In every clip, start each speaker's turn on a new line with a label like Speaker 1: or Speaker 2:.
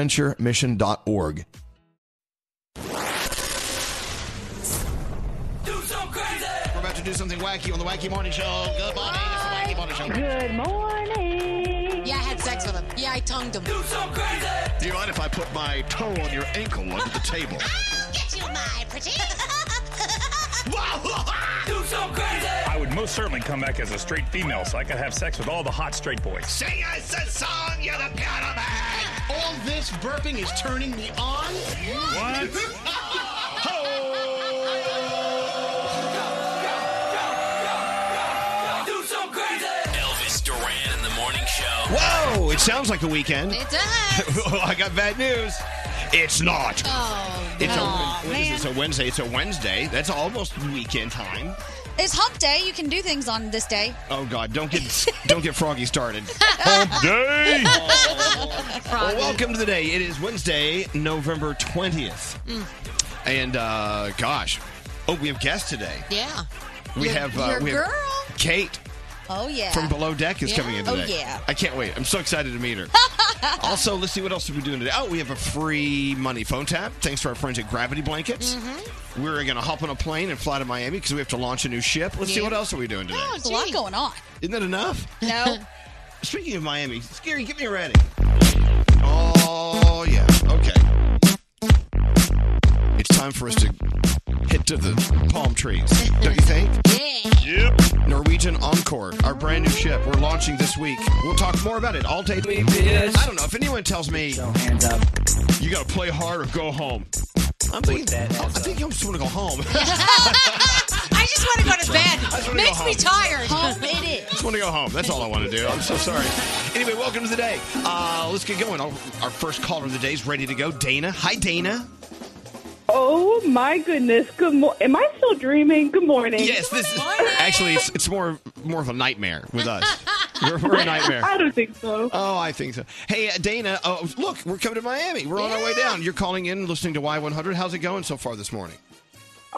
Speaker 1: adventuremission.org.
Speaker 2: We're about to do something wacky on the Wacky Morning Show. Good morning, it's the Wacky Morning Show.
Speaker 3: Good morning.
Speaker 4: Yeah, I had sex with him. Yeah, I tongued him. Do some crazy.
Speaker 2: Do you mind if I put my toe on your ankle under the table?
Speaker 4: Get you, my pretty.
Speaker 2: Do some crazy.
Speaker 5: I would most certainly come back as a straight female so I could have sex with all the hot straight boys.
Speaker 2: Sing us a song, you're the piano man. All this burping is turning me on.
Speaker 5: What?
Speaker 6: Elvis Duran in the morning show.
Speaker 2: Whoa! It sounds like a weekend. Oh,
Speaker 4: It does.
Speaker 2: I got bad news. It's not.
Speaker 4: Oh,
Speaker 2: It's a,
Speaker 4: God,
Speaker 2: what is
Speaker 4: man.
Speaker 2: it? It's a Wednesday. It's a Wednesday. That's almost weekend time.
Speaker 7: It's hump day. You can do things on this day.
Speaker 2: Oh God! Don't get don't get Froggy started.
Speaker 5: Day!
Speaker 2: Well, welcome to the day. It is Wednesday, November twentieth,
Speaker 4: Mm.
Speaker 2: and uh, gosh, oh, we have guests today.
Speaker 4: Yeah.
Speaker 2: We
Speaker 4: Your-
Speaker 2: have uh,
Speaker 4: your
Speaker 2: we have
Speaker 4: girl.
Speaker 2: Kate
Speaker 7: Oh, yeah.
Speaker 2: from Below Deck is
Speaker 4: Yeah.
Speaker 2: coming in
Speaker 7: Oh,
Speaker 2: today.
Speaker 7: yeah.
Speaker 2: I can't wait. I'm so excited to meet her. also, let's see what else we're doing today. Oh, we have a free money phone tap thanks to our friends at Gravity Blankets.
Speaker 7: Mm-hmm.
Speaker 2: We're going to hop on a plane and fly to Miami because we have to launch a new ship. Let's see
Speaker 4: Yeah.
Speaker 2: what else are we doing today.
Speaker 7: There's Oh, a lot going on.
Speaker 2: Isn't that enough?
Speaker 7: No.
Speaker 2: Speaking of Miami, Scary, give me a ready. Oh yeah. Okay. It's time for us to hit to the palm trees. Don't you think?
Speaker 4: Yeah.
Speaker 2: Yep. Norwegian Encore, our brand new ship. We're launching this week. We'll talk more about it all day. I don't know if anyone tells me
Speaker 8: hands up.
Speaker 2: you got to play hard or go home. I'm thinking
Speaker 8: that
Speaker 2: I
Speaker 8: hands up.
Speaker 2: think I'm just want to go home.
Speaker 4: I just want to go to
Speaker 2: just
Speaker 4: bed.
Speaker 2: wanna
Speaker 4: Makes
Speaker 2: go
Speaker 4: me
Speaker 2: home.
Speaker 4: tired. Home it
Speaker 2: just want to go home. That's all I want to do. I'm so sorry. Anyway, welcome to the day. Uh, let's get going. Our, our first caller of the day is ready to go. Dana. Hi, Dana.
Speaker 8: Oh my goodness. Good morning. Am I still dreaming? Good morning.
Speaker 2: Yes, this is actually it's, it's more more of a nightmare with us. We're, we're a nightmare.
Speaker 8: I don't think so.
Speaker 2: Oh, I think so. Hey, uh, Dana. Oh, look, we're coming to Miami. We're on our way down. You're calling in, listening to Y100. How's it going so far this morning?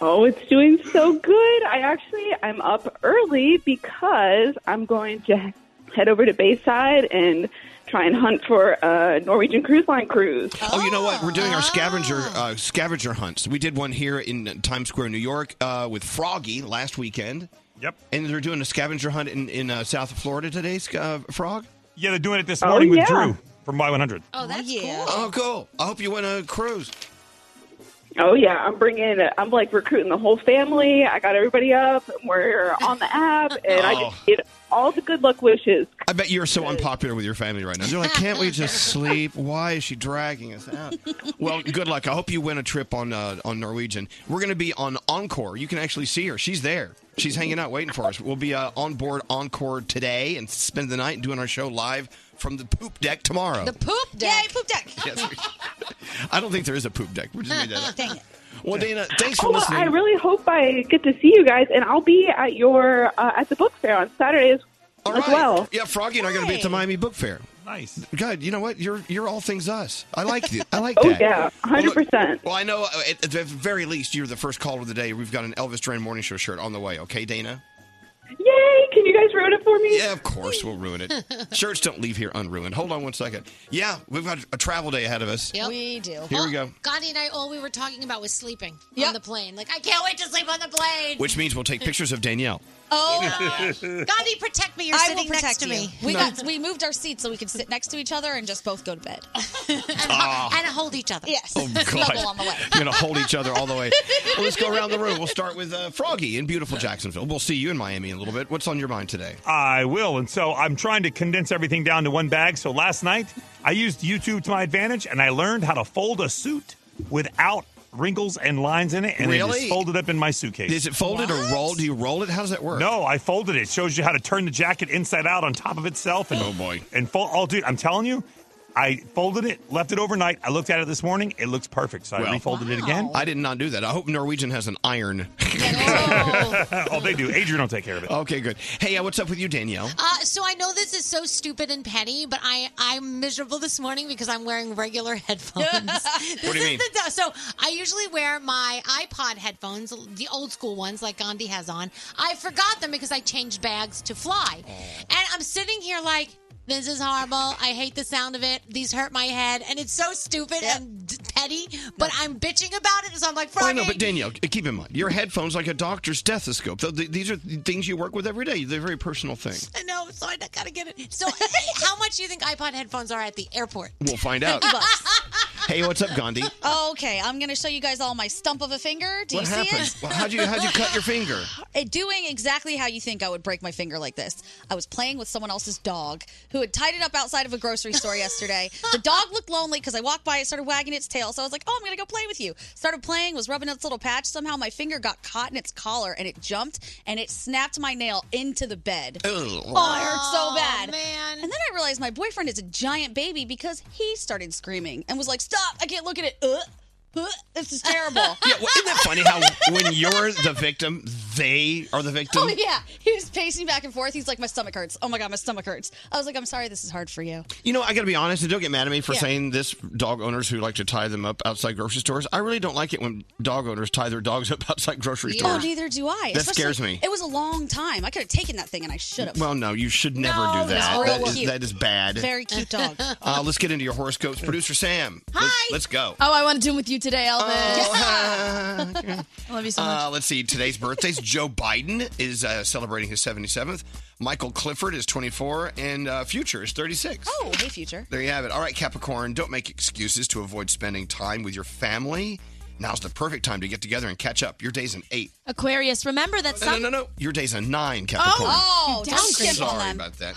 Speaker 8: Oh, it's doing so good. I actually I'm up early because I'm going to head over to Bayside and try and hunt for a Norwegian Cruise Line cruise.
Speaker 2: Oh, you know what? We're doing our scavenger uh, scavenger hunts. We did one here in Times Square, New York, uh, with Froggy last weekend. Yep. And they're doing a scavenger hunt in, in uh, South Florida today, Sc- uh, Frog?
Speaker 5: Yeah, they're doing it this morning with Drew from Y100.
Speaker 9: Oh, that's
Speaker 2: cool. Oh, cool. I hope you win a cruise.
Speaker 8: Oh yeah, I'm bringing I'm like recruiting the whole family. I got everybody up. and We're on the app, and I
Speaker 2: Oh.
Speaker 8: just get all the good luck wishes.
Speaker 2: I bet you're so unpopular with your family right now. They're like, can't we just sleep? Why is she dragging us out? Well, good luck. I hope you win a trip on uh, on Norwegian. We're going to be on Encore. You can actually see her. She's there. She's hanging out waiting for us. We'll be uh, on board Encore today and spend the night doing our show live from the poop deck tomorrow.
Speaker 9: poop deck. Yay, poop deck.
Speaker 2: Yes, I don't think there is a poop deck. We just made that up.
Speaker 9: Dang it.
Speaker 2: Well, Dana, thanks for
Speaker 8: Oh,
Speaker 2: listening.
Speaker 8: I really hope I get to see you guys, and I'll be at your uh, at the book fair on Saturdays
Speaker 2: All
Speaker 8: as
Speaker 2: right.
Speaker 8: well.
Speaker 2: Yeah, Froggy and I are going to be at the
Speaker 8: Hey.
Speaker 2: Miami Book Fair.
Speaker 5: Nice.
Speaker 2: God, you know what? You're you're all things us. I like it. I like
Speaker 8: Oh,
Speaker 2: that.
Speaker 8: yeah.
Speaker 2: hundred percent. Well, I know uh, at, at the very least you're the first caller of the day. We've got an Elvis Duran morning show shirt on the way. Okay, Dana.
Speaker 8: Yay! Can you guys ruin it for me?
Speaker 2: Yeah, of course we'll ruin it. Shirts don't leave here unruined. Hold on one second. Yeah, we've got a travel day ahead of us.
Speaker 9: We do.
Speaker 2: Here we go.
Speaker 9: Gandhi Oh, and I, all we were talking about was sleeping on the plane. Like, I can't wait to sleep on the plane.
Speaker 2: Which means we'll take pictures of Danielle.
Speaker 9: Oh, Gandhi, protect me. You're
Speaker 7: I will
Speaker 9: sitting next
Speaker 7: protect
Speaker 9: to me.
Speaker 7: you. We
Speaker 2: No.
Speaker 7: got we moved our seats so we could sit next to each other and just both go to bed.
Speaker 2: Ah.
Speaker 9: and hold each other.
Speaker 7: Yes.
Speaker 2: Oh God!
Speaker 7: Snuggle on the way.
Speaker 2: You're gonna hold each other all the way. Well, let's go around the room. We'll start with uh, Froggy in beautiful Jacksonville. We'll see you in Miami in a little bit. What's on your mind today?
Speaker 5: I will. And so I'm trying to condense everything down to one bag. So last night, I used YouTube to my advantage and I learned how to fold a suit without wrinkles and lines in it. And it
Speaker 2: Really?
Speaker 5: is folded up in my suitcase.
Speaker 2: Is it folded or rolled? Do you roll it? How does that work?
Speaker 5: No, I folded it. It shows you how to turn the jacket inside out on top of itself. And, oh, boy. And fold. Oh, dude, I'm telling you. I folded it, left it overnight. I looked at it this morning. It looks perfect. So I refolded it again.
Speaker 2: I did not do that. I hope Norwegian has an iron.
Speaker 5: oh, they do. Adrian will take care of it.
Speaker 2: Okay, good. Hey, uh, what's up with you, Danielle?
Speaker 9: Uh, so I know this is so stupid and petty, but I I'm miserable this morning because I'm wearing regular headphones. This
Speaker 2: What do you
Speaker 9: is
Speaker 2: mean?
Speaker 9: the- so I usually wear my iPod headphones, the old school ones like Gandhi has on. I forgot them because I changed bags to fly, and I'm sitting here like. This is horrible. I hate the sound of it. These hurt my head, and it's so stupid and d- petty. But I'm bitching about it, so I'm like,
Speaker 2: Oh, I
Speaker 9: Friday.
Speaker 2: know, but Danielle, uh, keep in mind your headphones like a doctor's stethoscope. Th- th- These are th- things you work with every day. They're a very personal thing.
Speaker 9: I know, so I gotta get it. So, how much do you think iPod headphones are at the airport?
Speaker 2: We'll find out. hey, what's up, Gandhi?
Speaker 7: Oh, okay, I'm gonna show you guys all my stump of a finger. Do
Speaker 2: what
Speaker 7: you see
Speaker 2: happened?
Speaker 7: it?
Speaker 2: Well, how'd you how'd you cut your finger?
Speaker 7: it? Doing exactly how you think I would break my finger like this. I was playing with someone else's dog who had tied it up outside of a grocery store yesterday. The dog looked lonely because I walked by, it started wagging its tail. So I was like, "Oh, I'm gonna go play with you." Started playing, was rubbing its little patch. Somehow my finger got caught in its collar, and it jumped and it snapped my nail into the bed. Oh, it hurt so bad. Man. And then I realized my boyfriend is a giant baby because he started screaming and was like, Stop, I can't look at it. Uh, uh, this is terrible.
Speaker 2: Yeah, well, isn't that funny how when you're the victim, they are the victim?
Speaker 7: Oh yeah, he was pacing back and forth. He's like, my stomach hurts. Oh my god, my stomach hurts. I was like, I'm sorry, this is hard for you.
Speaker 2: You know, I got to be honest, and don't get mad at me for
Speaker 7: Yeah.
Speaker 2: saying this. Dog owners who like to tie them up outside grocery stores, I really don't like it when dog owners tie their dogs up outside grocery
Speaker 7: Oh,
Speaker 2: stores.
Speaker 7: neither do I.
Speaker 2: That
Speaker 7: Especially-
Speaker 2: scares me.
Speaker 7: It was a long time. I could have taken that thing, and I should have.
Speaker 2: Well, no, you should never
Speaker 7: No,
Speaker 2: do
Speaker 7: it's
Speaker 2: that.
Speaker 7: real
Speaker 2: That is,
Speaker 7: cute.
Speaker 2: that is bad.
Speaker 7: Very cute dog.
Speaker 2: Uh, let's get into your horoscopes, producer Sam. Hi. Let's, let's go. Oh.
Speaker 10: Oh, I want to do with you today, Elvis. I love you so much.
Speaker 2: Uh, let's see. Today's birthdays: Joe Biden is uh, celebrating his 77th. Michael Clifford is 24, and uh, Future is 36.
Speaker 7: oh, hey, future.
Speaker 2: There you have it. All right, Capricorn, don't make excuses to avoid spending time with your family. Now's the perfect time to get together and catch up. Your day's an eight.
Speaker 10: Aquarius, remember that
Speaker 2: No, no,
Speaker 10: some
Speaker 2: no, no. Your day's a nine, Capricorn.
Speaker 10: Oh, oh,
Speaker 2: I'm
Speaker 10: don't skip on
Speaker 2: Sorry
Speaker 10: them.
Speaker 2: about that.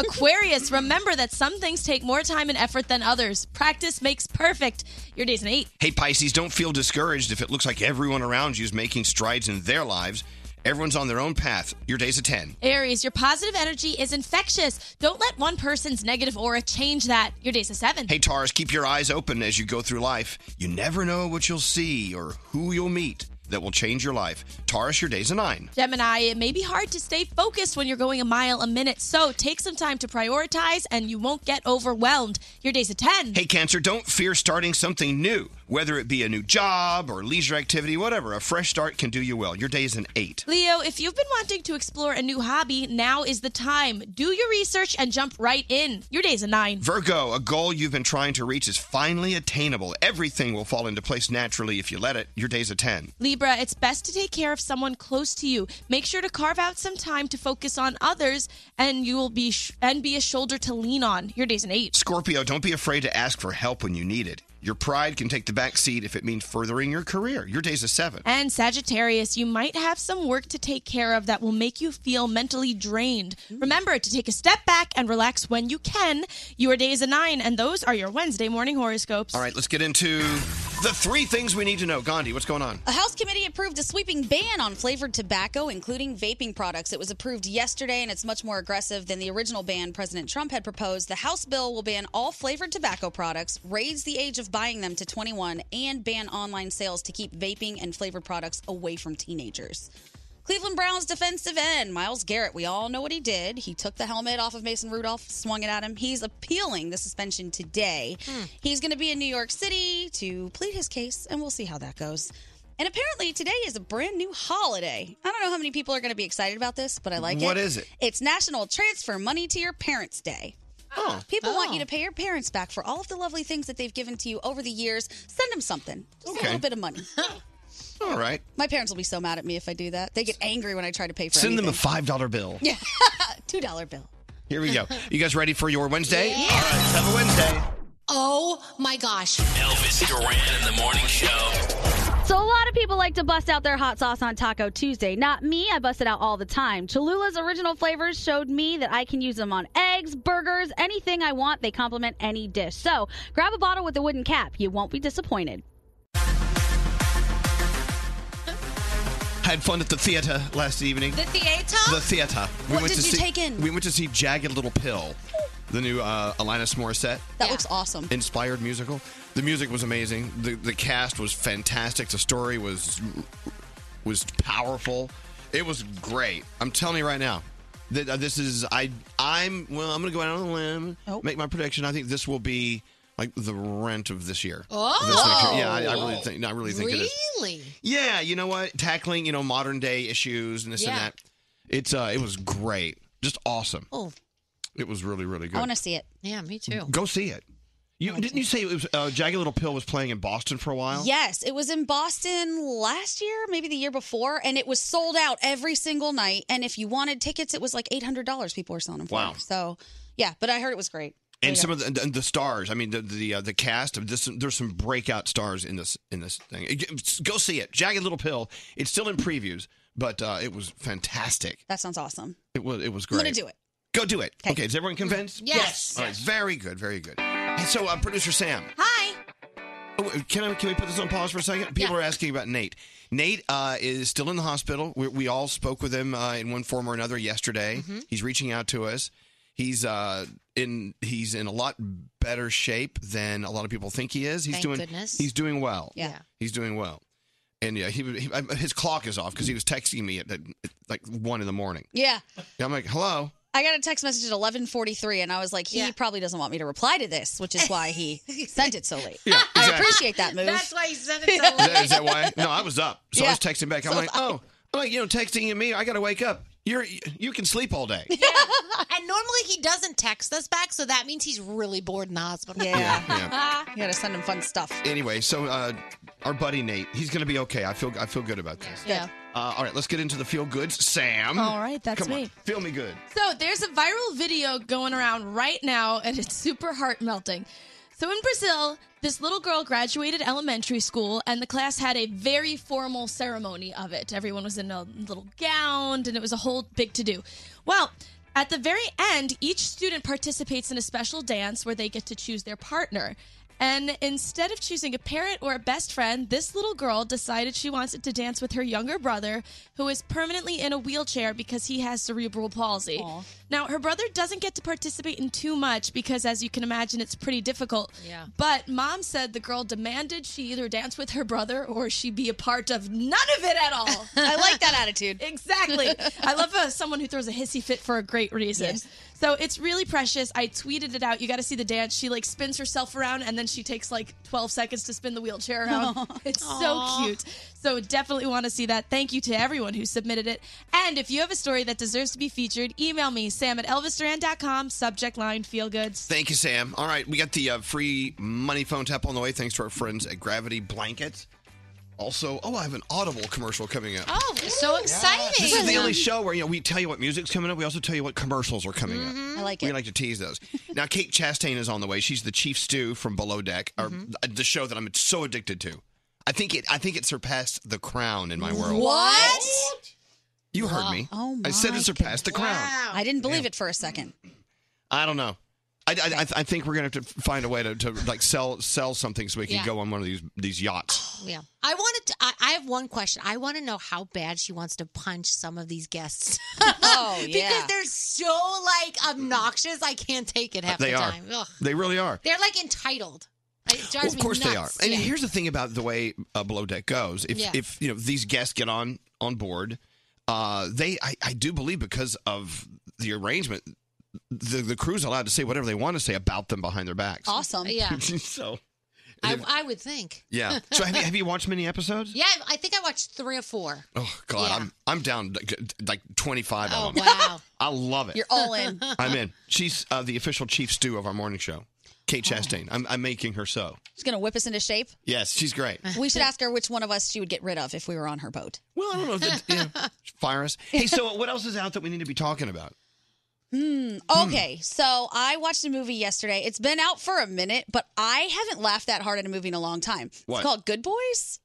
Speaker 10: Aquarius, remember that some things take more time and effort than others. Practice makes perfect. Your day's an eight.
Speaker 2: hey, Pisces, don't feel discouraged if it looks like everyone around you is making strides in their lives. Everyone's on their own path. Your day's a 10.
Speaker 10: Aries, your positive energy is infectious. Don't let one person's negative aura change that. Your day's a seven.
Speaker 2: Hey, Taurus, keep your eyes open as you go through life. You never know what you'll see or who you'll meet. that will change your life. Taurus, your day's a nine.
Speaker 11: Gemini, it may be hard to stay focused when you're going a mile a minute, so take some time to prioritize and you won't get overwhelmed. Your day's a 10.
Speaker 2: Hey, Cancer, don't fear starting something new, whether it be a new job or leisure activity, whatever. A fresh start can do you well. Your day's an eight.
Speaker 11: Leo, if you've been wanting to explore a new hobby, now is the time. Do your research and jump right in. Your day's a 9.
Speaker 2: Virgo, a goal you've been trying to reach is finally attainable. Everything will fall into place naturally if you let it. Your day's a 10.
Speaker 11: Libra, it's best to take care of someone close to you. Make sure to carve out some time to focus on others and you will be sh- and be a shoulder to lean on. Your day's an 8.
Speaker 2: Scorpio, don't be afraid to ask for help when you need it. Your pride can take the back seat if it means furthering your career. Your day's a seven.
Speaker 11: And Sagittarius, you might have some work to take care of that will make you feel mentally drained. Remember to take a step back and relax when you can. Your day is a 9 and those are your Wednesday morning horoscopes.
Speaker 2: All right, let's get into the three things we need to know. Gandhi, what's going on?
Speaker 7: A House committee approved a sweeping ban on flavored tobacco, including vaping products. It was approved yesterday, and it's much more aggressive than the original ban President Trump had proposed. The House bill will ban all flavored tobacco products, raise the age of buying them to 21, and ban online sales to keep vaping and flavored products away from teenagers. Cleveland Browns defensive end, Miles Garrett, we all know what he did. He took the helmet off of Mason Rudolph, swung it at him. He's appealing the suspension today. He's going to be in New York City to plead his case, and we'll see how that goes. And apparently, today is a brand new holiday. I don't know how many people are going to be excited about this, but I like it.
Speaker 2: What is it?
Speaker 7: It's National Transfer Money to Your Parents Day.
Speaker 2: Oh.
Speaker 7: People want you to pay your parents back for all of the lovely things that they've given to you over the years. Send them something, just
Speaker 2: Okay.
Speaker 7: a little bit of money.
Speaker 2: All right.
Speaker 7: My parents will be so mad at me if I do that. They get angry when I try to pay for
Speaker 2: Send them a
Speaker 7: anything.
Speaker 2: $5 bill.
Speaker 7: Yeah, two dollar bill.
Speaker 2: Here we go. You guys ready for your Wednesday? All right, let's have a Wednesday.
Speaker 9: Oh my gosh.
Speaker 6: Elvis Duran in the morning show.
Speaker 12: So a lot of people like to bust out their hot sauce on Taco Tuesday. Not me. I bust it out all the time. Cholula's original flavors showed me that I can use them on eggs, burgers, anything I want. They complement any dish. So grab a bottle with a wooden cap. You won't be disappointed.
Speaker 2: Had fun at the theater last evening.
Speaker 7: The theater?
Speaker 2: The theater.
Speaker 7: What did you
Speaker 2: see,
Speaker 7: take in?
Speaker 2: We went to see Jagged Little Pill, the new uh, Alanis Morissette
Speaker 7: That looks awesome.
Speaker 2: inspired musical. The music was amazing. The the cast was fantastic. The story was was powerful. It was great. I'm telling you right now. That uh, this is I I'm well I'm going to go out on a limb,
Speaker 7: Oh.
Speaker 2: make my prediction. I think this will be like the rent of this year.
Speaker 7: Oh.
Speaker 2: This next year. Yeah, I, I really think no, I really think it is.
Speaker 9: Really?
Speaker 2: Yeah, you know what? Tackling, you know, modern day issues and this and
Speaker 7: Yeah.
Speaker 2: that. It's uh it was great. Just awesome.
Speaker 7: Oh,
Speaker 2: It was really, really good.
Speaker 7: I want to see it.
Speaker 9: Yeah, me too.
Speaker 2: Go see it. You didn't you say it was uh, Jagged Little Pill was playing in Boston for a while?
Speaker 7: Oh, Yes, it was in Boston last year, maybe the year before, and it was sold out every single night. And if you wanted tickets, it was like eight hundred dollars. People were selling them.
Speaker 2: Wow.
Speaker 7: For. So yeah, but I heard it was great.
Speaker 2: And some of the, the the stars. I mean, the the, uh, the cast. of This, there's some breakout stars in this in this thing. Go see it. Jagged Little Pill. It's still in previews, but uh, it was fantastic.
Speaker 7: That sounds awesome.
Speaker 2: It was it was
Speaker 7: I'm
Speaker 2: great.
Speaker 7: gonna do it.
Speaker 2: Go do it. Okay. Is everyone convinced?
Speaker 7: Yes.
Speaker 2: All right. Very good. Very good. And so, uh, producer Sam.
Speaker 11: Hi.
Speaker 2: Oh, Can I can we put this on pause for a second? People are asking about Nate. Nate uh, is still in the hospital. We, we all spoke with him uh, in one form or another yesterday.
Speaker 9: Mm-hmm.
Speaker 2: He's reaching out to us. He's uh, in he's in a lot better shape than a lot of people think he is. He's
Speaker 9: Thank
Speaker 2: doing
Speaker 9: goodness.
Speaker 2: he's doing well.
Speaker 9: Yeah. Yeah.
Speaker 2: he's doing well. And yeah, he, was- he I- his clock is off because he was texting me at, at like one in the morning.
Speaker 7: Yeah,
Speaker 2: I'm like, hello.
Speaker 7: I got a text message at eleven forty three, and I was like, he probably doesn't want me to reply to this, which is why he sent it so late.
Speaker 2: Yeah,
Speaker 7: I
Speaker 2: exactly.
Speaker 7: appreciate that move.
Speaker 9: That's why you sent it so
Speaker 2: Is that- is that why? No, I was up, so I was
Speaker 7: Yeah.
Speaker 2: texting back. I'm
Speaker 7: So
Speaker 2: like,
Speaker 7: was I.
Speaker 2: oh, I'm like, you know, texting at me. I got to wake up. You're you can sleep all day.
Speaker 9: and normally he doesn't text us back, so that means he's really bored in the hospital.
Speaker 2: Yeah, yeah.
Speaker 7: You gotta send him fun stuff.
Speaker 2: Anyway, so uh, our buddy Nate, he's gonna be okay. I feel I feel good about this.
Speaker 11: Yeah.
Speaker 2: Uh, all right, let's get into the feel goods. Sam.
Speaker 11: All right, that's
Speaker 2: come on,
Speaker 11: me.
Speaker 2: feel me good.
Speaker 11: So there's a viral video going around right now, and it's super heart melting. So in Brazil, this little girl graduated elementary school, and the class had a very formal ceremony of it. Everyone was in a little gown, and it was a whole big to do. Well, at the very end, each student participates in a special dance where they get to choose their partner. And instead of choosing a parent or a best friend, this little girl decided she wanted to dance with her younger brother, who is permanently in a wheelchair because he has cerebral palsy. Now, her brother doesn't get to participate in too much because, as you can imagine, it's pretty difficult.
Speaker 4: Yeah.
Speaker 11: But mom said the girl demanded she either dance with her brother or she be a part of none of it at all.
Speaker 7: I like that attitude.
Speaker 11: Exactly. I love uh, someone who throws a hissy fit for a great reason. So it's really precious. I tweeted it out. You got to see the dance. She like spins herself around and then she takes like 12 seconds to spin the wheelchair around.
Speaker 4: Aw.
Speaker 11: It's so
Speaker 4: Aw.
Speaker 11: cute. So definitely want to see that. Thank you to everyone who submitted it. And if you have a story that deserves to be featured, email me, sam at elvisduran.com, subject line feel goods.
Speaker 2: Thank you, Sam. All right, we got the uh, free money phone tap on the way thanks to our friends at Gravity Blanket. Also, oh, I have an Audible commercial coming up.
Speaker 9: Oh, so exciting.
Speaker 2: This is the only show where you know we tell you what music's coming up. We also tell you what commercials are coming
Speaker 9: Mhm.
Speaker 2: up.
Speaker 9: I like
Speaker 2: We
Speaker 9: it.
Speaker 2: like to tease those. Now, Kate Chastain is on the way. She's the chief stew from Below Deck, or
Speaker 9: Mhm.
Speaker 2: th- the show that I'm so addicted to. I think it. I think it surpassed The Crown in my world.
Speaker 7: What?
Speaker 2: You heard me.
Speaker 7: Oh my
Speaker 2: I said it surpassed The Crown.
Speaker 7: I didn't believe it for a second.
Speaker 2: I don't know. I, I, I- I think we're gonna have to find a way to, to like sell sell something so we can
Speaker 9: Yeah.
Speaker 2: go on one of these these yachts.
Speaker 9: Yeah. I wanted to, I, I have one question. I want to know how bad she wants to punch some of these guests.
Speaker 7: Oh,
Speaker 9: because they're so like obnoxious. I can't take it half
Speaker 2: they
Speaker 9: the
Speaker 2: are.
Speaker 9: time. Ugh.
Speaker 2: They really are.
Speaker 9: They're like entitled. It drives
Speaker 2: Well, of course
Speaker 9: me
Speaker 2: they are.
Speaker 9: nuts.
Speaker 2: And
Speaker 9: Yeah.
Speaker 2: here's the thing about the way uh, Below Deck goes. If
Speaker 9: Yeah.
Speaker 2: if you know these guests get on on board, uh, they I, I do believe because of the arrangement, the the crew's allowed to say whatever they want to say about them behind their backs.
Speaker 9: awesome. Yeah.
Speaker 2: so
Speaker 9: I,
Speaker 2: if-
Speaker 9: I would think.
Speaker 2: yeah. So have you, have you watched many episodes?
Speaker 9: Yeah, I think I watched three or four.
Speaker 2: Oh God, I'm I'm down like, like 25
Speaker 9: Oh,
Speaker 2: of them.
Speaker 9: wow.
Speaker 2: I love it.
Speaker 9: You're all in.
Speaker 2: I'm in. She's uh, the official chief stew of our morning show. Kate
Speaker 9: Oh.
Speaker 2: Chastain. I'm, I'm making her so.
Speaker 7: She's going to whip us into shape.
Speaker 2: Yes, she's great.
Speaker 7: We should ask her which one of us she would get rid of if we were on her boat.
Speaker 2: Well, I don't know. If that, yeah, fire us. Hey, so what else is out that we need to be talking about?
Speaker 7: Hmm. Okay, so I watched a movie yesterday. It's been out for a minute, but I haven't laughed that hard at a movie in a long time.
Speaker 4: What?
Speaker 7: It's called Good Boys.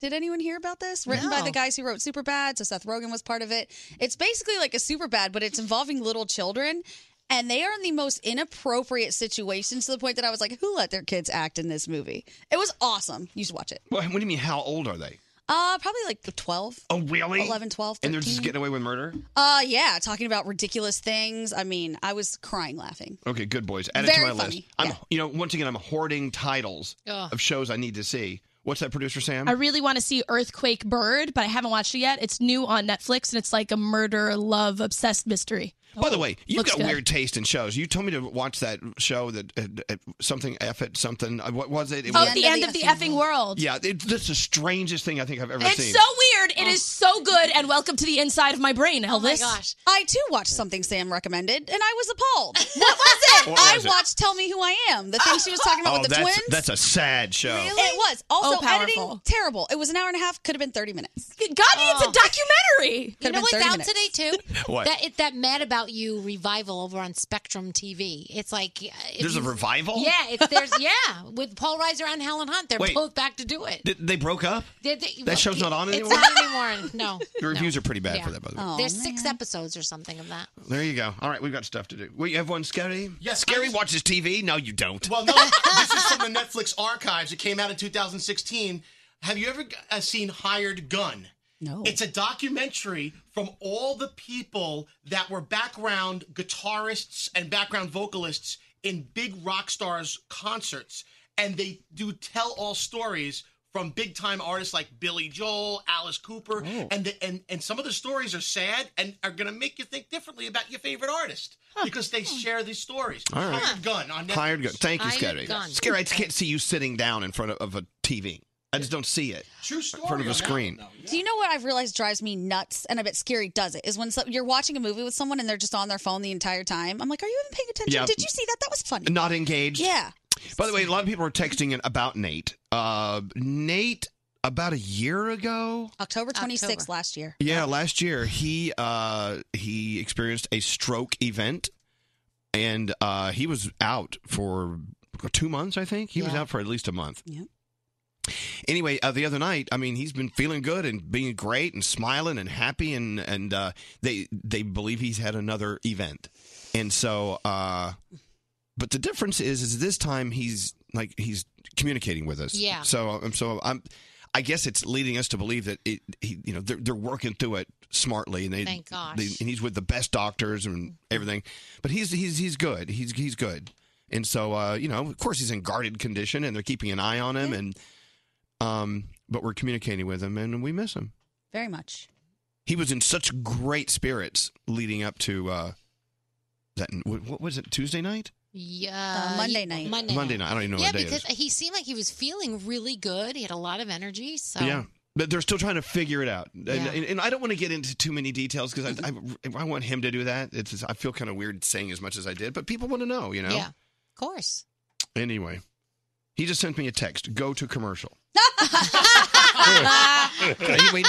Speaker 7: Did anyone hear about this? Written by
Speaker 4: No.
Speaker 7: the guys who wrote Superbad, so Seth Rogen was part of it. It's basically like a Superbad, but it's involving little children, and they are in the most inappropriate situations to the point that I was like, "Who let their kids act in this movie?" It was awesome. You should watch it.
Speaker 2: What, what do you mean? How old are they?
Speaker 7: Uh, probably like 12,
Speaker 2: Oh, really?
Speaker 7: 11, 12,
Speaker 2: And they're just
Speaker 7: 13.
Speaker 2: getting away with murder?
Speaker 7: Uh, yeah, talking about ridiculous things. I mean, I was crying laughing.
Speaker 2: Okay, good boys. Add it
Speaker 7: Very
Speaker 2: to my
Speaker 7: funny,
Speaker 2: list. I'm, You know, once again, I'm hoarding titles
Speaker 11: Ugh.
Speaker 2: of shows I need to see. What's that, producer Sam?
Speaker 11: I really want to see Earthquake Bird, but I haven't watched it yet. It's new on Netflix and it's like a murder, love, obsessed mystery.
Speaker 2: By the way, you've
Speaker 11: Oh, Looks
Speaker 2: got
Speaker 11: good.
Speaker 2: weird taste in shows. You told me to watch that show that uh, uh, something F it something. uh, What was it? It
Speaker 11: oh,
Speaker 2: was-
Speaker 11: the end of the effing world.
Speaker 2: Yeah, it, that's the strangest thing I think I've ever
Speaker 11: It's
Speaker 2: seen.
Speaker 11: so weird. It is so good. And welcome to the inside of my brain, Elvis.
Speaker 7: I too watched something Sam recommended, and I was appalled. What was it?
Speaker 2: What was
Speaker 7: I
Speaker 2: it?
Speaker 7: watched Tell Me Who I Am, the thing she was talking about
Speaker 2: oh,
Speaker 7: with the
Speaker 2: that's
Speaker 7: twins.
Speaker 2: that's a sad show.
Speaker 7: It was also
Speaker 11: Oh, powerful.
Speaker 7: editing terrible. It was an hour and a half, could have been thirty minutes.
Speaker 11: God, it's a documentary.
Speaker 9: You know what's out today too?
Speaker 2: What?
Speaker 9: That it, that Mad About You revival over on Spectrum TV. It's like uh, if
Speaker 2: There's a
Speaker 9: you-
Speaker 2: revival?
Speaker 9: Yeah, it's there's yeah with Paul Reiser and Helen Hunt. They're
Speaker 2: Wait.
Speaker 9: both back to do it.
Speaker 2: Th- they broke up.
Speaker 9: They- they-
Speaker 2: That show's not on anymore?
Speaker 9: It's not anymore. No.
Speaker 2: The reviews are pretty bad
Speaker 9: Yeah.
Speaker 2: for that, by the way.
Speaker 7: Oh,
Speaker 9: There's six episodes or something of that.
Speaker 2: There you go. All right, we've got stuff to do. Wait, you have one, Scary?
Speaker 13: Yes,
Speaker 2: Scary watches TV. No, you don't.
Speaker 13: Well, no, this is from the Netflix archives. It came out in 2016. Have you ever uh, seen Hired Gun?
Speaker 7: No.
Speaker 13: It's a documentary from all the people that were background guitarists and background vocalists in big rock stars' concerts. And they do tell all stories from big time artists like Billy Joel, Alice Cooper.
Speaker 2: Oh.
Speaker 13: And, the, and, and some of the stories are sad and are going to make you think differently about your favorite artist because they share these stories.
Speaker 2: Hmm. All right.
Speaker 13: Hired Gun on Netflix.
Speaker 2: Hired gun. Thank you,
Speaker 13: Hired
Speaker 2: Scary.
Speaker 13: gun.
Speaker 2: Scary, I just can't see you sitting down in front of, of a TV. I just don't see it.
Speaker 13: True
Speaker 2: In front of
Speaker 13: story
Speaker 2: a
Speaker 13: on that
Speaker 2: screen.
Speaker 7: Do you know what I've realized drives me nuts, and I bet Scary does it, is when some, you're watching a movie with someone and they're just on their phone the entire time. I'm like, are you even paying attention?
Speaker 2: Yeah.
Speaker 7: Did you see that? That was funny.
Speaker 2: Not engaged.
Speaker 7: Yeah.
Speaker 2: By the way, a lot of people are texting in about Nate. Uh, Nate, about a year ago.
Speaker 7: October 26th last year.
Speaker 2: Yeah, last year he uh, he experienced a stroke event, and uh, he was out for two months. I think he was
Speaker 7: Yeah.
Speaker 2: out for at least a month.
Speaker 7: Yep.
Speaker 2: Anyway, uh, the other night, I mean, he's been feeling good and being great and smiling and happy, and and uh, they they believe he's had another event, and so. Uh, but the difference is, is this time he's like he's communicating with us.
Speaker 9: Yeah.
Speaker 2: So I'm so I'm. I guess it's leading us to believe that it, he, you know, they're, they're working through it smartly, and they,
Speaker 9: Thank gosh. Mm-hmm.
Speaker 2: they- and he's with the best doctors and everything. But he's he's he's good. He's he's good. And so uh, you know, of course, he's in guarded condition, and they're keeping an eye on him, and um, but we're communicating with him, and we miss him.
Speaker 7: Very much.
Speaker 2: He was in such great spirits leading up to uh, that. What, what was it? Tuesday night?
Speaker 9: Yeah,
Speaker 7: Uh, Monday
Speaker 9: he-
Speaker 7: night.
Speaker 9: Monday,
Speaker 2: Monday night. I don't even know
Speaker 9: yeah,
Speaker 2: what day it
Speaker 9: because he seemed like he was feeling really good. He had a lot of energy. So
Speaker 2: Yeah. But they're still trying to figure it out, and,
Speaker 9: Yeah. Mm-hmm.
Speaker 2: and, and I don't want to get into too many details because I, I, I want him to do that. It's just- I feel kind of weird saying as much as I did, but people want to know, you know.
Speaker 9: yeah, of course.
Speaker 2: Anyway, he just sent me a text. Go to commercial. Anyway,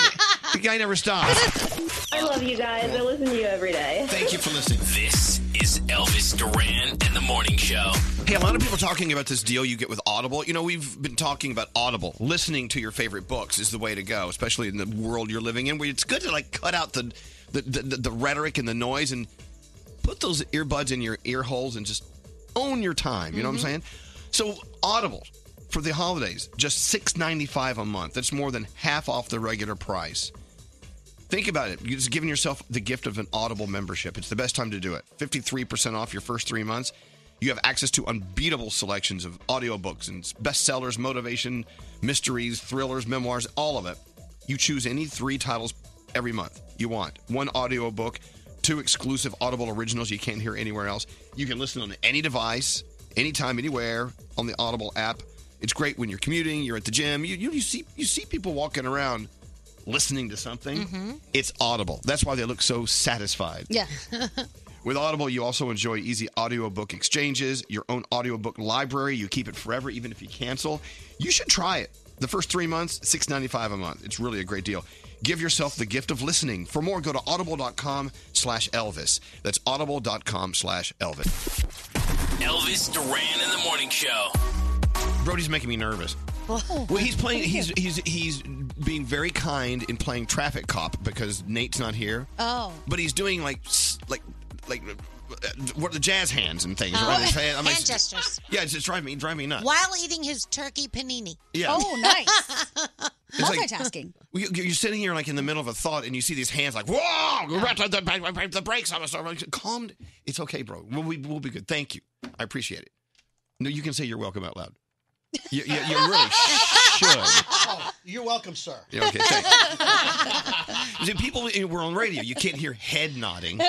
Speaker 2: the guy never stops.
Speaker 8: I love you guys. I listen to you every day.
Speaker 2: Thank you for listening.
Speaker 6: This is Elvis Duran and the Morning Show.
Speaker 2: Hey, a lot of people talking about this deal you get with Audible. You know, we've been talking about Audible. Listening to your favorite books is the way to go, especially in the world you're living in, where it's good to like cut out the the, the, the, the rhetoric and the noise and put those earbuds in your ear holes and just own your time. You know what I'm saying? So Audible for the holidays, just $6.95 a month. That's more than half off the regular price. Think about it. You're just giving yourself the gift of an Audible membership. It's the best time to do it. 53% off your first three months. You have access to unbeatable selections of audiobooks and bestsellers, motivation, mysteries, thrillers, memoirs, all of it. You choose any three titles every month you want. One audiobook, two exclusive Audible originals you can't hear anywhere else. You can listen on any device, anytime, anywhere on the Audible app. It's great when you're commuting, you're at the gym, you, you, you see you see people walking around listening to something.
Speaker 9: Mhm.
Speaker 2: It's Audible. That's why they look so satisfied.
Speaker 9: Yeah.
Speaker 2: With Audible, you also enjoy easy audiobook exchanges, your own audiobook library. You keep it forever, even if you cancel. You should try it. The first three months, $6.95 a month. It's really a great deal. Give yourself the gift of listening. For more, go to audible.com slash Elvis. That's audible.com slash Elvis.
Speaker 6: Elvis Duran and the Morning Show.
Speaker 2: Brody's making me nervous.
Speaker 4: Oh.
Speaker 2: Well, he's playing. He's he's he's being very kind in playing traffic cop because Nate's not here.
Speaker 7: Oh.
Speaker 2: But he's doing like s- like like uh, what are the jazz hands and things around his head. I'm like,
Speaker 9: Oh, hand gestures
Speaker 2: yeah, it's just driving me driving me nuts.
Speaker 9: while eating his turkey panini.
Speaker 2: Yeah. Oh,
Speaker 9: nice.
Speaker 2: It's like- Well, you- You're sitting here like in the middle of a thought, and you see these hands like,
Speaker 9: Oh.
Speaker 2: "Whoa!" The, the brakes on us. I'm like, Calm. d- It's okay, bro. We'll be, we'll be good. Thank you. I appreciate it. No, you can say you're welcome out loud. You, you, you really should.
Speaker 14: Oh, you're welcome, sir.
Speaker 2: Yeah, okay, thanks. See, people eh, we're on radio. You can't hear head nodding.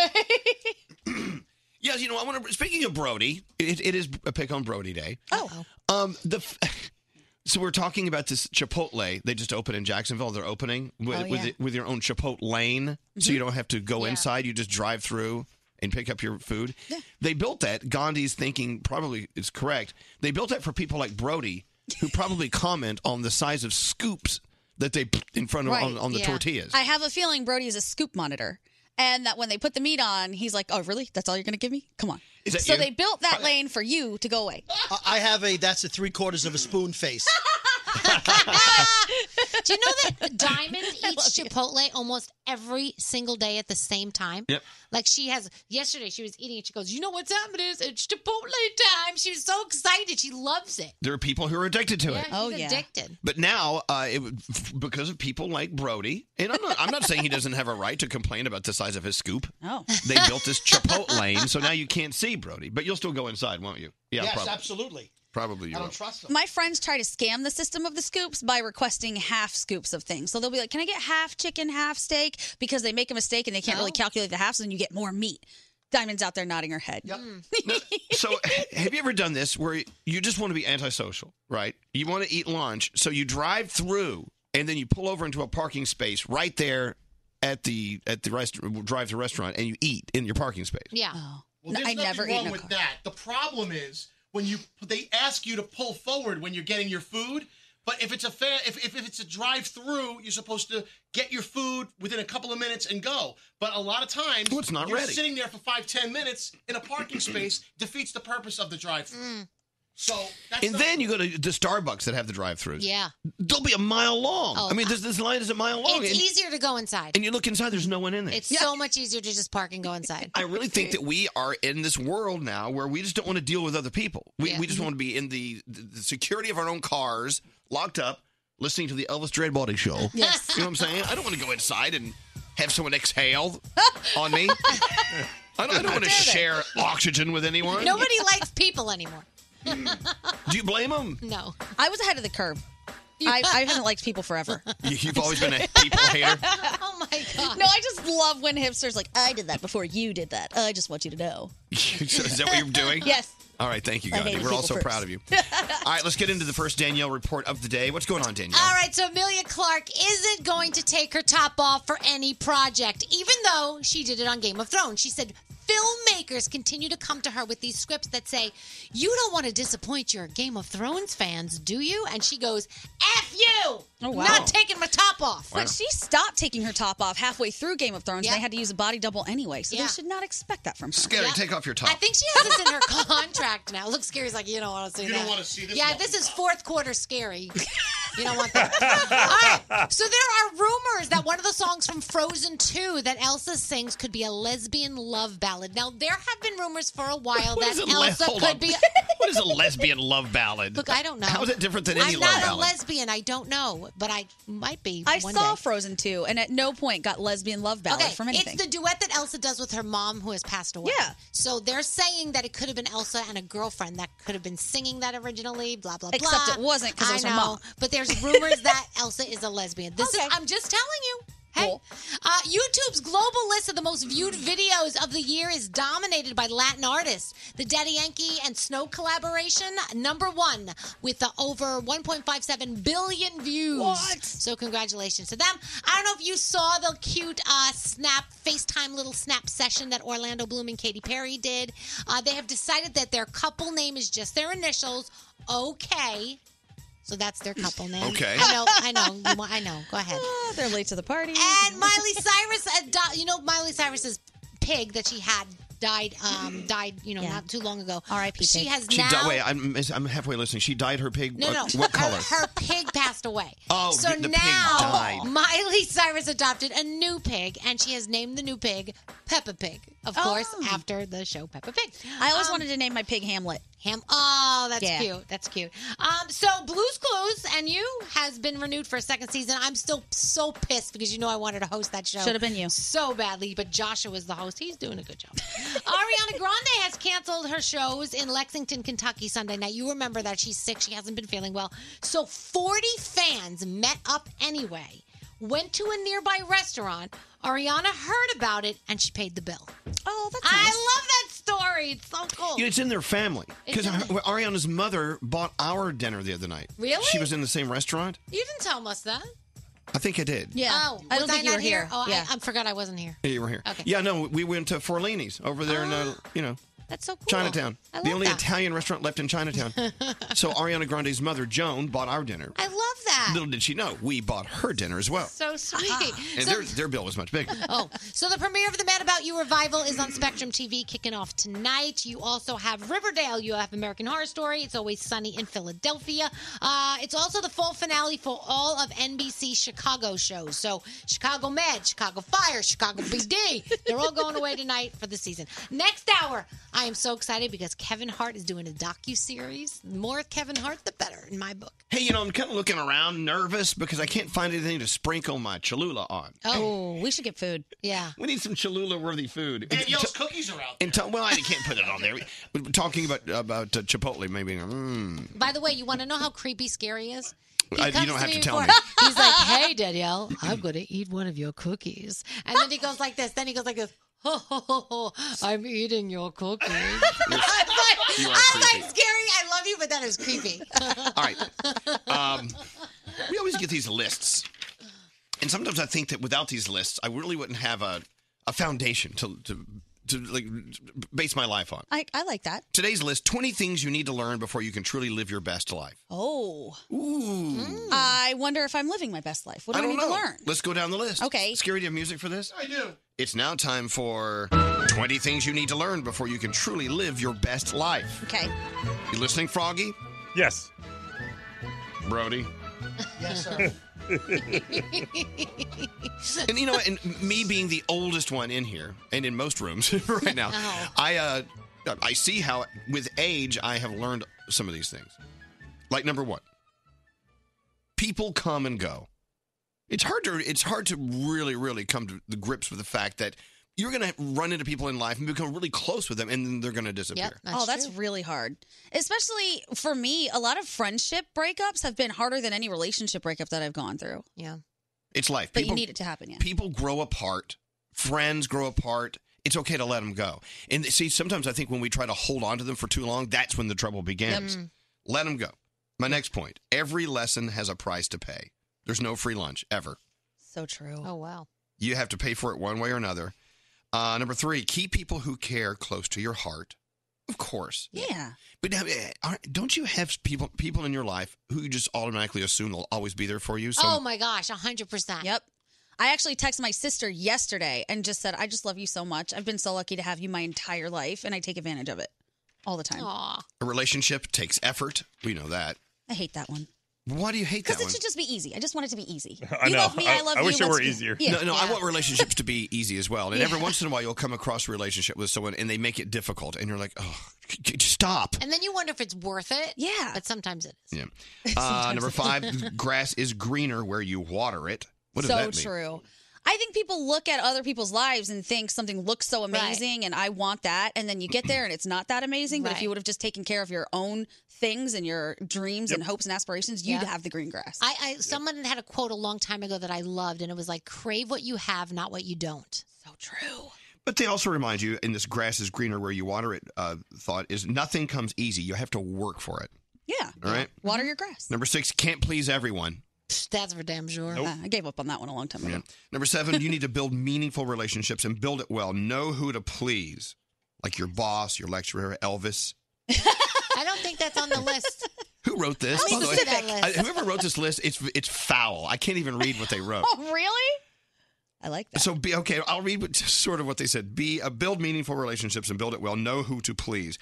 Speaker 2: yes, you know, I want to. Speaking of Brody, it, it is a pick on Brody day.
Speaker 9: Oh.
Speaker 2: Um, the f- so we're talking about this Chipotle. They just opened in Jacksonville. They're opening with
Speaker 9: Oh,
Speaker 2: with,
Speaker 9: yeah. Mm-hmm.
Speaker 2: it- with your own Chipotle lane, so you don't have to go inside. You just drive through and pick up your food. They built that. Gandhi's thinking probably is correct. They built that for people like Brody, who probably comment on the size of scoops that they put in front of on, on the tortillas.
Speaker 7: I have a feeling Brody is a scoop monitor. And that when they put the meat on, he's like, oh, really? That's all you're going to give me? Come on.
Speaker 14: Is that
Speaker 7: So
Speaker 14: you?
Speaker 7: they built that lane for you to go away.
Speaker 14: I- I have a that's a three quarters of a spoon face.
Speaker 9: Do you know that Diamond eats Chipotle almost every single day at the same time?
Speaker 14: Yep.
Speaker 9: Like she has yesterday, she was eating and she goes, "You know what time it is? It's Chipotle time." She was so excited. She loves it.
Speaker 2: There are people who are addicted to
Speaker 9: Oh, yeah,
Speaker 2: it.
Speaker 9: she's addicted.
Speaker 2: But now, uh, it, would- f- because of people like Brody, and I'm not, I'm not saying he doesn't have a right to complain about the size of his scoop.
Speaker 7: Oh.
Speaker 2: They built this Chipotle lane, so now you can't see Brody, but you'll still go inside, won't you? Yeah,
Speaker 14: yes,
Speaker 2: probably.
Speaker 14: absolutely.
Speaker 2: Probably you
Speaker 14: I
Speaker 2: will.
Speaker 14: don't trust them.
Speaker 7: My friends try to scam the system of the scoops by requesting half scoops of things. So they'll be like, "Can I get half chicken, half steak?" Because they make a mistake and they can't really calculate the halves, and you get more meat. Diamond's out there nodding her head.
Speaker 2: So, have you ever done this where you just want to be antisocial, right? You want to eat lunch, so you drive through and then you pull over into a parking space right there at the at the rest, drive-through restaurant, and you eat in your parking space.
Speaker 9: Yeah.
Speaker 14: Well, there's
Speaker 7: Oh. I
Speaker 14: nothing
Speaker 7: never eat
Speaker 14: wrong
Speaker 7: in a
Speaker 14: with
Speaker 7: car.
Speaker 14: that. The problem is when you they ask you to pull forward when you're getting your food. But if it's a fair, if, if, if it's a drive through, you're supposed to get your food within a couple of minutes and go. But a lot of times,
Speaker 2: Well, it's not
Speaker 14: you're
Speaker 2: ready.
Speaker 7: Mm.
Speaker 14: sitting there for five, ten minutes in a parking space defeats the purpose of the drive through.
Speaker 13: So that's
Speaker 2: and then you go to the Starbucks that have the drive-throughs.
Speaker 9: Yeah.
Speaker 2: They'll be a mile long.
Speaker 9: Oh,
Speaker 2: I mean, this, this line is a mile long.
Speaker 9: It's
Speaker 2: Oh, and,
Speaker 9: easier to go inside.
Speaker 2: and you look inside, there's no one in there.
Speaker 9: It's so much easier to just park and go inside.
Speaker 2: I really think that we are in this world now where we just don't want to deal with other people. We,
Speaker 9: Yeah.
Speaker 2: we just want to be in the, the, the security of our own cars, locked up, listening to the Elvis Dreadbody show.
Speaker 9: Yes.
Speaker 2: You know what I'm saying? I don't want to go inside and have someone exhale on me. I don't, I don't want to share oxygen with anyone.
Speaker 9: Nobody likes people anymore.
Speaker 2: Do you blame them?
Speaker 9: No.
Speaker 7: I was ahead of the curve. I, I haven't liked people forever.
Speaker 2: You've always been a people hater.
Speaker 9: oh my god.
Speaker 7: No, I just love when hipsters like I did that before you did that. I just want you to know.
Speaker 2: So is that what you're doing?
Speaker 7: Yes.
Speaker 2: All right, thank you,
Speaker 7: I hated
Speaker 2: Gandhi. We're
Speaker 7: people
Speaker 2: all so
Speaker 7: first.
Speaker 2: proud of you. All right, let's get into the first Danielle report of the day. What's going on, Danielle?
Speaker 9: All right, so Amelia Clark isn't going to take her top off for any project, even though she did it on Game of Thrones. She said filmmakers continue to come to her with these scripts that say, You don't want to disappoint your Game of Thrones fans, do you? And she goes, F you!
Speaker 7: Oh, wow.
Speaker 9: Not taking my top off.
Speaker 7: But she stopped taking her top off halfway through Game of Thrones. and They had to use a body double anyway, so
Speaker 9: Yeah.
Speaker 7: they should not expect that from her.
Speaker 2: Scary, take off your top.
Speaker 9: I think she has this in her contract now. Look, Scary's like, you don't want to see
Speaker 7: You
Speaker 9: that.
Speaker 7: don't wanna see this
Speaker 9: Yeah,
Speaker 7: one.
Speaker 9: this is fourth quarter Scary. you don't want that. All
Speaker 4: Oh.
Speaker 9: right. So there are rumors that one of the songs from Frozen 2 that Elsa sings could be a lesbian love ballad. Now, there have been rumors for a while
Speaker 2: What
Speaker 9: that
Speaker 2: is a le-
Speaker 9: Elsa
Speaker 2: hold
Speaker 9: could
Speaker 2: on.
Speaker 9: be...
Speaker 2: What is a lesbian love ballad?
Speaker 9: Look, I don't know.
Speaker 2: How is it different than any
Speaker 9: I'm
Speaker 2: love
Speaker 9: not
Speaker 2: ballad?
Speaker 9: a lesbian. I don't know, but I might be.
Speaker 7: I
Speaker 9: one
Speaker 7: saw
Speaker 9: day.
Speaker 7: Frozen 2 and at no point got lesbian love ballad
Speaker 9: Okay,
Speaker 7: from anything.
Speaker 9: it's the duet that Elsa does with her mom who has passed away. Yeah. So they're saying that it could have been Elsa and a girlfriend that could have been singing that originally, blah, blah, blah.
Speaker 7: Except it wasn't 'cause it was
Speaker 9: I
Speaker 7: her
Speaker 9: know,
Speaker 7: mom.
Speaker 9: But there's rumors that Elsa is a lesbian. This is, I'm just telling you. Hey, uh, YouTube's global list of the most viewed videos of the year is dominated by Latin artists. The Daddy Yankee and Snow collaboration, number one, with uh, over 1.57 billion views. What? So congratulations to them. I don't know if you saw the cute uh, snap FaceTime little snap session that Orlando Bloom and Katy Perry did. Uh, they have decided that their couple name is just their initials. Okay. So that's their couple name.
Speaker 7: Okay.
Speaker 9: I know, I know, you want- I know. Go ahead.
Speaker 7: Ah, they're late to the party.
Speaker 9: And Miley Cyrus, ado- you know, Miley Cyrus's pig that she had died, um, died, you know, not too long ago. R.I.P. She has
Speaker 2: She
Speaker 9: now.
Speaker 2: died. Wait, I'm, mis- I'm halfway listening. She dyed her pig.
Speaker 9: no,
Speaker 2: uh,
Speaker 9: no,
Speaker 2: What
Speaker 9: her-
Speaker 2: color?
Speaker 9: Her, pig passed away.
Speaker 2: Oh,
Speaker 9: so
Speaker 2: the- the pig
Speaker 9: now
Speaker 2: died.
Speaker 9: Miley Cyrus adopted a new pig, and she has named the new pig Peppa Pig, of course, after the show Peppa Pig.
Speaker 7: Oh.
Speaker 9: Um,
Speaker 7: I always wanted to name my pig Hamlet.
Speaker 9: Ham. Oh, that's
Speaker 7: Yeah.
Speaker 9: cute. That's cute. Um, so Blues Clues and You has been renewed for a second season. I'm still so pissed because you know I wanted to host that show.
Speaker 7: Should have been you.
Speaker 9: so badly, but Joshua was the host. He's doing a good job. Ariana Grande has canceled her shows in Lexington, Kentucky Sunday night. You remember that she's sick. She hasn't been feeling well. So 40 fans met up anyway, went to a nearby restaurant. Ariana heard about it and she paid the bill.
Speaker 7: Oh, that's
Speaker 9: I love that story. It's so cool.
Speaker 2: Yeah, it's in their family.
Speaker 9: It's
Speaker 2: Because
Speaker 9: in
Speaker 2: Ariana's mother bought our dinner the other night.
Speaker 9: Really?
Speaker 2: She was in the same restaurant.
Speaker 9: You didn't tell us that.
Speaker 2: I think I did.
Speaker 9: Yeah. Oh,
Speaker 7: I don't
Speaker 9: was
Speaker 7: think you
Speaker 9: not
Speaker 7: were here.
Speaker 9: Oh,
Speaker 7: Yeah.
Speaker 9: I, I forgot I wasn't here.
Speaker 2: Yeah, you were here.
Speaker 9: Okay.
Speaker 2: Yeah, no, we went to Forlini's over there in, uh, you know,
Speaker 9: That's so cool.
Speaker 2: Chinatown.
Speaker 9: I
Speaker 2: the
Speaker 9: love
Speaker 2: only
Speaker 9: that.
Speaker 2: Italian restaurant left in Chinatown. so Ariana Grande's mother, Joan, bought our dinner.
Speaker 9: I love that.
Speaker 2: Little did she know, we bought her dinner as well.
Speaker 9: So sweet.
Speaker 2: And
Speaker 9: so,
Speaker 2: their, their bill was much bigger.
Speaker 9: oh, so the premiere of the Mad About You revival is on Spectrum TV, kicking off tonight. You also have Riverdale. You have American Horror Story. It's always sunny in Philadelphia. Uh, it's also the full finale for all of NBC Chicago shows. So Chicago Med, Chicago Fire, Chicago PD. They're all going away tonight for the season. Next hour, I am so excited because Kevin Hart is doing a docu series. More Kevin Hart, the better in my book.
Speaker 2: Hey, you know, I'm kind of looking around nervous because I can't find anything to sprinkle my Cholula on.
Speaker 9: Oh,
Speaker 7: we should get food.
Speaker 9: Yeah.
Speaker 2: We need some Cholula worthy food.
Speaker 14: Danielle's cookies are out.
Speaker 2: And t- well, I can't put it on there. We're talking about about uh, Chipotle, maybe. Mm.
Speaker 9: By the way, you want to know how creepy scary is? He
Speaker 2: I- you
Speaker 9: comes
Speaker 2: don't have to tell
Speaker 9: before-
Speaker 2: me.
Speaker 9: He's like, "Hey, Danielle, I'm
Speaker 2: Hmm.
Speaker 9: going to eat one of your cookies," and then he goes like this. Then he goes like this. Ho, ho, ho, ho, I'm eating your cookies. I'm like,
Speaker 2: you are
Speaker 9: I'm like,
Speaker 2: creepy.
Speaker 9: scary. I love you, but that is creepy.
Speaker 2: All right. Um, we always get these lists, and sometimes I think that without these lists, I really wouldn't have a a foundation to to to like base my life on.
Speaker 7: I, I like that.
Speaker 2: Today's list: twenty things you need to learn before you can truly live your best life.
Speaker 7: Oh.
Speaker 2: Ooh.
Speaker 9: Hmm.
Speaker 7: I wonder if I'm living my best life. What do I,
Speaker 2: don't
Speaker 7: need
Speaker 2: know.
Speaker 7: to learn?
Speaker 2: Let's go down the list.
Speaker 7: Okay.
Speaker 2: Scary, do you have music for this?
Speaker 14: I do.
Speaker 2: It's now time for 20 things you need to learn before you can truly live your best life.
Speaker 7: Okay.
Speaker 2: You listening, Froggy?
Speaker 5: Yes.
Speaker 2: Brody?
Speaker 14: Yes, sir.
Speaker 2: and you know, what? and me being the oldest one in here and in most rooms right now,
Speaker 14: Oh.
Speaker 2: I uh, I see how with age I have learned some of these things. Like number one, people come and go. It's hard to it's hard to really really come to the grips with the fact that you're going to run into people in life and become really close with them, and then they're going to disappear.
Speaker 7: oh, that's really hard. Especially for me, a lot of friendship breakups have been harder than any relationship breakup that I've gone through.
Speaker 9: Yeah.
Speaker 2: It's life.
Speaker 7: But you need it to happen, yeah.
Speaker 2: People grow apart. Friends grow apart. It's okay to let them go. And see, sometimes I think when we try to hold on to them for too long, that's when the trouble begins.
Speaker 15: Mm.
Speaker 2: Let them go. My next point: every lesson has a price to pay. There's no free lunch ever.
Speaker 7: So true.
Speaker 9: Oh, wow.
Speaker 2: You have to pay for it one way or another. Uh, number three: keep people who care close to your heart. Of course.
Speaker 7: Yeah.
Speaker 2: But uh, aren't- don't you have people people in your life who you just automatically assume will always be there for you? So
Speaker 7: Oh
Speaker 9: my gosh, 100%.
Speaker 7: Yep. I actually texted my sister yesterday and just said, I just love you so much. I've been so lucky to have you my entire life, and I take advantage of it all the time.
Speaker 9: Aw.
Speaker 2: a relationship takes effort. We know that.
Speaker 7: I hate that one.
Speaker 2: Why do you hate that
Speaker 7: Because it
Speaker 2: one?
Speaker 7: should just be easy. I just want it to be easy.
Speaker 2: I
Speaker 7: you
Speaker 2: know.
Speaker 7: love me, I, love you.
Speaker 2: wish it
Speaker 7: let's
Speaker 2: were
Speaker 7: be-
Speaker 2: easier.
Speaker 7: Yeah.
Speaker 2: No, no, I
Speaker 7: yeah.
Speaker 2: want relationships to be easy as well. And every
Speaker 9: Yeah.
Speaker 2: once in a while, you'll come across a relationship with someone and they make it difficult, and you're like, oh, c- c- just stop.
Speaker 9: And then you wonder if it's worth it.
Speaker 7: Yeah.
Speaker 9: But sometimes it is.
Speaker 2: Yeah. Uh,
Speaker 9: Sometimes
Speaker 2: number
Speaker 9: it-
Speaker 2: five, grass is greener where you water it. What does
Speaker 7: so
Speaker 2: that mean?
Speaker 7: true. I think people look at other people's lives and think something looks so amazing and I want that. And then you get there and it's not that amazing. But if
Speaker 9: Right.
Speaker 7: you would have just taken care of your own things and your dreams and hopes and aspirations, you'd
Speaker 9: Yeah.
Speaker 7: have the green grass.
Speaker 9: I, I someone had a quote a long time ago that I loved, and it was like, "Crave what you have, not what you don't."
Speaker 2: But they also remind you in this grass is greener where you water it uh, thought is nothing comes easy. You have to work for it.
Speaker 7: Yeah.
Speaker 2: All right.
Speaker 7: Water your grass.
Speaker 2: Number six, can't please everyone.
Speaker 9: That's for damn sure.
Speaker 2: Nope.
Speaker 7: Uh, I gave up on that one a long time ago.
Speaker 2: Yeah. Number seven, you need to build meaningful relationships and build it well. Know who to please, like your boss, your lecturer, Elvis.
Speaker 9: I don't think that's on the list.
Speaker 2: Who wrote this?
Speaker 9: How
Speaker 2: by the way?
Speaker 9: specific.
Speaker 2: I- whoever wrote this list, it's it's foul. I can't even read what they wrote.
Speaker 9: Oh,
Speaker 7: really? I like
Speaker 2: So be okay. I'll read what, just sort of what they said. Be uh, build meaningful relationships and build it well. Know who to please.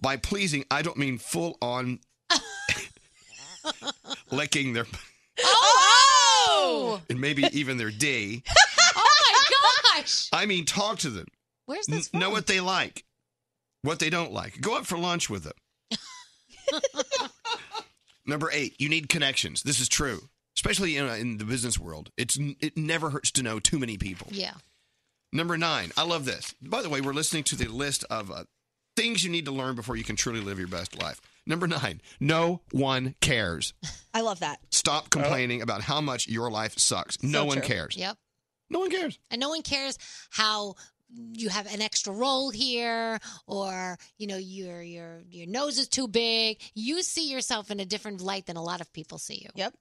Speaker 2: By pleasing, I don't mean full on licking their
Speaker 9: Oh!
Speaker 2: and maybe even their D.
Speaker 9: oh my gosh!
Speaker 2: I mean, talk to them.
Speaker 9: Where's
Speaker 2: N-
Speaker 9: this?
Speaker 2: know what they like, what they don't like. Go out for lunch with them. Number eight, you need connections. This is true, especially in, in the business world. It's n- it never hurts to know too many people.
Speaker 9: Yeah.
Speaker 2: Number nine, I love this. By the way, we're listening to the list of uh, things you need to learn before you can truly live your best life. Number nine, no one cares.
Speaker 7: I love that.
Speaker 2: Stop complaining about how much your life sucks. No
Speaker 9: Oh. So
Speaker 2: one
Speaker 9: true.
Speaker 2: cares.
Speaker 9: Yep.
Speaker 2: No one cares.
Speaker 9: And no one cares how you have an extra role here or you know your your your nose is too big. You see yourself in a different light than a lot of people see you.
Speaker 7: Yep.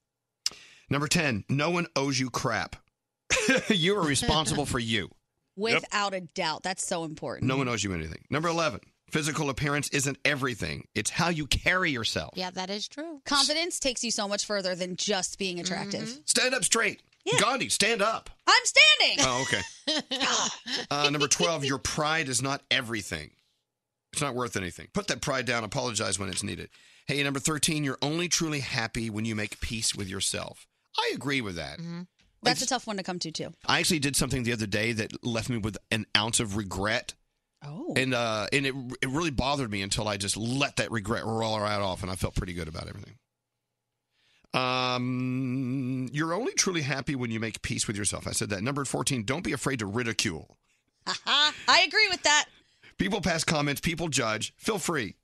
Speaker 2: Number 10, no one owes you crap. you are responsible for you.
Speaker 7: Without a doubt. That's so important.
Speaker 2: No one owes you anything. Number 11, physical appearance isn't everything, it's how you carry yourself.
Speaker 9: Yeah, that is true. Mm-hmm.
Speaker 7: Confidence takes you so much further than just being attractive.
Speaker 2: Stand up straight. Gandhi, stand up.
Speaker 7: I'm standing.
Speaker 2: Oh, okay. Uh, number 12, your pride is not everything. It's not worth anything. Put that pride down. Apologize when it's needed. Hey, number 13, you're only truly happy when you make peace with yourself. I agree with that.
Speaker 7: That's a tough one to come to, too.
Speaker 2: I actually did something the other day that left me with an ounce of regret.
Speaker 7: Oh.
Speaker 2: And uh, and it it really bothered me until I just let that regret roll right off, and I felt pretty good about everything. Um, you're only truly happy when you make peace with yourself. I said that. Number fourteen, don't be afraid to ridicule.
Speaker 7: Aha. Uh-huh. I agree with that.
Speaker 2: People pass comments, people judge. Feel free,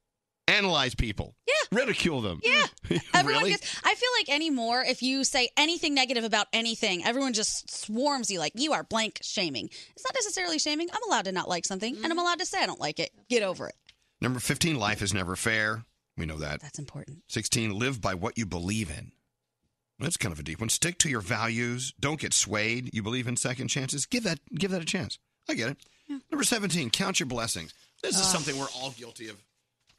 Speaker 2: analyze people. Yeah, ridicule them. Yeah,
Speaker 7: Everyone
Speaker 2: really.
Speaker 7: gets, I feel like anymore, if you say anything negative about anything, everyone just swarms you like, you are blank shaming. It's not necessarily shaming. I'm allowed to not like something, and I'm allowed to say I don't like it. Get over it.
Speaker 2: Number fifteen, life is never fair. We know that.
Speaker 7: That's important.
Speaker 2: Sixteen, live by what you believe in. That's kind of a deep one. Stick to your values. Don't get swayed. You believe in second chances. Give that give that a chance. I get it. Number 17, count your blessings. This is
Speaker 9: Ugh.
Speaker 2: something we're all guilty of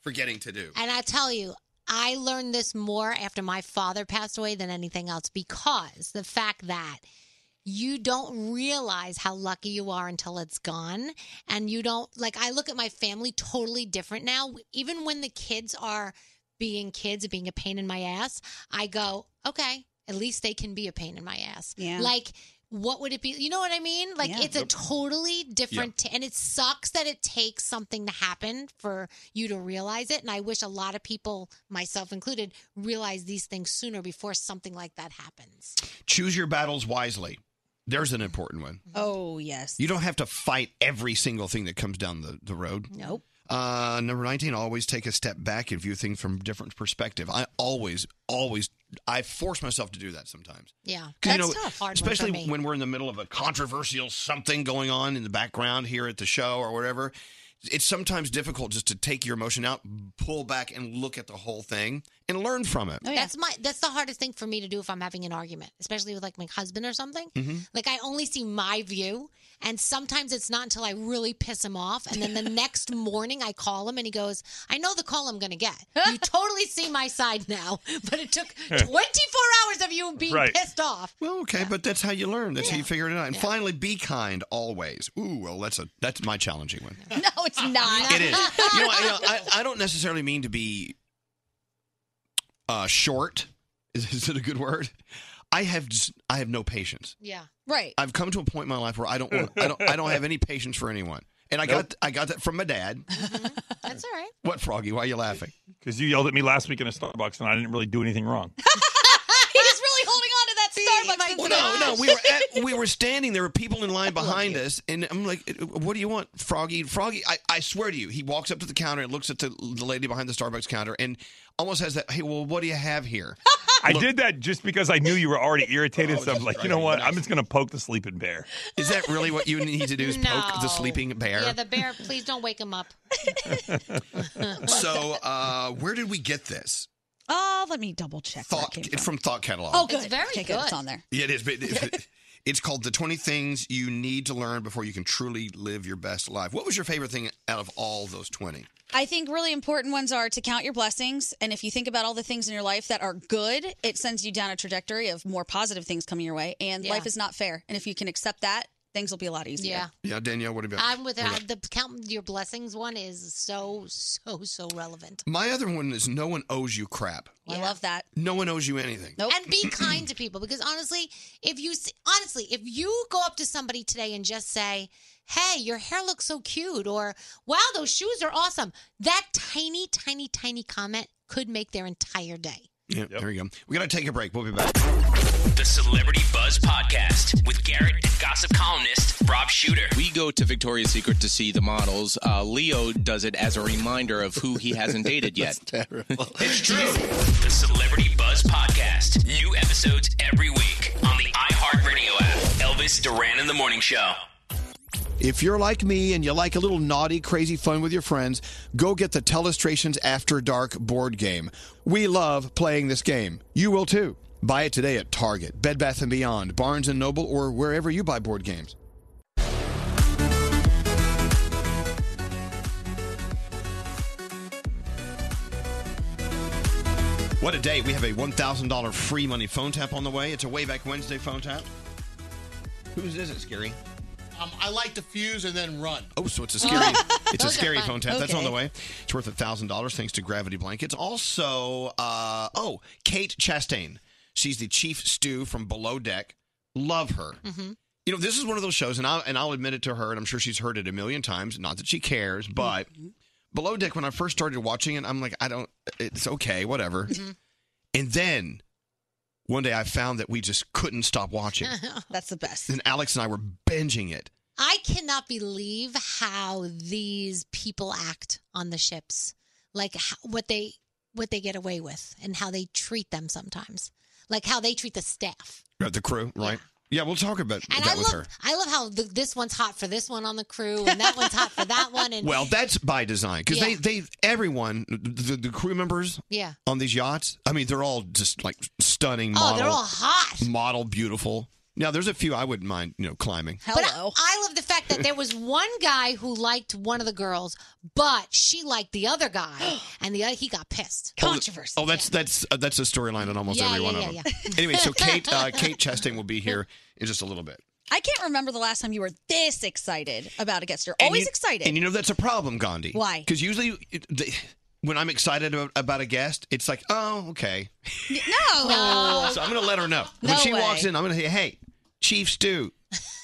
Speaker 2: forgetting to do.
Speaker 9: And I tell you, I learned this more after my father passed away than anything else because the fact that you don't realize how lucky you are until it's gone. And you don't, like, I look at my family totally different now. Even when the kids are being kids, being a pain in my ass, I go, okay, at least they can be a pain in my ass.
Speaker 7: Yeah.
Speaker 9: Like, what would it be? You know what I mean? Like,
Speaker 7: Yeah.
Speaker 9: it's a
Speaker 7: Yep.
Speaker 9: totally different t- and it sucks that it takes something to happen for you to realize it and i wish a lot of people myself included realize these things sooner before something like that happens
Speaker 2: Choose your battles wisely. There's an important one.
Speaker 7: Oh, yes.
Speaker 2: You don't have to fight every single thing that comes down the, the road.
Speaker 7: Nope.
Speaker 2: Uh, number 19, always take a step back and view things from a different perspective. I always, always, I force myself to do that sometimes.
Speaker 9: yeah
Speaker 2: 'Cause,
Speaker 9: that's
Speaker 2: you know,
Speaker 9: tough hard
Speaker 2: especially
Speaker 4: Oh
Speaker 9: one for me.
Speaker 2: when we're in the middle of a controversial something going on in the background here at the show or whatever. It's sometimes difficult just to take your emotion out, pull back, and look at the whole thing and learn from
Speaker 7: Oh,
Speaker 2: it.
Speaker 9: that's my that's the hardest thing for me to do if i'm having an argument especially with like my husband or something
Speaker 7: Mm-hmm.
Speaker 2: Mhm.
Speaker 9: like i only see my view and sometimes it's not until i really piss him off and then the next morning i call him and he goes i know the call i'm gonna get you totally see my side now but it took 24 hours of you being
Speaker 2: Right.
Speaker 9: pissed off
Speaker 2: Well, okay, but that's how you learn. That's how you figure it out. And finally, be kind always. Ooh, well, that's a that's my challenging one.
Speaker 7: No, it's not.
Speaker 2: It is. You know, I, you know, I, I don't necessarily mean to be uh, short. Is, is it a good word? I have just, I have no patience.
Speaker 9: Yeah.
Speaker 7: Right.
Speaker 2: I've come to a point in my life where I don't want, I don't I don't have any patience for anyone. And I got I got that from my dad.
Speaker 9: Mm-hmm. That's all right.
Speaker 2: What Froggy? Why are you laughing?
Speaker 5: Because you yelled at me last week in a Starbucks, and I didn't really do anything wrong.
Speaker 7: He's really holding on to that Starbucks.
Speaker 2: Well, no, no, we were at, we were standing. There were people in line behind us, and I'm like, "Uh, "What do you want, Froggy?" Froggy, I, I swear to you, he walks up to the counter and looks at the, the lady behind the Starbucks counter, and almost has that, "Hey, well, what do you have here?"
Speaker 5: I did that just because I knew you were already irritated.
Speaker 2: Oh,
Speaker 5: so I'm like, you know what? I'm just going to poke the sleeping bear.
Speaker 2: Is that really what you need to do? Is poke the sleeping bear?
Speaker 9: Yeah, the bear. Please don't wake him up.
Speaker 2: so, uh, where did we get this?
Speaker 7: Oh, let me double check. where it
Speaker 2: Thought
Speaker 7: came
Speaker 2: it's from Thought Catalog.
Speaker 7: Oh, good.
Speaker 9: It's very
Speaker 7: okay,
Speaker 9: good.
Speaker 7: It's on there.
Speaker 2: Yeah, it is. But it- it's called The 20 Things You Need to Learn Before You Can Truly Live Your Best Life. What was your favorite thing out of all those 20?
Speaker 7: I think really important ones are to count your blessings. And if you think about all the things in your life that are good, it sends you down a trajectory of more positive things coming your way. And
Speaker 9: Yeah.
Speaker 7: life is not fair. And if you can accept that, things will be a lot easier.
Speaker 9: Yeah.
Speaker 2: Yeah, Danielle, what about
Speaker 9: I'm with
Speaker 2: what
Speaker 9: uh,
Speaker 2: about-
Speaker 9: the count your blessings one is so so so relevant.
Speaker 2: My other one is no one owes you crap.
Speaker 7: I love that.
Speaker 2: No one owes you anything.
Speaker 9: And be kind to people because honestly, if you s- honestly, if you go up to somebody today and just say, "Hey, your hair looks so cute," or "Wow, those shoes are awesome," that tiny, tiny, tiny comment could make their entire day.
Speaker 2: Yeah, there you go. We got to take a break. We'll be back.
Speaker 6: The Celebrity Buzz Podcast with Garrett and gossip columnist Rob Shooter.
Speaker 16: We go to Victoria's Secret to see the models. Uh, Leo does it as a reminder of who he hasn't dated yet.
Speaker 6: It's true. The Celebrity Buzz Podcast. New episodes every week on the iHeartRadio app. Elvis Duran in the Morning Show.
Speaker 2: If you're like me and you like a little naughty, crazy fun with your friends, go get the Telestrations After Dark board game. We love playing this game. You will too. Buy it today at Target, Bed Bath & Beyond, Barnes & Noble, or wherever you buy board games. What a day. We have a $1,000 free money phone tap on the way. It's a Wayback Wednesday phone tap. Whose is it, Scary?
Speaker 13: Um, I like to fuse and then run.
Speaker 2: Oh, so it's a scary, it's a
Speaker 13: Those are
Speaker 2: scary
Speaker 13: fun.
Speaker 2: phone tap. That's on the
Speaker 13: Okay.
Speaker 2: way. It's worth a thousand dollars thanks to Gravity Blankets. Also, uh, oh, Kate Chastain. She's the chief stew from Below Deck. Love her.
Speaker 4: Mm-hmm.
Speaker 2: You know, this is one of those shows, and I'll and I'll admit it to her, and I'm sure she's heard it a million times. Not that she cares, but Below Deck. When I first started watching it, I'm like, I don't. It's okay, whatever. And then one day, I found that we just couldn't stop watching.
Speaker 7: That's the best.
Speaker 2: and Alex and I were binging it.
Speaker 9: I cannot believe how these people act on the ships, like how, what they what they get away with and how they treat them sometimes, like how they treat the staff.
Speaker 2: Right, the crew, right? Yeah, we'll talk about
Speaker 9: And
Speaker 2: that
Speaker 9: I
Speaker 2: with
Speaker 9: love
Speaker 2: her.
Speaker 9: I love how the, this one's hot for this one on the crew and that one's hot for that one and
Speaker 2: Well, that's by design because
Speaker 9: Yeah.
Speaker 2: they, they, everyone, the, the crew members
Speaker 9: yeah.
Speaker 2: on these yachts. I mean, they're all just like stunning.
Speaker 9: Oh,
Speaker 2: Model,
Speaker 9: they're all hot.
Speaker 2: Model, beautiful. Now, there's a few I wouldn't mind, you know, climbing. Oh,
Speaker 9: But I, I love the fact that there was one guy who liked one of the girls, but she liked the other guy, and the other, he got pissed. Controversy.
Speaker 2: Oh, that's that's uh, that's a storyline on almost
Speaker 9: Yeah,
Speaker 2: every
Speaker 9: yeah,
Speaker 2: one
Speaker 9: yeah,
Speaker 2: of them.
Speaker 9: yeah.
Speaker 2: anyway, so Kate uh, Kate Chesting will be here in just a little bit.
Speaker 7: I can't remember the last time you were this excited about a guest. You're
Speaker 2: And
Speaker 7: always
Speaker 2: you-
Speaker 7: excited.
Speaker 2: And you know that's a problem, Gandhi.
Speaker 7: Why?
Speaker 2: Because usually, it, the, when I'm excited ab- about a guest, it's like, oh, okay.
Speaker 7: no. No.
Speaker 2: Oh, So I'm gonna let her know
Speaker 7: No
Speaker 2: when she
Speaker 7: way.
Speaker 2: walks in. I'm gonna say, hey, Chief Stew,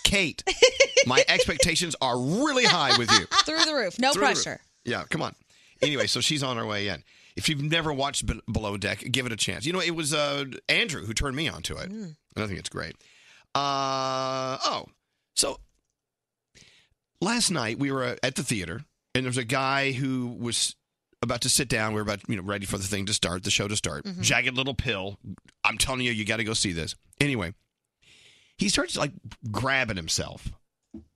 Speaker 2: Kate, my expectations are really high with you.
Speaker 7: Through the roof. No
Speaker 2: Through the roof.
Speaker 7: pressure.
Speaker 2: Yeah, come on. Anyway, so she's on her way in. If you've never watched Be- Below Deck, give it a chance. You know, it was uh, Andrew who turned me on to it,
Speaker 4: Mm.
Speaker 2: and I think it's great. Uh, oh, so last night we were at the theater, and there was a guy who was about to sit down. We were about, you know, ready for the thing to start, the show to start.
Speaker 7: Mm-hmm.
Speaker 4: Mhm.
Speaker 2: Jagged Little Pill. I'm telling you, you got to go see this. Anyway, he starts like grabbing himself.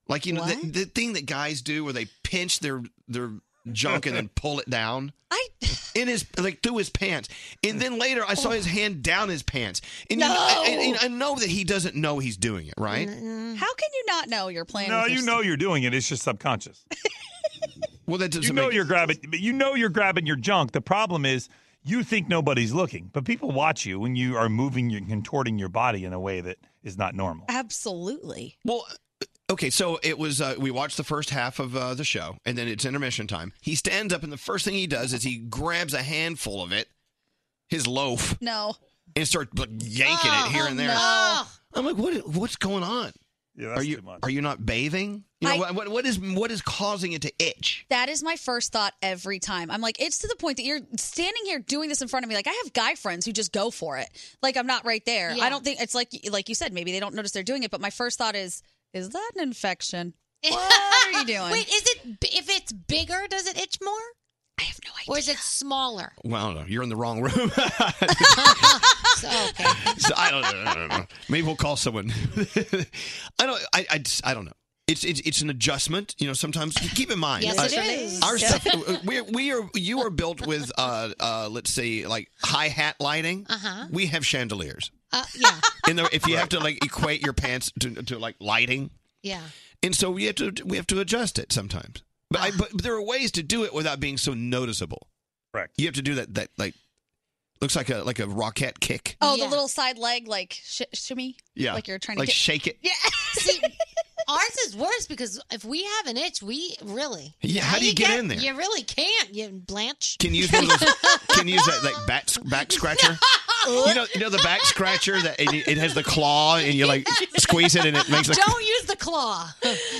Speaker 2: Like you know the, the thing that guys do where they pinch their their junk and then pull it down. I in his like through his pants, and then later I saw his hand down his pants, and you-
Speaker 7: No.
Speaker 2: I, I- and I know that he doesn't know he's doing it, right?
Speaker 7: How can you not know you're playing?
Speaker 5: No,
Speaker 7: with
Speaker 5: you
Speaker 7: your-
Speaker 5: know you're doing it. It's just subconscious.
Speaker 2: well, that
Speaker 5: you know you're grabbing. But you know you're grabbing your junk. The problem is you think nobody's looking, but people watch you when you are moving and contorting your body in a way that is not normal.
Speaker 7: Absolutely.
Speaker 2: Well, Okay, so it was uh, we watched the first half of uh, the show, and then it's intermission time. He stands up, and the first thing he does is he grabs a handful of it, his loaf,
Speaker 7: No. Oh,
Speaker 2: and starts like, yanking it here and there.
Speaker 7: no.
Speaker 2: I'm like, what? What's going on? are you are you not bathing? You know,
Speaker 7: I-
Speaker 2: what, what what is what is causing it to itch?
Speaker 7: That is my first thought every time. I'm like, it's to the point that you're standing here doing this in front of me. Like I have guy friends who just go for it. Like I'm not right there. I don't think it's like like you said. Maybe they don't notice they're doing it. But my first thought is, is that an infection? What are you doing?
Speaker 9: Wait, is it b- if it's bigger, does it itch more? I
Speaker 7: have no
Speaker 9: idea. Or is it smaller?
Speaker 2: Well, I don't know. You're in the wrong room.
Speaker 9: Uh, So, okay.
Speaker 2: so I don't, I don't know. Maybe we'll call someone. I don't. I, I, just- I don't know. It's, it's it's an adjustment. You know, sometimes keep in mind.
Speaker 4: Yes, it is.
Speaker 2: Our
Speaker 4: Yeah.
Speaker 2: stuff. We we are you are built with uh uh let's say like high hat lighting.
Speaker 9: Uh-huh.
Speaker 2: We have chandeliers.
Speaker 9: Uh, yeah.
Speaker 2: And the, if you have to like equate your pants to to like lighting,
Speaker 9: Yeah.
Speaker 2: and so we have to we have to adjust it sometimes. But I, but there are ways to do it without being so noticeable.
Speaker 5: Correct.
Speaker 2: You have to do that that like looks like a like a rocket kick.
Speaker 7: Oh, the little side leg, like sh- shimmy.
Speaker 2: Yeah.
Speaker 7: Like you're trying to
Speaker 2: Like
Speaker 7: get-
Speaker 2: shake it.
Speaker 7: Yeah.
Speaker 9: See, ours is worse because if we have an itch, we really.
Speaker 2: Yeah, how do you get in there?
Speaker 9: You really can't. You blanch.
Speaker 2: Can you use one of those, can you use that like back back scratcher. You know, you know the back scratcher that and you- it has the claw and you like squeeze it and it makes like
Speaker 9: Don't use the claw.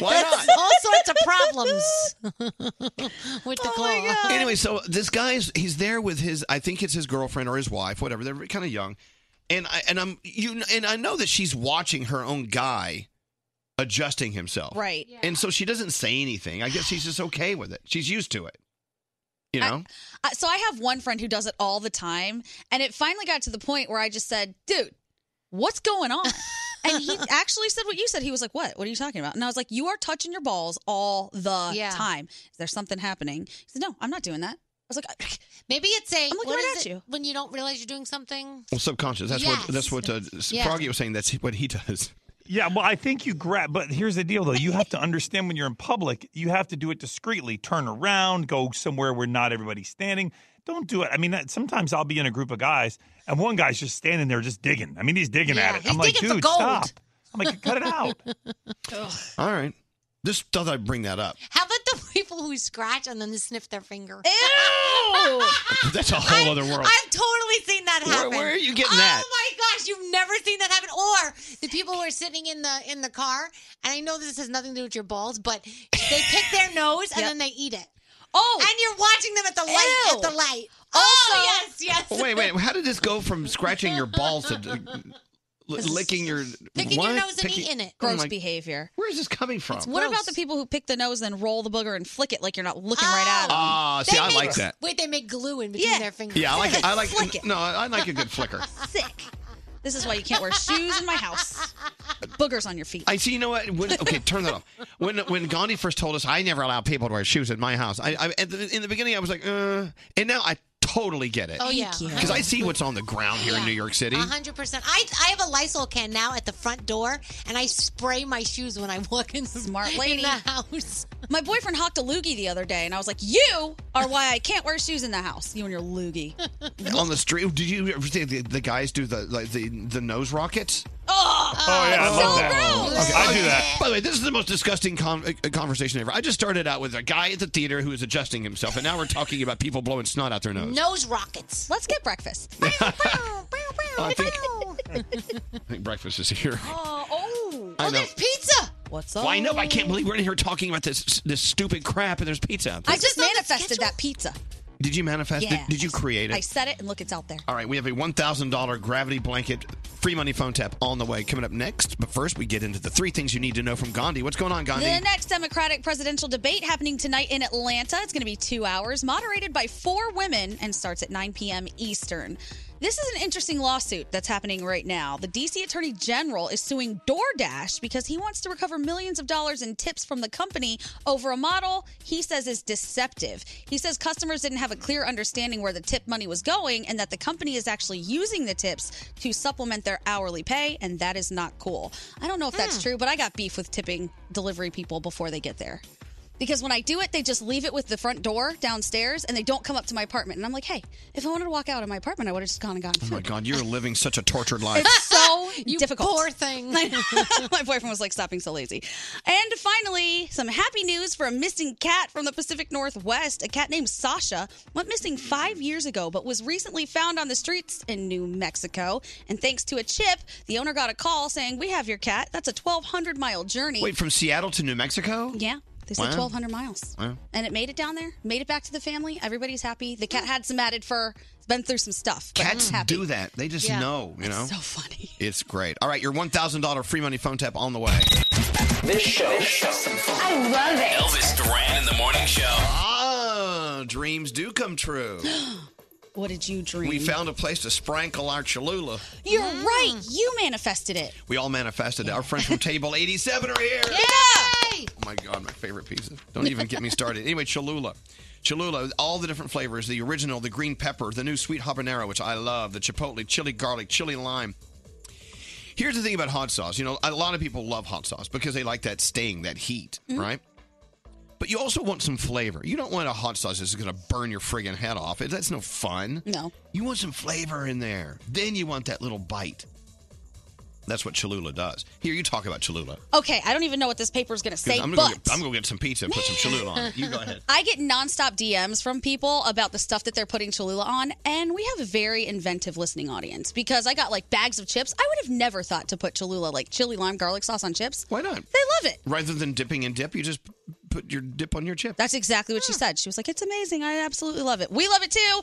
Speaker 2: Why
Speaker 9: That's
Speaker 2: not?
Speaker 9: All sorts of problems with the claw.
Speaker 2: Anyway, so this guy's he's there with his I think it's his girlfriend or his wife, whatever. They're kind of young. And I and I'm you and I know that she's watching her own guy adjusting himself.
Speaker 7: Right.
Speaker 2: And so she doesn't say anything. I guess she's just okay with it. She's used to it. You know?
Speaker 7: Uh, so I have one friend who does it all the time, and it finally got to the point where I just said, "Dude, what's going on?" And he actually said what you said. He was like, "What? What are you talking about?" And I was like, "You are touching your balls all the
Speaker 9: Yeah.
Speaker 7: time. Is there something happening?" He said, "No, I'm not doing that." I was like,
Speaker 9: Maybe it's a. I'm
Speaker 7: looking right at you.
Speaker 9: when you don't realize you're doing something.
Speaker 2: well, subconscious. That's
Speaker 9: Yes.
Speaker 2: what that's what uh,
Speaker 9: Yeah.
Speaker 2: Froggy was saying. That's what he does.
Speaker 5: Yeah, well, I think you grab, but here's the deal though. You have to understand when you're in public, you have to do it discreetly. Turn around, go somewhere where not everybody's standing. Don't do it. I mean, that, sometimes I'll be in a group of guys and one guy's just standing there just digging. I mean, he's digging
Speaker 4: Yeah,
Speaker 5: at it.
Speaker 4: he's
Speaker 5: I'm like,
Speaker 4: digging for
Speaker 5: dude,
Speaker 4: gold."
Speaker 5: stop. I'm like, cut it out.
Speaker 2: All right. Just thought I'd bring that up.
Speaker 9: How about the people who scratch and then they sniff their finger? Ew!
Speaker 2: That's a whole other world.
Speaker 9: I've totally seen that
Speaker 2: Where-
Speaker 9: happen.
Speaker 2: where are you getting
Speaker 9: oh
Speaker 2: that?
Speaker 9: Oh my gosh, you've never seen that happen. Or the people who are sitting in the in the car, and I know this has nothing to do with your balls, but they pick their nose and then they eat it.
Speaker 7: Oh,
Speaker 9: and you're watching them at the light
Speaker 7: Ew.
Speaker 9: at the light.
Speaker 7: Also-
Speaker 9: oh yes, yes.
Speaker 2: Oh, wait, wait. How did this go from scratching your balls to uh, li- licking your
Speaker 7: Picking
Speaker 2: what?
Speaker 7: your nose and
Speaker 2: Picking-
Speaker 7: eating it.
Speaker 2: Oh,
Speaker 7: Gross
Speaker 2: my-
Speaker 7: behavior.
Speaker 2: Where is this coming from?
Speaker 7: What about the people who pick the nose and then roll the booger and flick it like you're not looking right at them?
Speaker 2: Ah, see, I like that.
Speaker 9: Wait, Oh. they make glue in between their fingers.
Speaker 2: Yeah, I like. I like.
Speaker 7: Flick it.
Speaker 2: No, I like a good flicker.
Speaker 7: Sick. This is why you can't wear shoes in my house. Boogers on your feet.
Speaker 2: I see. You know what? When, okay, turn that off. When when Gandhi first told us, I never allow people to wear shoes in my house. I, I at the, in the beginning I was like, uh, and now I totally get it.
Speaker 9: Oh, yeah. Thank you.
Speaker 2: Because I see what's on the ground here in New York City.
Speaker 9: A
Speaker 7: Uh-huh.
Speaker 9: hundred percent. I I have a Lysol can now at the front door, and I spray my shoes when I walk in. Smart
Speaker 7: lady.
Speaker 9: in the house.
Speaker 7: My boyfriend hawked a loogie the other day, and I was like, "You are why I can't wear shoes in the house. You and your loogie."
Speaker 2: On the street, did you ever see the, the guys do the like the, the nose rockets?
Speaker 7: oh,
Speaker 2: it's so
Speaker 7: gross.
Speaker 2: Okay.
Speaker 7: I
Speaker 2: do that. By the way, this is the most disgusting con- uh, conversation ever. I just started out with a guy at the theater who is adjusting himself, and now we're talking about people blowing snot out their nose.
Speaker 9: Nose rockets.
Speaker 7: Let's get breakfast.
Speaker 2: I think, I think breakfast is here.
Speaker 7: Oh, oh.
Speaker 2: I know.
Speaker 9: pizza.
Speaker 7: What's
Speaker 2: Well, I know, but I can't believe we're in here talking about this this stupid crap, and there's pizza. out there.
Speaker 7: I just manifested that pizza.
Speaker 2: did you manifest
Speaker 7: Yeah.
Speaker 2: it? Did you create it?
Speaker 7: I said it, and look, it's out there.
Speaker 2: All right, we have a $1,000 gravity blanket free money phone tap on the way coming up next. But first, we get into the three things you need to know from Gandhi. What's going on, Gandhi?
Speaker 7: The next Democratic presidential debate happening tonight in Atlanta. It's going to be two hours, moderated by four women, and starts at 9 p.m. Eastern. This is an interesting lawsuit that's happening right now. The D.C. Attorney General is suing DoorDash because he wants to recover millions of dollars in tips from the company over a model he says is deceptive. He says customers didn't have a clear understanding where the tip money was going and that the company is actually using the tips to supplement their hourly pay, and that is not cool. I don't know if that's true, but I got beef with tipping delivery people before they get there. Because when I do it, they just leave it with the front door downstairs and they don't come up to my apartment. And I'm like, hey, if I wanted to walk out of my apartment, I would have just gone and gotten
Speaker 2: Oh
Speaker 7: food.
Speaker 2: my God, you're living such a tortured life.
Speaker 7: It's so difficult. Poor
Speaker 9: thing.
Speaker 7: My boyfriend was like, "Stop being so lazy." And finally, some happy news for a missing cat from the Pacific Northwest. A cat named Sasha went missing five years ago, but was recently found on the streets in New Mexico. And thanks to a chip, the owner got a call saying, "We have your cat." That's a 1,200 mile journey.
Speaker 2: Wait, from Seattle to New Mexico?
Speaker 7: yeah, they said
Speaker 2: Wow.
Speaker 7: 1,200 miles.
Speaker 2: Wow.
Speaker 7: And it made it down there, made it back to the family. Everybody's happy. The cat had some added fur. It's been through some stuff. But
Speaker 2: Cats
Speaker 7: it's happy.
Speaker 2: do that. They just
Speaker 7: Yeah.
Speaker 2: know, you know?
Speaker 7: It's so funny.
Speaker 2: It's great. All right, your $1,000 free money phone tap on the way.
Speaker 6: This show. I
Speaker 7: love it.
Speaker 6: Elvis Duran in the morning show.
Speaker 2: Ah, dreams do come true.
Speaker 7: What did you dream?
Speaker 2: We found a place to sprinkle our Cholula.
Speaker 7: You're right. You manifested it.
Speaker 2: We all manifested it. Our friends from Table 87 are here.
Speaker 7: Yeah.
Speaker 2: Oh my God, my favorite pizza. Don't even get me started. Anyway, Cholula. Cholula, all the different flavors the original, the green pepper, the new sweet habanero, which I love, the chipotle, chili garlic, chili lime. Here's the thing about hot sauce. You know, a lot of people love hot sauce because they like that sting, that heat, right? But you also want some flavor. You don't want a hot sauce that's going to burn your friggin' head off. That's no fun.
Speaker 7: No.
Speaker 2: You want some flavor in there. Then you want that little bite. That's what Cholula does. Here, you talk about Cholula.
Speaker 7: Okay, I don't even know what this paper is going to
Speaker 2: 'Cause
Speaker 7: say,
Speaker 2: I'm gonna,
Speaker 7: but
Speaker 2: go get, I'm gonna get some pizza and put some Cholula on it. You go ahead.
Speaker 7: I get nonstop DMs from people about the stuff that they're putting Cholula on, and we have a very inventive listening audience because I got like bags of chips. I would have never thought to put Cholula, like chili lime garlic sauce, on chips.
Speaker 2: Why not?
Speaker 7: They love it.
Speaker 2: Rather than dipping in dip, you just p- put your dip on your chip.
Speaker 7: That's exactly what she said. She was like, "It's amazing. I absolutely love it. We love it too,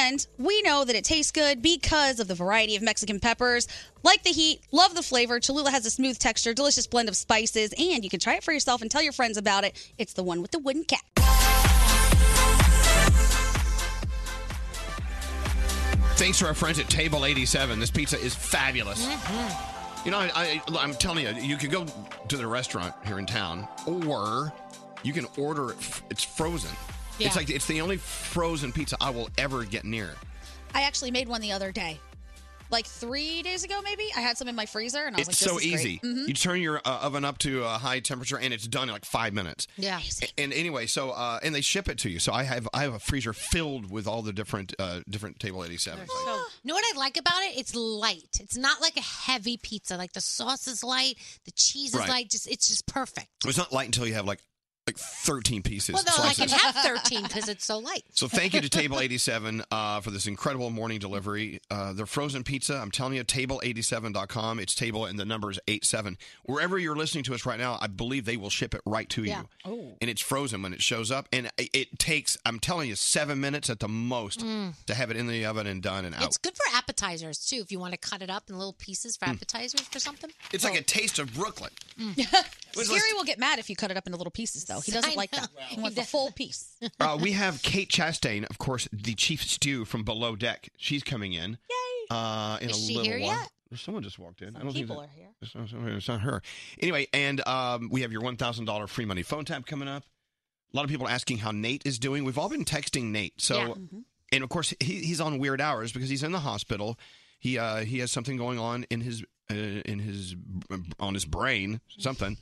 Speaker 7: and we know that it tastes good because of the variety of Mexican peppers. Like the heat, love the flavor. Cholula has a smooth texture, delicious blend of spices, and you can try it for yourself and tell your friends about it. It's the one with the wooden cap.
Speaker 2: Thanks to our friends at Table 87, this pizza is fabulous.
Speaker 7: Mm-hmm.
Speaker 2: You know, I, I, I'm telling you, you could go to the restaurant here in town, or you can order it. f- It's frozen.
Speaker 7: Yeah.
Speaker 2: It's like it's the only frozen pizza I will ever get near.
Speaker 7: I actually made one the other day, like three days ago, maybe. I had some in my freezer, and I was
Speaker 2: It's
Speaker 7: like,
Speaker 2: so
Speaker 7: this is
Speaker 2: easy.
Speaker 7: Great. Mhm.
Speaker 2: You turn your uh, oven up to a high temperature, and it's done in like five minutes.
Speaker 7: Yeah.
Speaker 2: A- And anyway, so uh, and they ship it to you. So I have I have a freezer filled with all the different uh, different table eighty seven.
Speaker 9: So, know what I like about it? It's light. It's not like a heavy pizza. Like the sauce is light, the cheese is
Speaker 2: Right.
Speaker 9: light. Just it's just perfect.
Speaker 2: It's not light until you have like like thirteen pieces.
Speaker 9: well, no, I
Speaker 2: slices.
Speaker 9: can have thirteen because it's so light.
Speaker 2: So thank you to Table 87 uh, for this incredible morning delivery. Uh, their frozen pizza, I'm telling you, table87.com. It's table and the number is 87. Wherever you're listening to us right now, I believe they will ship it right to
Speaker 17: Yeah.
Speaker 2: you.
Speaker 17: Oh.
Speaker 2: And it's frozen when it shows up. And it, it takes, I'm telling you, seven minutes at the most
Speaker 9: Mm.
Speaker 2: to have it in the oven and done and out.
Speaker 9: It's good for appetizers too. If you want to cut it up in little pieces
Speaker 2: Hmm.
Speaker 9: for appetizers for something.
Speaker 2: It's like a taste of Brooklyn. When's the
Speaker 7: Scary will get mad if you cut it up into little pieces, though. He doesn't like that. He wants the full piece.
Speaker 2: uh, we have Kate Chastain, of course, the chief stew from Below Deck. She's coming in. Yay! Uh, in
Speaker 17: Is
Speaker 2: a
Speaker 17: she
Speaker 2: little
Speaker 17: here
Speaker 2: while.
Speaker 17: yet?
Speaker 2: Someone just walked in.
Speaker 17: Some
Speaker 2: I don't
Speaker 17: people
Speaker 2: think that, are here. It's not her. Anyway, and um, we have your one thousand dollar free
Speaker 17: Mm-hmm.
Speaker 2: money phone tap coming up. A lot of people asking how Nate is doing. We've all been texting Nate, so and of course he, he's on weird hours because he's in the hospital. He uh, he has something going on in his uh, in his on his brain something,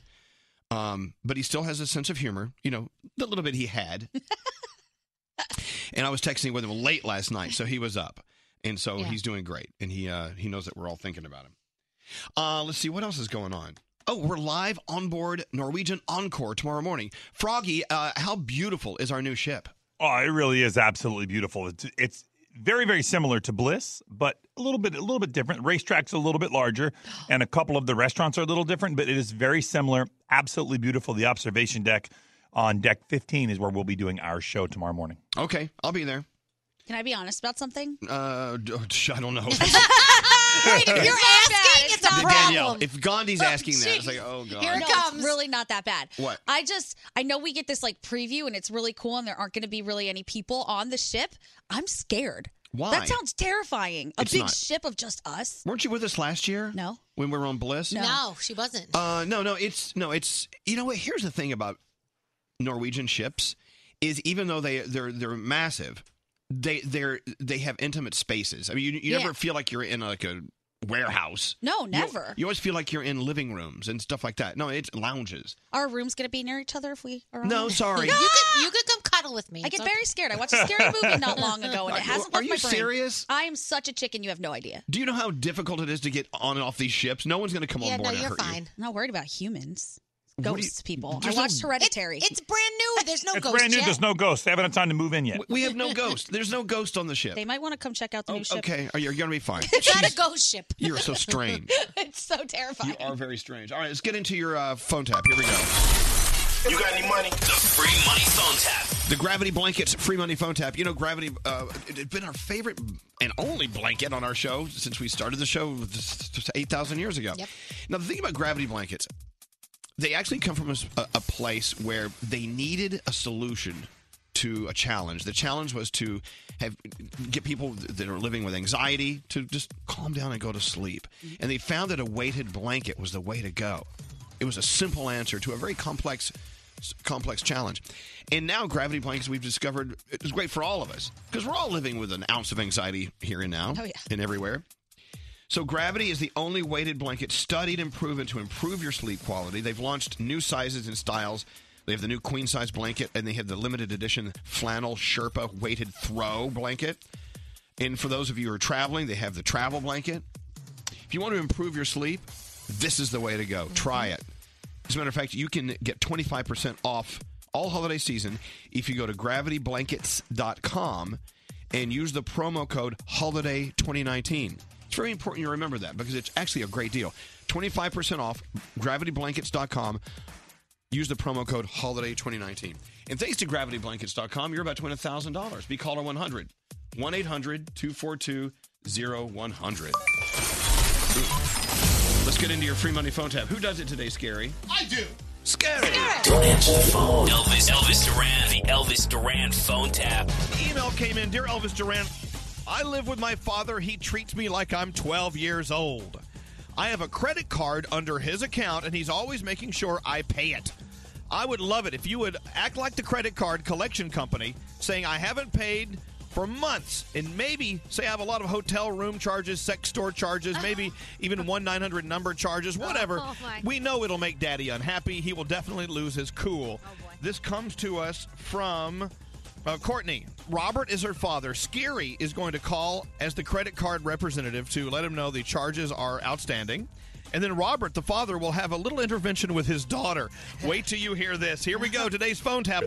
Speaker 2: um, but he still has a sense of humor. You know the little bit he had. and I was texting with him late last night, so he was up, and so
Speaker 18: Yeah.
Speaker 2: he's doing great, and he uh, he knows that we're all thinking about him. Uh, let's see what else is going on. Oh, we're live on board Norwegian Encore tomorrow morning. Froggy, uh, how beautiful is our new ship?
Speaker 5: Oh, it really is absolutely beautiful. It's, it's very, very similar to Bliss, but a little bit, a little bit different. Racetrack's a little bit larger, and a couple of the restaurants are a little different, but it is very similar. Absolutely beautiful. The observation deck on deck 15 is where we'll be doing our show tomorrow morning.
Speaker 2: Okay, I'll be there.
Speaker 7: Can I be honest about something?
Speaker 2: Uh, d- I don't know.
Speaker 7: Wait, if you're asking, it's, a
Speaker 2: Danielle, if Gandhi's asking that, it's like, oh god.
Speaker 7: no, it's really not that bad.
Speaker 2: What?
Speaker 7: I just I know we get this like preview and it's really cool and there aren't going to be really any people on the ship. I'm scared.
Speaker 2: Why?
Speaker 7: That sounds terrifying. A
Speaker 2: It's
Speaker 7: big
Speaker 2: not.
Speaker 7: ship of just us.
Speaker 2: Weren't you with us last year? No. When we were on Bliss?
Speaker 9: No, she wasn't.
Speaker 2: Uh, no, no, it's no, it's you know what? Here's the thing about Norwegian ships is even though they they're they're massive, they they're they have intimate spaces. I mean, you you
Speaker 7: Yeah.
Speaker 2: never feel like you're in like a warehouse.
Speaker 7: No,
Speaker 2: You-
Speaker 7: never.
Speaker 2: You, always feel like you're in living rooms and stuff like that. No, it's lounges.
Speaker 7: Our room's going to be near each other if we are.
Speaker 2: No,
Speaker 7: on.
Speaker 2: sorry.
Speaker 9: You could you could come cuddle with me.
Speaker 7: I get
Speaker 9: It's okay.
Speaker 7: very scared. I watched a scary movie not long ago and
Speaker 2: Are-
Speaker 7: it hasn't
Speaker 2: are
Speaker 7: left
Speaker 2: you
Speaker 7: my brain.
Speaker 2: serious?
Speaker 7: I am such a chicken. You have no idea.
Speaker 2: Do you know how difficult it is to get on and off these ships? No one's going to come on board and hurt you.
Speaker 7: I'm not worried about humans.
Speaker 2: What do you-
Speaker 7: Ghosts, people. I
Speaker 2: there's no-
Speaker 7: watched Hereditary.
Speaker 9: It's brand new. There's no
Speaker 5: it's brand new. There's no ghosts. They haven't had time to move in yet.
Speaker 2: We have no ghost. There's no ghost on the ship. Oh,
Speaker 7: They might want to come check out the new ship.
Speaker 2: Okay, are you going to be fine.
Speaker 7: It's not a ghost ship.
Speaker 2: You're so strange.
Speaker 7: it's so terrifying.
Speaker 2: You are very strange. All right, let's get into your uh, phone tap. Here we go.
Speaker 6: You got any money? The free money phone tap.
Speaker 2: The Gravity Blankets free money phone tap. You know, Gravity, uh, it had been our favorite and only blanket on our show since we started the show 8,000 years ago. Now, the thing about Gravity Blankets, they actually come from a, s- a- a place where they needed a solution to a challenge. The challenge was to have get people that are living with anxiety to just calm down and go to sleep.
Speaker 7: Mm-hmm.
Speaker 2: And they found that a weighted blanket was the way to go. It was a simple answer to a very complex complex challenge. And now gravity blankets we've discovered is great for all of us because we're all living with an ounce of anxiety here and now
Speaker 7: Oh, yeah.
Speaker 2: and everywhere. So, Gravity is the only weighted blanket studied and proven to improve your sleep quality. They've launched new sizes and styles. They have the new queen size blanket, and they have the limited edition flannel Sherpa weighted throw blanket. And for those of you who are traveling, they have the travel blanket. If you want to improve your sleep, this is the way to go. Try it. As a matter of fact, you can get 25% off all holiday season if you go to gravityblankets.com and use the promo code HOLIDAY2019. It's very important you remember that because it's actually a great deal. 25% off gravityblankets.com. Use the promo code HOLIDAY2019. And thanks to gravityblankets.com, you're about to win $1,000. Be caller 100. 1 800 242 0100. Let's get into your free money phone tap. Who does it today, Scary?
Speaker 4: I do.
Speaker 2: Scary.
Speaker 6: Don't answer the phone. Elvis, Elvis Duran, the Elvis Duran phone tap.
Speaker 2: Email came in Dear Elvis Duran, I live with my father. He treats me like I'm 12 years old. I have a credit card under his account, and he's always making sure I pay it. I would love it if you would act like the credit card collection company, saying I haven't paid for months, and maybe say I have a lot of hotel room charges, sex store charges, maybe even one nine hundred number charges, whatever.
Speaker 18: Oh, my.
Speaker 2: we know it'll make Daddy unhappy. He will definitely lose his cool. this comes to us from uh, Courtney. Robert is her father. Scary is going to call as the credit card representative to let him know the charges are outstanding. And then Robert, the father, will have a little intervention with his daughter. Wait till you hear this. Here we go. Today's phone tap.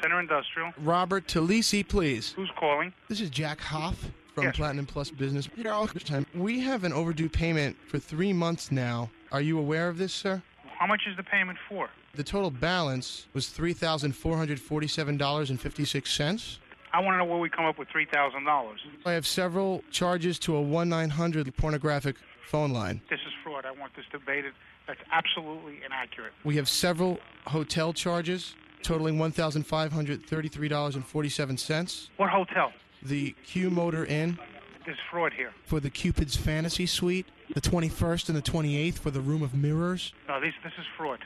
Speaker 19: Center Industrial.
Speaker 15: Robert Talisi, please.
Speaker 19: Who's calling?
Speaker 15: This is Jack Hoff from Platinum Plus Business. Here, all this time. We have an overdue payment for three months now. Are you aware of this, sir?
Speaker 19: How much is the payment for?
Speaker 15: The total balance was three thousand four hundred forty-seven dollars and fifty-six cents.
Speaker 19: I want to know where we come up with three thousand dollars.
Speaker 15: I have several charges to a one nine hundred pornographic phone line.
Speaker 19: This is fraud. I want this debated. That's absolutely inaccurate.
Speaker 15: We have several hotel charges totaling one thousand five hundred thirty-three dollars and forty-seven cents.
Speaker 19: What hotel?
Speaker 15: The Q Motor Inn.
Speaker 19: There's fraud here.
Speaker 15: for the Cupid's Fantasy Suite, the 21st and the 28th for the Room of Mirrors,
Speaker 19: No, this this is fraud.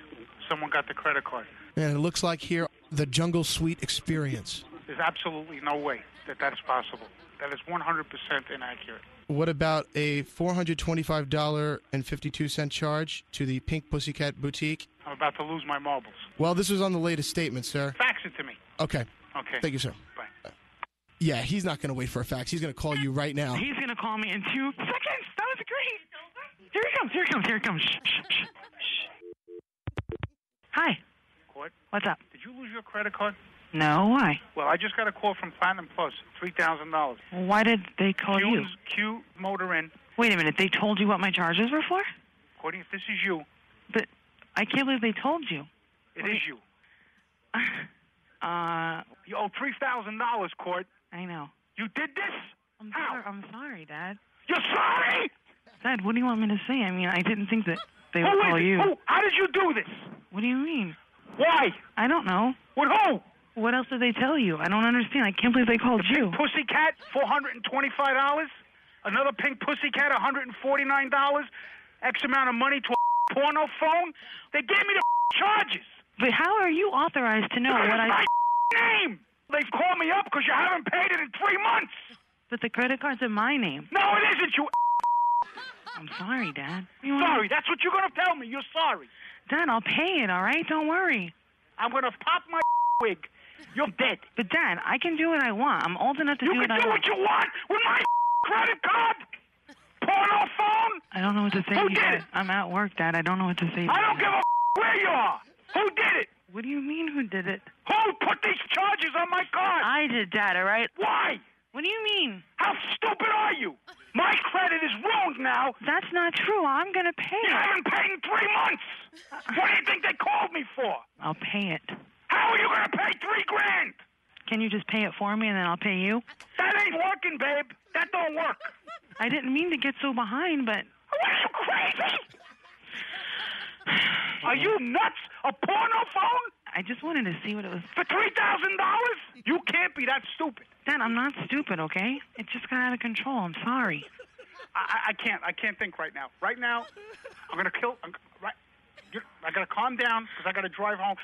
Speaker 19: Someone got the credit card.
Speaker 15: and it looks like here the Jungle Suite Experience.
Speaker 19: There's
Speaker 14: There's absolutely no way that that's possible. That is 100% inaccurate.
Speaker 15: What about a $425.52 charge to the Pink Pussycat Boutique?
Speaker 14: I'm about to lose my marbles.
Speaker 15: Well, this was on the latest statement, sir.
Speaker 14: Fax it to me.
Speaker 15: Okay.
Speaker 14: Okay.
Speaker 15: Thank you, sir.
Speaker 14: Bye.
Speaker 15: Yeah, he's not going to wait for a fax. He's going to call you right now.
Speaker 17: He's going to call me in two seconds. That was great. Here he comes. Here he comes. Here he comes. Shh, shh, shh, shh. Hi.
Speaker 14: Court,
Speaker 17: What's up?
Speaker 14: did you lose your credit card?
Speaker 17: No, why?
Speaker 14: Well, I just got a call from Platinum Plus, $3,000.
Speaker 17: Why did they call you?
Speaker 14: Q's- Q Motor In.
Speaker 17: Wait a minute. They told you what my charges were for?
Speaker 14: Courtney, if this is you,
Speaker 17: But I can't believe they told you.
Speaker 14: it is you.
Speaker 17: Uh,
Speaker 14: You owe $3,000, Court.
Speaker 17: I know.
Speaker 14: You did this?
Speaker 17: I'm, sorry, I'm sorry, Dad.
Speaker 14: You're sorry?
Speaker 17: Dad, what do you want me to say? I mean, I didn't think that they
Speaker 14: Who
Speaker 17: would
Speaker 14: is
Speaker 17: call
Speaker 14: it?
Speaker 17: you.
Speaker 14: Who? How did you do this?
Speaker 17: What do you mean?
Speaker 14: Why?
Speaker 17: I don't know.
Speaker 14: With who?
Speaker 17: What else did they tell you? I don't understand. I can't believe they called you.
Speaker 14: Pussycat, $425. Another pink pussycat, $149. X amount of money to a porno phone. They gave me the charges.
Speaker 17: But how are you authorized to know what I?
Speaker 14: My name. They called me up because you haven't paid it in three months.
Speaker 17: But the credit card's in my name.
Speaker 14: No, it isn't, you.
Speaker 17: I'm sorry, Dad. You
Speaker 14: Sorry,
Speaker 17: wanna-
Speaker 14: that's what you're going to tell me. You're sorry.
Speaker 17: Dad, I'll pay it. All right, don't worry.
Speaker 14: I'm going to pop my wig. You're dead.
Speaker 17: But Dad, I can do what I want. I'm old enough to
Speaker 14: You
Speaker 17: do
Speaker 14: can
Speaker 17: what I
Speaker 14: do
Speaker 17: want.
Speaker 14: what you want with my credit card, porno phone.
Speaker 17: I don't know what to say.
Speaker 14: Who
Speaker 17: to you,
Speaker 14: did
Speaker 17: Dad.
Speaker 14: it?
Speaker 17: I'm at work, Dad. I don't know what to say. to
Speaker 14: I
Speaker 17: you.
Speaker 14: don't give a where you are. Who did it?
Speaker 17: What do you mean? Who did it?
Speaker 14: Who put these charges on my card?
Speaker 17: I did, Dad. All right.
Speaker 14: Why?
Speaker 17: What do you mean?
Speaker 14: How stupid are you? My credit is ruined now.
Speaker 17: That's not true. I'm gonna pay
Speaker 14: You
Speaker 17: it.
Speaker 14: haven't paid in three months. What do you think they called me for?
Speaker 17: I'll pay it.
Speaker 14: How are you going to pay three grand?
Speaker 17: Can you just pay it for me and then I'll pay you?
Speaker 14: That ain't working, babe. That don't work.
Speaker 17: I didn't mean to get so behind, but
Speaker 14: What are you crazy? Are you nuts? A porno phone
Speaker 17: I just wanted to see what it was.
Speaker 14: for three thousand dollars? You can't be that stupid.
Speaker 17: Dad, I'm not stupid, okay? It just got out of control. I'm sorry.
Speaker 14: I, I I can't. I can't think right now. Right now, I'm gonna kill. I'm, right, you- I gotta calm down because I gotta drive home.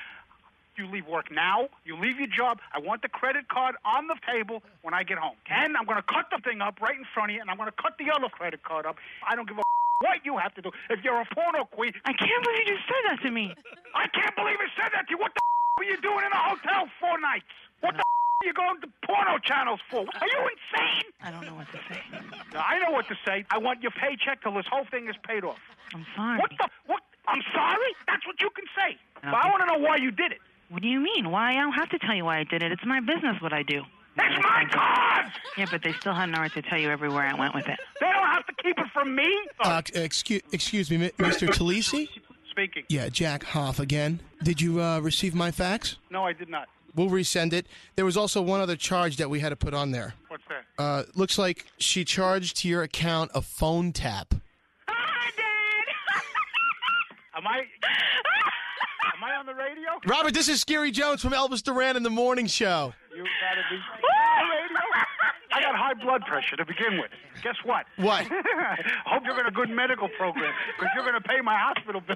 Speaker 14: You leave work now. You leave your job. I want the credit card on the table when I get home. And I'm gonna cut the thing up right in front of you, and I'm gonna cut the other credit card up. I don't give a what you have to do. If you're a porno queen,
Speaker 17: I can't believe you just said that to me.
Speaker 14: I can't believe it said that to you. What the were you doing in a hotel four nights? What the are you going to porno channels for? Are you insane?
Speaker 17: I don't know what to say.
Speaker 14: Now, I know what to say. I want your paycheck till this whole thing is paid off.
Speaker 17: I'm sorry.
Speaker 14: What the? What? I'm sorry. That's what you can say. But I want to know why you did it.
Speaker 17: What do you mean? Why? I don't have to tell you why I did it. It's my business what I do.
Speaker 14: That's my card.
Speaker 17: Yeah, but they still had an right to tell you everywhere I went with it.
Speaker 14: They don't have to keep it from me.
Speaker 15: Uh, excuse, excuse me, mi- Mr. Talisi?
Speaker 14: Speaking.
Speaker 15: Yeah, Jack Hoff again. Did you uh, receive my fax?
Speaker 14: No, I did not.
Speaker 15: We'll resend it. There was also one other charge that we had to put on there.
Speaker 14: What's that?
Speaker 15: Uh, looks like she charged to your account a phone tap.
Speaker 14: Am I? am I on the radio?
Speaker 15: Robert, this is Scary Jones from Elvis Duran in the Morning Show.
Speaker 14: You gotta be on the radio. Oh, I got high blood pressure to begin with. Guess what?
Speaker 15: What?
Speaker 14: Hope you're in a good medical program because you're gonna pay my hospital bill.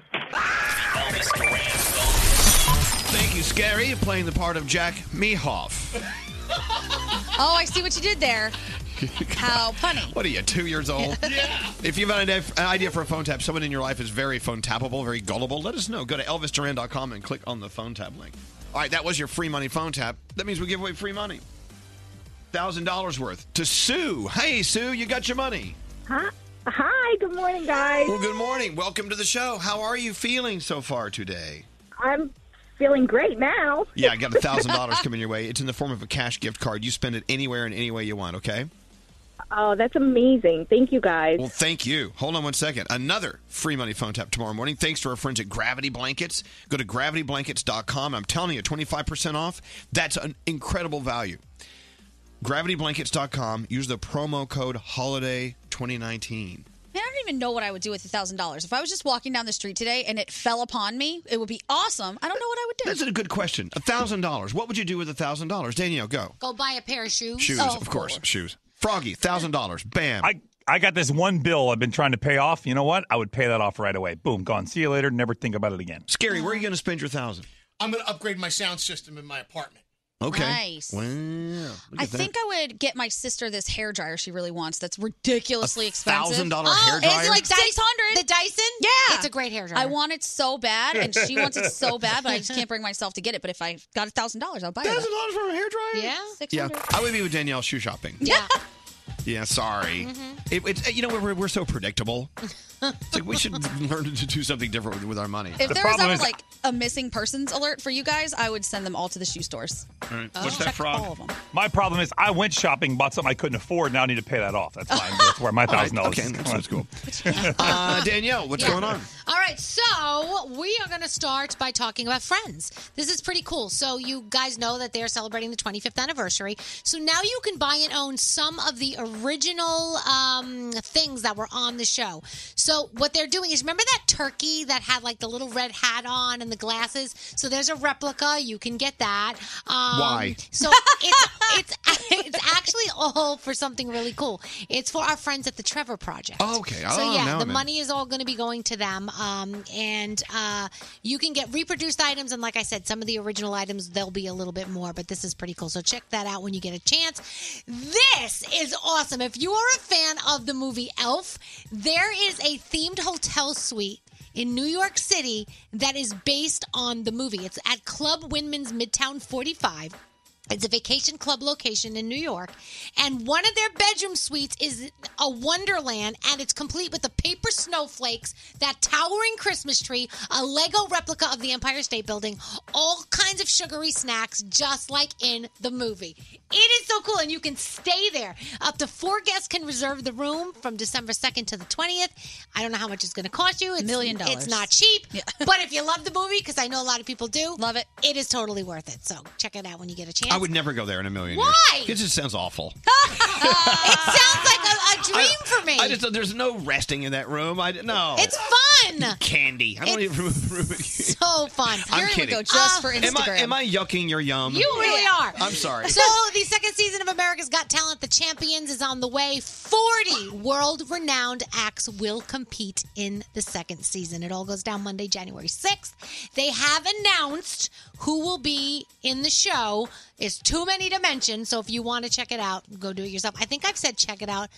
Speaker 2: Thank you, Scary, playing the part of Jack Mehoff.
Speaker 7: Oh, I see what you did there. How punny.
Speaker 2: What are you, two years old? yeah. If you have an idea, an idea for a phone tap, someone in your life is very phone tappable, very gullible, let us know. Go to elvisduran.com and click on the phone tap link. All right, that was your free money phone tap. That means we give away free money. $1,000 worth to Sue. Hey, Sue, you got your money.
Speaker 20: Hi. Hi, good morning, guys.
Speaker 2: Well, good morning. Welcome to the show. How are you feeling so far today?
Speaker 20: I'm feeling great now.
Speaker 2: Yeah, I got a thousand dollars coming your way. It's in the form of a cash gift card. You spend it anywhere and any way you want. Okay.
Speaker 20: Oh, that's amazing. Thank you, guys.
Speaker 2: Well, thank you. Hold on one second. Another free money phone tap tomorrow morning. Thanks to our friends at Gravity Blankets. Go to gravityblankets.com. I'm telling you, 25% off. That's an incredible value. Gravityblankets.com. Use the promo code HOLIDAY2019.
Speaker 7: Man, I don't even know what I would do with $1,000. If I was just walking down the street today and it fell upon me, it would be awesome. I don't know what I would do.
Speaker 2: That's a good question. $1,000. What would you do with $1,000? Danielle, go.
Speaker 9: Go buy a pair Oh, of shoes.
Speaker 2: Shoes,
Speaker 5: Oh,
Speaker 2: of course. Shoes. Froggy, $1,000. Bam.
Speaker 5: I I got this one bill I've been trying to pay off. You know what? I would pay that off right away. Boom, gone. See you later. Never think about it again.
Speaker 2: Scary. Where are you going to spend your thousand?
Speaker 13: I'm going to upgrade my sound system in my apartment.
Speaker 2: Okay.
Speaker 7: Nice.
Speaker 2: Wow. Look
Speaker 7: I
Speaker 2: at that.
Speaker 7: think I would get my sister this hair dryer she really wants. That's ridiculously expensive. Oh,
Speaker 2: $1,000 hair dryer?
Speaker 7: It's like six hundred. The
Speaker 9: Dyson.
Speaker 7: Yeah,
Speaker 9: It's a great hair dryer.
Speaker 7: I want it so bad, and she wants it so bad, but I just can't bring myself to get it. But if I got a thousand dollars, I'll buy it. Thousand
Speaker 2: dollars for a hair dryer?
Speaker 7: Yeah.
Speaker 2: Yeah, I would be with Danielle shoe shopping.
Speaker 7: Yeah.
Speaker 2: Yeah, sorry.
Speaker 7: Mhm.
Speaker 2: It, it's you know we're, we're so predictable. It's like we should learn to do something different with, with our money.
Speaker 7: If there was ever like a missing persons alert for you guys, I would send them all to the shoe stores. Oh.
Speaker 5: What's that
Speaker 7: Check
Speaker 5: frog?
Speaker 7: all of 'em.
Speaker 5: My problem is I went shopping, bought something I couldn't afford. Now I need to pay that off. That's fine. That's where my
Speaker 2: All right,
Speaker 5: thousand dollars.
Speaker 2: okay,
Speaker 5: is.
Speaker 2: that's- that's cool.
Speaker 5: Uh,
Speaker 2: Danielle, what's
Speaker 9: Yeah.
Speaker 2: going on?
Speaker 9: All right, so we are going to start by talking about friends. This is pretty cool. So, you guys know that they are celebrating the 25th anniversary. So, now you can buy and own some of the original um, things that were on the show. So, what they're doing is remember that turkey that had like the little red hat on and the glasses? So, there's a replica. You can get that. Um,
Speaker 2: Why?
Speaker 9: So, it's, it's, it's actually all for something really cool. It's for our friends at the Trevor Project.
Speaker 2: Oh, okay.
Speaker 9: So
Speaker 2: Oh,
Speaker 9: yeah,
Speaker 2: now
Speaker 9: the
Speaker 2: I'm in.
Speaker 9: money is all going to be going to them, um, and uh, you can get reproduced items. And like I said, some of the original items there'll be a little bit more, but this is pretty cool. So check that out when you get a chance. This is awesome. If you are a fan of the movie Elf, there is a themed hotel suite. In New York City, that is based on the movie. It's at Club Windman's Midtown 45. It's a vacation club location in New York, and one of their bedroom suites is a wonderland, and it's complete with the paper snowflakes, that towering Christmas tree, a Lego replica of the Empire State Building, all kinds of sugary snacks, just like in the movie. It is so cool, and you can stay there. Up to four guests can reserve the room from December second to the twentieth. I don't know how much it's going to cost you. It's
Speaker 7: Million
Speaker 9: It's
Speaker 7: dollars.
Speaker 9: not cheap, but if you love the movie, because I know a lot of people do, love it. It is totally worth it. So check it out when you get a chance.
Speaker 2: I would never go there in a million
Speaker 9: Why?
Speaker 2: years. It just sounds awful.
Speaker 9: sounds like a, a dream for me.
Speaker 2: I just there's no resting in that room. I no.
Speaker 9: it's fun.
Speaker 2: candy. I don't even remember the room.
Speaker 9: So fun.
Speaker 2: I'm kidding.
Speaker 9: Ah,
Speaker 2: Am I, am I yucking your yum?
Speaker 9: You really are.
Speaker 2: Um, I'm sorry.
Speaker 9: So, the second season of America's Got Talent, The Champions, is on the way. 40 world renowned acts will compete in the second season. It all goes down Monday, January 6th. They have announced who will be in the show. It's too many to mention. So, if you want to check it out, go do it yourself. I think I've said check it out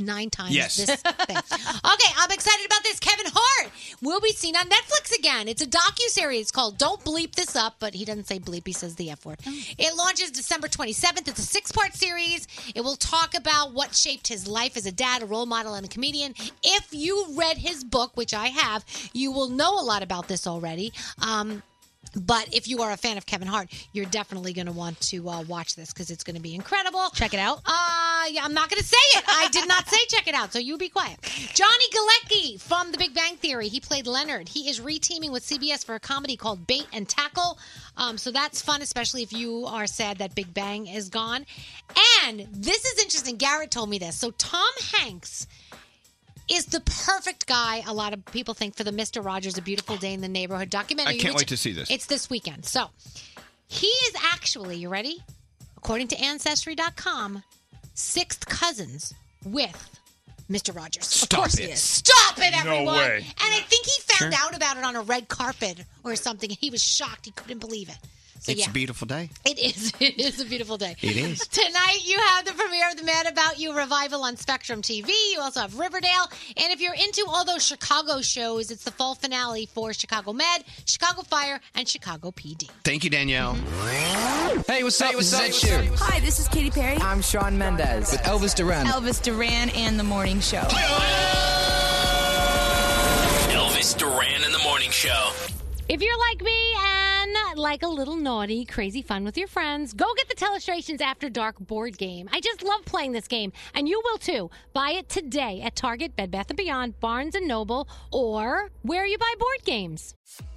Speaker 9: nine times
Speaker 21: Yes.
Speaker 9: this Okay, I'm excited about this. Kevin Hart will be seen on Netflix again. It's a docu-series called Don't Bleep This Up, but he doesn't say bleep, he says the F word. It launches December 27th. It's a six-part series. It will talk about what shaped his life as a dad, a role model, and a comedian. If you read his book, which I have, you will know a lot about this already. Um, but if you are a fan of Kevin Hart, you're definitely going to want to uh, watch this because it's going to be incredible. Check it out. Uh, yeah, I'm not going to say it. I did not say check it out, so you be quiet. Johnny Galecki from The Big Bang Theory. He played Leonard. He is reteaming with CBS for a comedy called Bait and Tackle. Um, so that's fun, especially if you are sad that Big Bang is gone. And this is interesting. Garrett told me this. So Tom Hanks is the perfect guy. A lot of people think for the Mister Rogers: A Beautiful Day in the Neighborhood documentary.
Speaker 2: I can't
Speaker 9: which-
Speaker 2: wait to see this.
Speaker 9: It's this weekend. So he is actually, you ready? According to Ancestry.com, sixth cousins with Mr. Rogers.
Speaker 2: Stop
Speaker 9: of course
Speaker 2: it.
Speaker 9: he is. Stop it,
Speaker 2: No
Speaker 9: everyone!
Speaker 2: way.
Speaker 9: And I think he found
Speaker 2: Sure.
Speaker 9: out about it on a red carpet or something, and he was shocked. He couldn't believe it. So
Speaker 2: it's
Speaker 9: yeah.
Speaker 2: a beautiful day.
Speaker 9: It is. It is a beautiful day.
Speaker 2: It is.
Speaker 9: Tonight you have the premiere of the Mad About You revival on Spectrum TV. You also have Riverdale, and if you're into all those Chicago shows, it's the fall finale for Chicago Med, Chicago Fire, and Chicago PD.
Speaker 2: Thank you, Danielle. Hey, what's up? what's up?
Speaker 16: Hi, this is Katy Perry. I'm Sean Mendez with Elvis Duran. Elvis Duran and the Morning Show.
Speaker 6: Elvis Duran in the Morning Show.
Speaker 21: If you're like me and like a little naughty, crazy fun with your friends, go get the Telestrations After Dark board game. I just love playing this game, and you will too. Buy it today at Target, Bed Bath & Beyond, Barnes & Noble, or where you buy board games.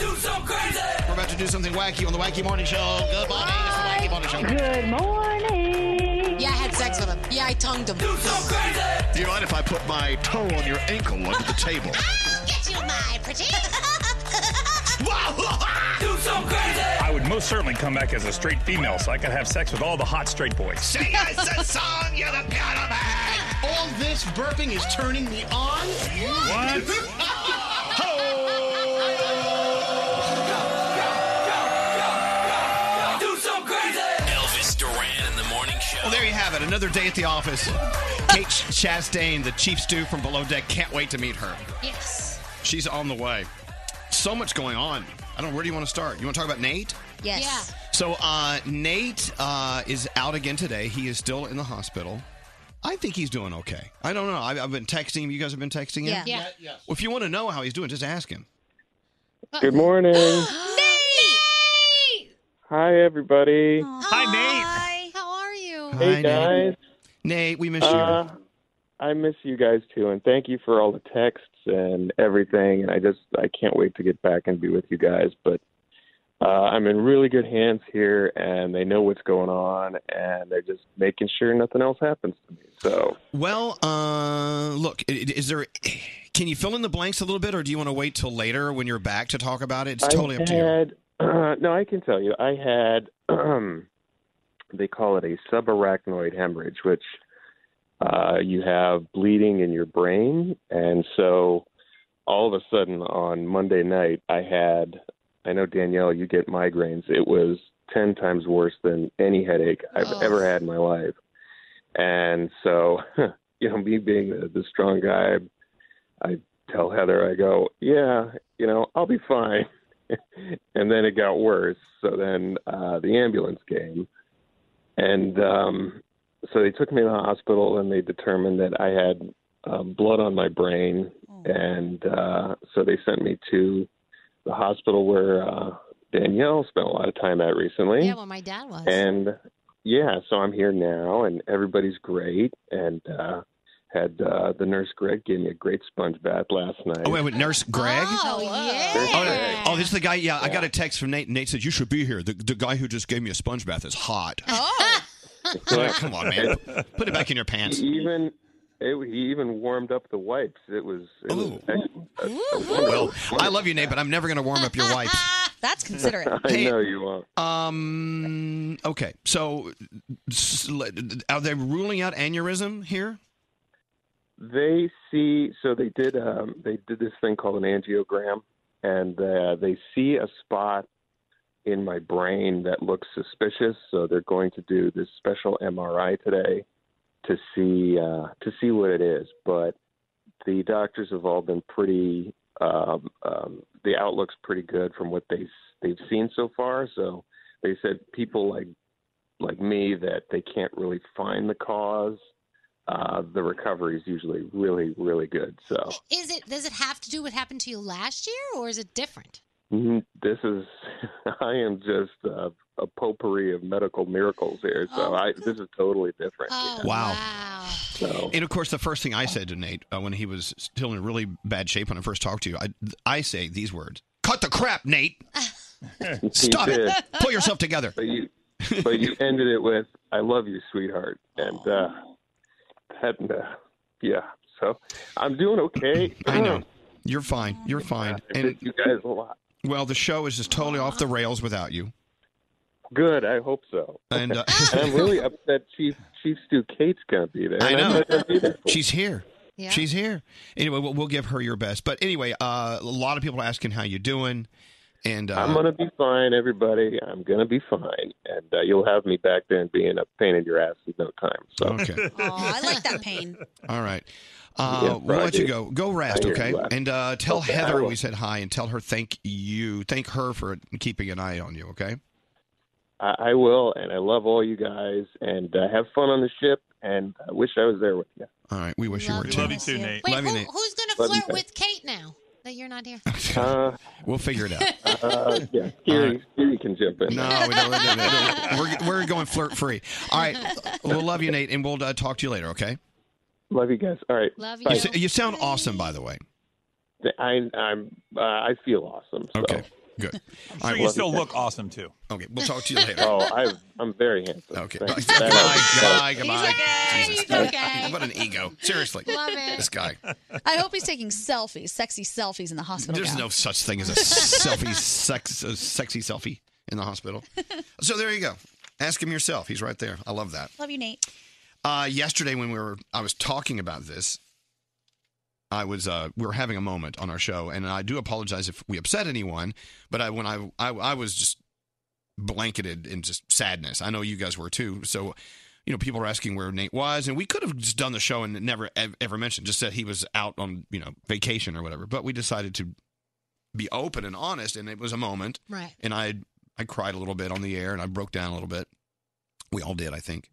Speaker 13: We're about to do something wacky on the Wacky Morning Show. Good morning, it's the Wacky Morning Show.
Speaker 4: Good morning. Yeah, I had sex with him. Yeah, I tongued him.
Speaker 22: Do you mind if I put my toe on your ankle under the table?
Speaker 4: Get you, my pretty.
Speaker 5: I would most certainly come back as a straight female so I could have sex with all the hot straight boys.
Speaker 13: Sing us a song, you're the piano man. All this burping is turning me on.
Speaker 5: What?
Speaker 10: Do some crazy.
Speaker 6: Elvis Duran in the morning show.
Speaker 13: Well, there you have it. Another day at the office. Kate Chastain, the chief stew from Below Deck, can't wait to meet her.
Speaker 4: Yes.
Speaker 13: She's on the way. So much going on. I don't know. Where do you want to start? You want to talk about Nate?
Speaker 7: Yes. Yeah.
Speaker 2: So uh, Nate uh, is out again today. He is still in the hospital. I think he's doing okay. I don't know. I've, I've been texting him. You guys have been texting him.
Speaker 9: Yeah. Yeah. Yeah,
Speaker 2: Well, if you want to know how he's doing, just ask him.
Speaker 10: Good morning.
Speaker 9: Nate!
Speaker 10: Hi, everybody.
Speaker 5: Hi, Nate.
Speaker 9: Hi. How are you?
Speaker 10: Hey, guys. Uh,
Speaker 2: Nate, we miss
Speaker 10: you. I miss you guys too, and thank you for all the texts and everything. And I just I can't wait to get back and be with you guys. But uh, I'm in really good hands here, and they know what's going on, and they're just making sure nothing else happens to me. So
Speaker 2: Well, uh, look, i- i- is there? Can you fill in the blanks a little bit, or do you want to wait till later when you're back to talk about it? It's totally
Speaker 10: I
Speaker 2: up to you.
Speaker 10: had, no, I can tell you. I had um, they call it a subarachnoid hemorrhage, which uh, you have bleeding in your brain, and so all of a sudden on Monday night, I had. I know Danielle, you get migraines. It was ten times worse than any headache I've
Speaker 11: Oh.
Speaker 10: ever had in my life, and so you know, me being the, the strong guy, I tell Heather, I go, yeah, you know, I'll be fine. and then it got worse. So then uh, the ambulance came, and um, so they took me to the hospital, and they determined that I had uh, blood on my brain, and uh, so they sent me to the hospital where uh, Danielle spent a lot of time at recently.
Speaker 9: Yeah, well, my dad was.
Speaker 10: And yeah, so I'm here now, and everybody's great. And uh, had uh, the nurse Greg gave me a great sponge bath last night.
Speaker 2: Oh, wait, wait, Nurse Greg?
Speaker 9: Oh,
Speaker 4: uh,
Speaker 9: yeah.
Speaker 2: Oh, no. Oh, this is the guy. Yeah, I got a text from Nate. Nate said you should be here. The, the guy who just gave me a sponge bath is hot.
Speaker 9: Oh.
Speaker 2: come on, man. Put it back in your pants.
Speaker 10: He even it, he even warmed up the wipes. It was. It
Speaker 2: Oh.
Speaker 10: was excellent.
Speaker 2: Well, I love you, Nate, but I'm never going to warm up your wipes.
Speaker 7: That's considerate.
Speaker 2: Hey,
Speaker 10: I know you won't.
Speaker 2: Um. Okay. So, s- are they ruling out aneurysm here?
Speaker 10: They see. So they did. Um, they did this thing called an angiogram, and uh, they see a spot in my brain that looks suspicious. So they're going to do this special MRI today to see uh, to see what it is. But the doctors have all been pretty. Um, um, the outlook's pretty good from what they they've seen so far. So they said people like like me that they can't really find the cause. Uh, the recovery is usually really really good. So
Speaker 9: Is it? Does it have to do what happened to you last year, or is it different?
Speaker 10: Mhm. this is I am just uh, a potpourri of medical miracles here. So I this is totally different.
Speaker 2: Wow. And of course, the first thing I said to Nate uh, when he was still in really bad shape when I first talked to you, I, I say these words: "Cut the crap, Nate. Stop
Speaker 10: You
Speaker 2: it.
Speaker 10: did.
Speaker 2: Pull yourself together."
Speaker 10: But you, but you ended it with "I love you, sweetheart," and uh, that, uh, yeah. So I'm doing okay.
Speaker 2: I know. You're fine. You're fine.
Speaker 10: I miss you guys a lot.
Speaker 2: Well, the show is just totally off the rails without you.
Speaker 10: Good. I hope so.
Speaker 2: And, uh,
Speaker 10: And I'm really upset. Chief Chief Stu Kate's gonna be there.
Speaker 2: I
Speaker 10: And I'm
Speaker 2: know.
Speaker 10: not gonna be there.
Speaker 2: She's here.
Speaker 10: Yeah.
Speaker 2: She's here. Anyway, we'll, we'll give her your best. But anyway, uh, a lot of people are asking how you doing, and uh,
Speaker 10: I'm gonna be fine, everybody. I'm gonna be fine, and uh, you'll have me back there and being a pain in your ass in no time. So
Speaker 2: okay.
Speaker 7: Aw, I like that pain.
Speaker 2: All right. Uh,
Speaker 10: Yeah,
Speaker 2: we'll let
Speaker 10: Friday.
Speaker 2: you go. Go rest,
Speaker 10: I hear
Speaker 2: okay?
Speaker 10: you laugh.
Speaker 2: And uh, tell
Speaker 10: Okay, I
Speaker 2: Heather
Speaker 10: will.
Speaker 2: we said hi and tell her thank you. Thank her for keeping an eye on you, okay?
Speaker 10: I, I will, and I love all you guys, and uh, have fun on the ship. And I wish I was there with you.
Speaker 2: All right, we wish you were too.
Speaker 10: Love you too, Nate.
Speaker 9: Wait,
Speaker 10: Love
Speaker 9: who,
Speaker 10: you, Nate.
Speaker 9: who's going to
Speaker 10: Love you,
Speaker 9: flirt
Speaker 10: Nate.
Speaker 9: with Kate now that you're not here?
Speaker 10: Uh,
Speaker 2: we'll figure it out.
Speaker 10: Uh, yeah, here, here you can jump in.
Speaker 2: No, we don't, we don't- we don't- We're, we're going flirt free. All right. We'll love you, Nate, and we'll uh, talk to you later, okay?
Speaker 10: Love you guys. All right.
Speaker 9: Love
Speaker 2: You, s- you sound awesome, by the way.
Speaker 10: I, I'm. Uh, I feel awesome. So.
Speaker 2: Okay. Good.
Speaker 5: I'm sure you still look awesome too.
Speaker 2: Okay, we'll talk to you later.
Speaker 10: Oh, I, I'm very handsome.
Speaker 2: Okay.
Speaker 10: Thanks.
Speaker 2: Goodbye, goodbye,
Speaker 10: Thanks.
Speaker 2: goodbye. Jesus.
Speaker 7: He's okay.
Speaker 2: What an ego. Seriously.
Speaker 7: Love it.
Speaker 2: This guy.
Speaker 7: I hope he's taking selfies, sexy selfies in the hospital.
Speaker 2: There's
Speaker 7: gown.
Speaker 2: no such thing as a selfie, sex, a sexy selfie in the hospital. So there you go. Ask him yourself. He's right there. I love that.
Speaker 7: Love you, Nate.
Speaker 2: Uh, yesterday, when we were, I was talking about this. I was, uh, we were having a moment on our show, and I do apologize if we upset anyone. But I, when I, I, I was just blanketed in just sadness. I know you guys were too. So, you know, people were asking where Nate was, and we could have just done the show and never ev- ever mentioned, just said he was out on you know vacation or whatever. But we decided to be open and honest, and it was a moment.
Speaker 9: Right.
Speaker 2: And I I cried a little bit on the air and I broke down a little bit. We all did, I think.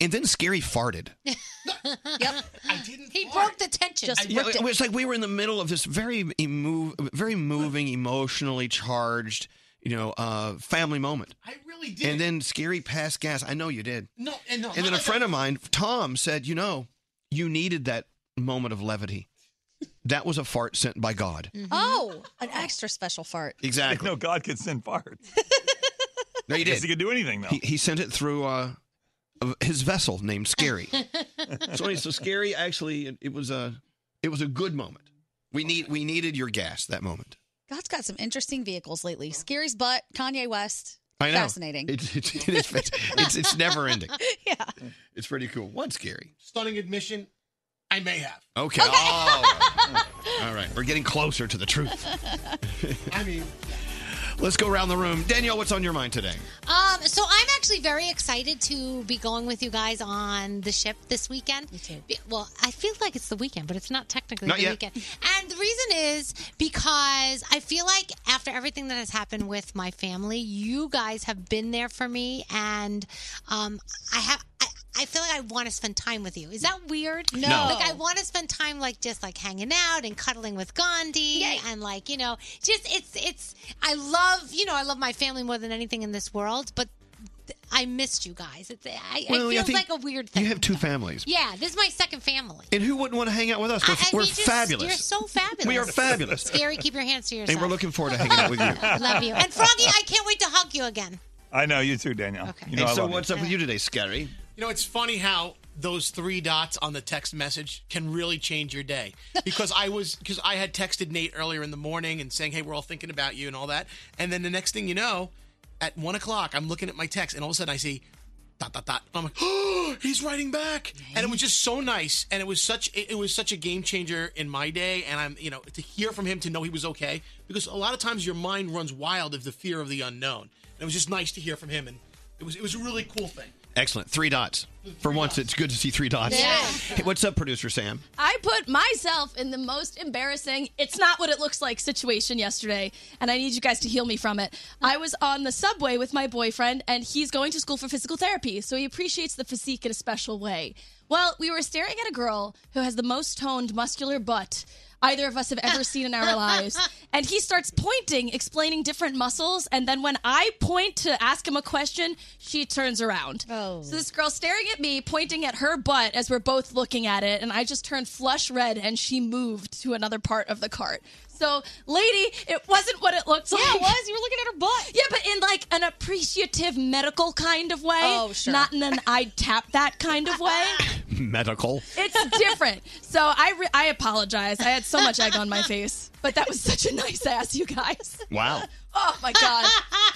Speaker 2: And then Scary farted.
Speaker 9: yep. I didn't. He broke the tension.
Speaker 2: I- yeah, it was like we were in the middle of this very emo- very moving, emotionally charged, you know, uh, family moment. I
Speaker 13: really
Speaker 2: did. And then Scary passed gas. I know you did.
Speaker 13: No, and no.
Speaker 2: And then a friend of mine, Tom, said, "You know, you needed that moment of levity. That was a fart sent by God."
Speaker 7: Oh, an extra special fart.
Speaker 2: Exactly.
Speaker 5: No, God could send farts.
Speaker 2: No, you
Speaker 5: I guess he
Speaker 2: did.
Speaker 5: could do anything, though.
Speaker 2: He, he sent it through uh, his vessel named Scary. so, anyway, so Scary actually, it- it was a, it was a good moment. We need, we needed your gas that moment.
Speaker 7: God's got some interesting vehicles lately. Scary's butt, Kanye West.
Speaker 2: I know.
Speaker 7: Fascinating.
Speaker 2: It's it's, it is, fant- it's it's never ending. yeah. It's pretty cool. What's scary?
Speaker 13: Stunning admission. I may have.
Speaker 2: Okay. Oh. All right. We're getting closer to the truth.
Speaker 13: I mean,
Speaker 2: Let's go around the room. Danielle, what's on your mind today?
Speaker 9: Um, so I'm actually very excited to be going with you guys on the ship this weekend. Me too. Well, I feel like it's the weekend, but it's not technically
Speaker 8: Not
Speaker 9: the
Speaker 8: yet.
Speaker 9: weekend. And the reason is because I feel like after everything that has happened with my family, you guys have been there for me, and um, I have. I, I feel like I want to spend time with you. Is that weird?
Speaker 7: No. No.
Speaker 9: Like I want to spend time like just like hanging out and cuddling with Gandhi and like, you know, just it's it's I love, you know, I love my family more than anything in this world, but th- I missed you guys. It's I,
Speaker 2: Well, I
Speaker 9: it feels
Speaker 2: think
Speaker 9: like a weird
Speaker 2: You
Speaker 9: thing.
Speaker 2: have two families.
Speaker 9: yeah, this is my second family.
Speaker 2: And who wouldn't want to hang out with us? We're,
Speaker 9: I- I
Speaker 2: we're
Speaker 9: mean, just-
Speaker 2: fabulous.
Speaker 9: You're so fabulous.
Speaker 2: We are fabulous.
Speaker 9: Scary, keep your hands to yourself.
Speaker 2: and we're looking forward to hanging out with you.
Speaker 9: love you. And Froggy, I can't wait to hug you again.
Speaker 5: I know you too, Danielle.
Speaker 9: Okay.
Speaker 5: You know
Speaker 2: And
Speaker 5: I
Speaker 2: so
Speaker 5: love
Speaker 2: what's up with you today, Scary?
Speaker 13: You know, it's funny how those three dots on the text message can really change your day. Because I was because I had texted Nate earlier in the morning and saying, "Hey, we're all thinking about you" and all that. And then the next thing you know, at one o'clock, I'm looking at my text, and all of a sudden I see dot dot dot. I'm like, "Oh, he's writing back!" And it was just so nice, and it was such it, it was such a game changer in my day. And I'm you know to hear from him to know he was okay because a lot of times your mind runs wild of the fear of the unknown. And it was just nice to hear from him, and it was it was a really cool thing.
Speaker 2: Excellent. Three dots. For once, it's good to see three dots.
Speaker 11: Yeah.
Speaker 2: Hey, what's up, producer Sam?
Speaker 11: I put myself in the most embarrassing, it's not what it looks like situation yesterday, and I need you guys to heal me from it. I was on the subway with my boyfriend, and he's going to school for physical therapy, so he appreciates the physique in a special way. Well, we were staring at a girl who has the most toned, muscular butt either of us have ever seen in our lives. And he starts pointing, explaining different muscles, and then when I point to ask him a question, she turns around. Oh. So this girl staring at me, pointing at her butt as we're both looking at it, and I just turned flush red and she moved to another part of the cart. So, lady, it wasn't what it looked
Speaker 7: Yeah,
Speaker 11: like.
Speaker 7: it was.
Speaker 11: You were looking at her butt. Yeah, but in like an appreciative medical kind of way.
Speaker 7: Oh, sure.
Speaker 11: Not in an I tap that kind of way.
Speaker 2: Medical.
Speaker 11: It's different. So I re- I apologize. I had so much egg on my face, but that was such a nice ass, you guys.
Speaker 2: Wow.
Speaker 11: Oh my god,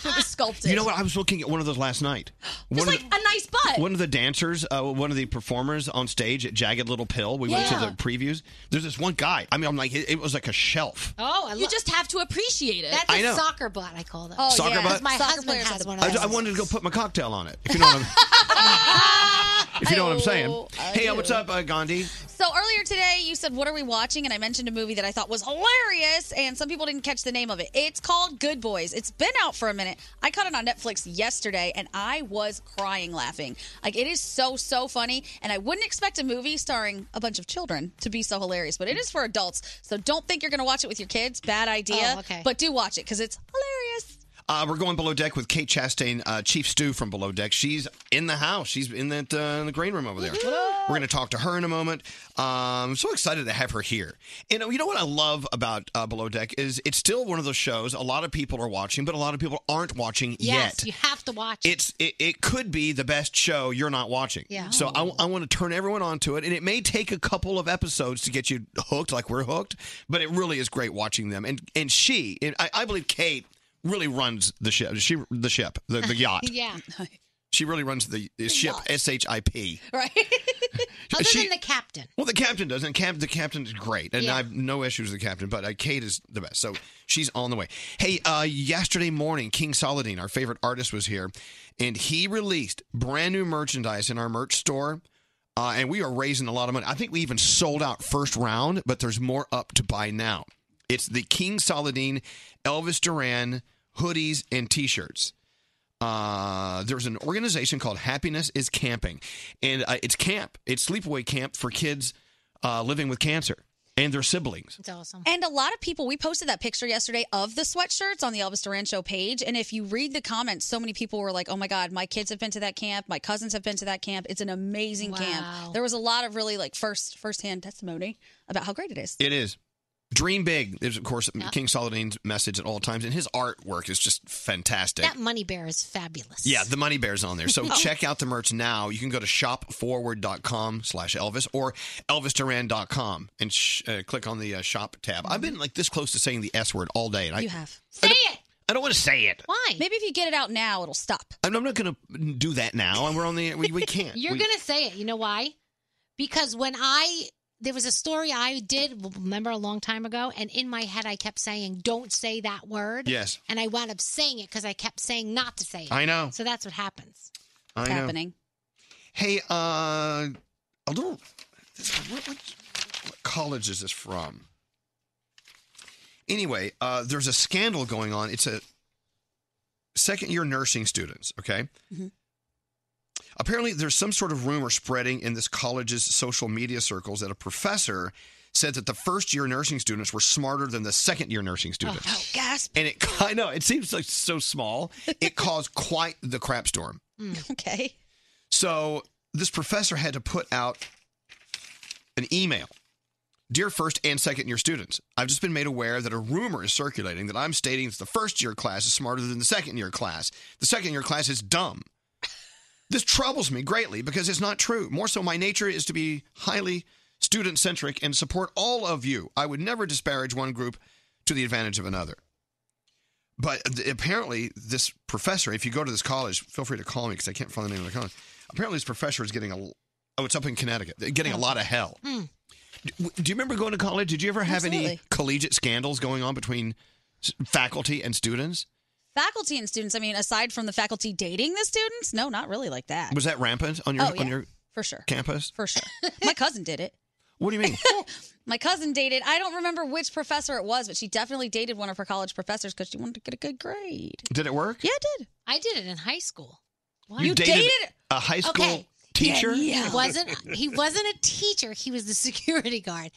Speaker 11: it was sculpted.
Speaker 2: You know what? I was looking at one of those last night.
Speaker 11: Just
Speaker 2: One of
Speaker 11: like a nice butt.
Speaker 2: One of the dancers, uh, one of the performers on stage at Jagged Little Pill, we went to
Speaker 11: Yeah.
Speaker 2: the previews. There's this one guy. I mean, I'm like, it, it was like a shelf.
Speaker 9: Oh, I
Speaker 11: you just have to appreciate it.
Speaker 9: That's
Speaker 2: I know.
Speaker 9: a soccer butt, I call them.
Speaker 2: Oh, Soccer yeah. butt?
Speaker 9: My
Speaker 11: Soccer
Speaker 9: husband
Speaker 11: players
Speaker 9: has one of
Speaker 2: I,
Speaker 9: those.
Speaker 2: I wanted to go put my cocktail on it. If you know what I'm, if you know what I'm saying. Hey, uh, what's up, uh, Gandhi?
Speaker 7: So earlier today, you said, "What are we watching?" and I mentioned a movie that I thought was hilarious, and some people didn't catch the name of it. It's called Good Boys. It's been out for a minute. I caught it on Netflix yesterday, and I was crying laughing. Like it is so so funny, and I wouldn't expect a movie starring a bunch of children to be so hilarious, but it is for adults. So don't think you're going to watch it with your kids. Bad idea.
Speaker 9: Oh, okay.
Speaker 7: But do watch it because it's hilarious.
Speaker 2: Uh, we're going below deck with Kate Chastain, uh, Chief Stew from Below Deck. She's in the house. She's in that uh, in the green room over there. We're going to talk to her in a moment. Um, I'm so excited to have her here. And uh, you know what I love about uh, Below Deck is it's still one of those shows a lot of people are watching, but a lot of people aren't watching
Speaker 9: yes,
Speaker 2: yet.
Speaker 9: you have to watch.
Speaker 2: It's it, it could be the best show you're not watching.
Speaker 9: Yeah.
Speaker 2: So I, I want to turn everyone on to it, and it may take a couple of episodes to get you hooked, like we're hooked. But it really is great watching them, and and she, and I, I believe Kate really runs the ship. She the ship, the, the yacht.
Speaker 9: yeah.
Speaker 2: She really runs the, the ship. S H I P.
Speaker 9: Right. Other
Speaker 2: She-
Speaker 9: than the captain.
Speaker 2: Well, the captain does, and cap, the captain is great, and
Speaker 9: Yeah.
Speaker 2: I have no issues with the captain. But uh, Kate is the best, so she's on the way. Hey, uh, yesterday morning, King Saladin, our favorite artist, was here, and he released brand new merchandise in our merch store, uh, and we are raising a lot of money. I think we even sold out first round, but there's more up to buy now. It's the King Saladin Elvis Duran hoodies, and T-shirts. Uh, there's an organization called Happiness is Camping, and uh, it's camp, it's sleepaway camp for kids uh, living with cancer and their siblings.
Speaker 9: It's awesome.
Speaker 7: And a lot of people, we posted that picture yesterday of the sweatshirts on the Elvis Duran Show page. And if you read the comments, so many people were like, oh my God, my kids have been to that camp. My cousins have been to that camp. It's an amazing
Speaker 9: Wow.
Speaker 7: camp. There was a lot of really like first firsthand testimony about how great it is.
Speaker 2: It is. Dream big. There's of course
Speaker 9: Yeah.
Speaker 2: King Saladin's message at all times, and his artwork is just fantastic.
Speaker 9: That money bear is fabulous.
Speaker 2: Yeah, the money bear's on there. So
Speaker 9: Oh.
Speaker 2: check out the merch now. You can go to shopforward.com slash Elvis or elvisduran.com and sh- uh, click on the uh, shop tab. I've been like this close to saying the S word all day. And I,
Speaker 7: you have.
Speaker 2: Say it. I don't want to say it.
Speaker 9: Why?
Speaker 7: Maybe if you get it out now, it'll stop.
Speaker 2: I'm, I'm not going to do that now. And we're on the, we, we can't.
Speaker 9: You're
Speaker 2: We-
Speaker 9: gonna say it. You know why? Because when I there was a story I did remember a long time ago, and in my head I kept saying, "Don't say that word."
Speaker 2: Yes.
Speaker 9: And I wound up saying it because I kept saying not to say it.
Speaker 2: I know.
Speaker 9: So that's what happens.
Speaker 2: I know. Hey, uh, a little, this- what, what, what college is this from? Anyway, uh, there's a scandal going on. It's a second year nursing students, okay?
Speaker 9: Mm-hmm.
Speaker 2: Apparently, there's some sort of rumor spreading in this college's social media circles that a professor said that the first year nursing students were smarter than the second year nursing students.
Speaker 7: Oh, gasp.
Speaker 2: And it, I know, it seems like so small. It caused quite the crap storm.
Speaker 9: Mm.
Speaker 7: Okay.
Speaker 2: So this professor had to put out an email. Dear first and second year students, I've just been made aware that a rumor is circulating that I'm stating that the first year class is smarter than the second year class. The second year class is dumb. This troubles me greatly because it's not true. More so, my nature is to be highly student centric and support all of you. I would never disparage one group to the advantage of another. But th- apparently, this professor, if you go to this college, feel free to call me because I can't find the name of the college. Apparently, this professor is getting a. l- Oh, it's up in Connecticut. They're Getting a lot of hell.
Speaker 9: Mm.
Speaker 2: D- w- Do you remember going to college? Did you ever have any
Speaker 7: Absolutely.
Speaker 2: collegiate scandals going on between s- faculty and students?
Speaker 7: Faculty and students, I mean, aside from the faculty dating the students, no, not really like that.
Speaker 2: Was that rampant on your
Speaker 7: Uh, Oh, yeah.
Speaker 2: on your
Speaker 7: For sure.
Speaker 2: campus?
Speaker 7: For sure. My cousin did it.
Speaker 2: What do you mean?
Speaker 7: My cousin dated, I don't remember which professor it was, but she definitely dated one of her college professors because she wanted to get a good grade.
Speaker 2: Did it work?
Speaker 7: Yeah, it did.
Speaker 9: I did it in high school.
Speaker 2: You, dated,
Speaker 7: dated-
Speaker 2: a high school
Speaker 9: Okay.
Speaker 2: teacher?
Speaker 9: He wasn't he wasn't a teacher. He was the security guard.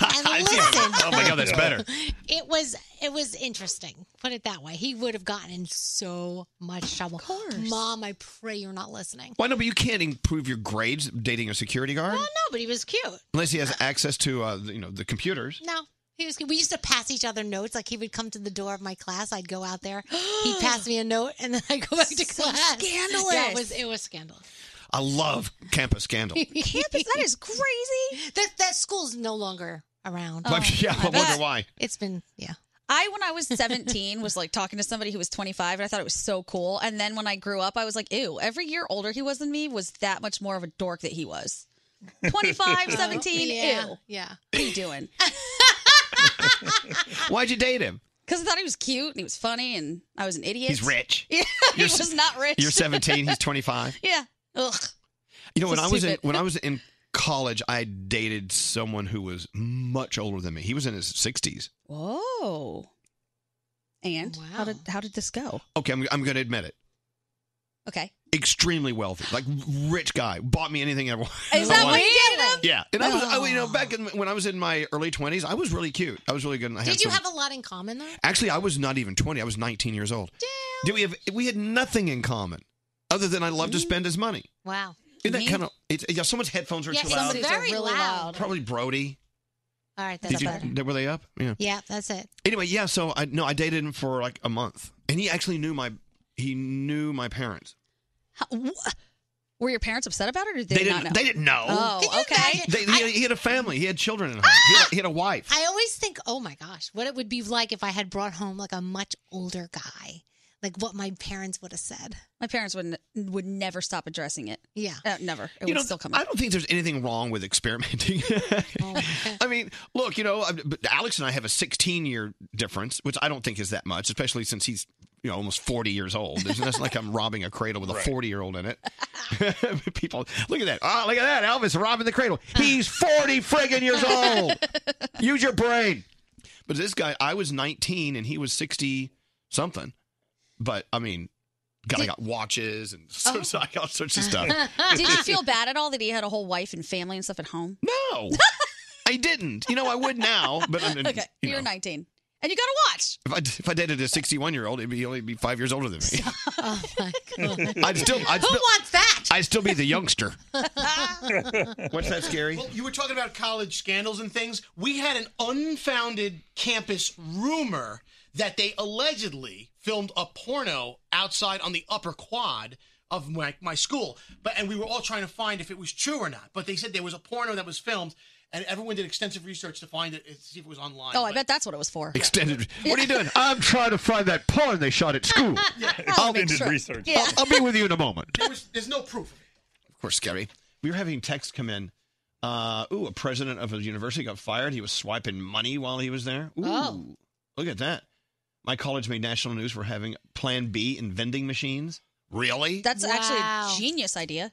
Speaker 9: And
Speaker 2: I see.
Speaker 9: listen,
Speaker 2: Oh my God, that's better.
Speaker 9: It was it was interesting. Put it that way. He would have gotten in so much trouble. Mom, I pray you're not listening.
Speaker 2: Why no? But you can't improve your grades dating a security guard
Speaker 9: Well, no, but he was cute.
Speaker 2: unless he has access to uh, you know the computers.
Speaker 9: No. He was, we used to pass each other notes. Like he would come to the door of my class. I'd go out there. He'd pass me a note, and then I would go back to class.
Speaker 7: scandalous.
Speaker 9: Yeah, it was it was scandalous.
Speaker 2: I love campus scandal.
Speaker 9: Campus
Speaker 7: that is crazy. Oh,
Speaker 9: That that school's no longer around.
Speaker 2: yeah, I, wonder
Speaker 7: bet.
Speaker 2: why.
Speaker 9: It's been yeah.
Speaker 7: Um, I, when I was 17, was like talking to somebody who was 25, and I thought it was so cool. And then when I grew up, I was like, ew, every year older he was than me was that much more of a dork that he was. 25,
Speaker 9: Oh,
Speaker 7: 17,
Speaker 9: yeah,
Speaker 7: ew. What
Speaker 9: Yeah.
Speaker 7: are you doing?
Speaker 2: Why'd you date him?
Speaker 7: Because I thought he was cute and he was funny and I was an idiot.
Speaker 2: He's rich.
Speaker 7: Yeah, he
Speaker 2: You're s-
Speaker 7: was not rich.
Speaker 2: You're 17. He's 25.
Speaker 7: Yeah. Ugh.
Speaker 2: You know, when
Speaker 7: So
Speaker 2: I was in,
Speaker 7: stupid.
Speaker 2: when I was in college, I dated someone who was much older than me. He was in his 60s.
Speaker 7: Whoa. And how did how did this go?
Speaker 2: Okay, I'm, I'm going to admit it.
Speaker 7: Okay.
Speaker 2: Extremely wealthy, like rich guy. Bought me anything I wa- I wanted.
Speaker 7: Is that what you did?
Speaker 2: Yeah, and I was, I, you know, back in, when I was in my early 20s, I was really cute. I was really good. And I had
Speaker 9: Did you
Speaker 2: some-
Speaker 9: have a lot in common though?
Speaker 2: Actually, I was not even 20. I was 19 years old. Damn. Did we have we had nothing in common other than I love
Speaker 9: Mm-hmm.
Speaker 2: to spend his money.
Speaker 9: Wow.
Speaker 2: Isn't that kind of it's yeah, someone's headphones are
Speaker 9: Mm-hmm. Yeah,
Speaker 2: too
Speaker 9: it's
Speaker 2: loud.
Speaker 9: very Those are really loud. loud.
Speaker 2: Probably Brody.
Speaker 9: All right, that's
Speaker 2: Did you-
Speaker 9: better.
Speaker 2: they- were they up? Yeah.
Speaker 9: Yeah, that's it.
Speaker 2: Anyway, yeah, so I no, I dated him for like a month. And he actually knew my he knew my parents.
Speaker 7: How, wh- were your parents upset about it or did
Speaker 2: They,
Speaker 7: they,
Speaker 2: didn't
Speaker 7: not know?
Speaker 2: they didn't know.
Speaker 7: Oh, okay.
Speaker 2: They, he, had, he had a family. He had children at home. He had, a- he had a wife.
Speaker 9: I always think, oh my gosh, what it would be like if I had brought home like a much older guy, like what my parents would have said.
Speaker 7: My parents would n- would never stop addressing it.
Speaker 9: Yeah.
Speaker 7: Uh, never. It
Speaker 2: You
Speaker 7: would
Speaker 2: know,
Speaker 7: still come
Speaker 2: I
Speaker 7: up. Oh.
Speaker 2: don't think there's anything wrong with experimenting. I mean, look, you know, I- but Alex and I have a 16 year difference, which I don't think is that much, especially since he's you know almost 40 years old. It's not like I'm robbing a cradle with a 40 year old in it. People, look at that! Oh, look at that! Elvis robbing the cradle. He's 40 friggin' years old. Use your brain. But this guy, I was 19 and he was 60 something. But I mean, God, I got watches and so, so I got all sorts of stuff.
Speaker 7: Oh. Did you feel bad at all that he had a whole wife and family and stuff at home?
Speaker 2: No, I didn't. You know, I would now, but I mean,
Speaker 7: okay,
Speaker 2: you
Speaker 7: you're
Speaker 2: know,
Speaker 7: 19, and you got a watch.
Speaker 2: if I if I dated a 61 year old, it'd be only be five years older than me.
Speaker 9: Oh my god.
Speaker 2: I'd still, I'd
Speaker 9: Who
Speaker 2: still,
Speaker 9: wants that?
Speaker 2: I'd still be the youngster. What's that scary?
Speaker 13: Well, you were talking about college scandals and things. We had an unfounded campus rumor that they allegedly filmed a porno outside on the upper quad of my, my school. But and we were all trying to find if it was true or not. But they said there was a porno that was filmed, and everyone did extensive research to find it to see if it was online.
Speaker 7: Oh, I bet that's what it was for.
Speaker 2: Extended.
Speaker 7: What are you doing?
Speaker 23: I'm trying to find that porn they shot at school.
Speaker 7: I'll make Extended sure. research. Yeah.
Speaker 23: I'll, I'll be with you in a moment.
Speaker 13: There was, there's no proof.
Speaker 2: Of course, scary. We were having texts come in. Uh, ooh, a president of a university got fired. He was swiping money while he was there. Ooh,
Speaker 9: Oh.
Speaker 2: look at that. My college made national news for having Plan B in vending machines. Really?
Speaker 7: That's actually a genius idea.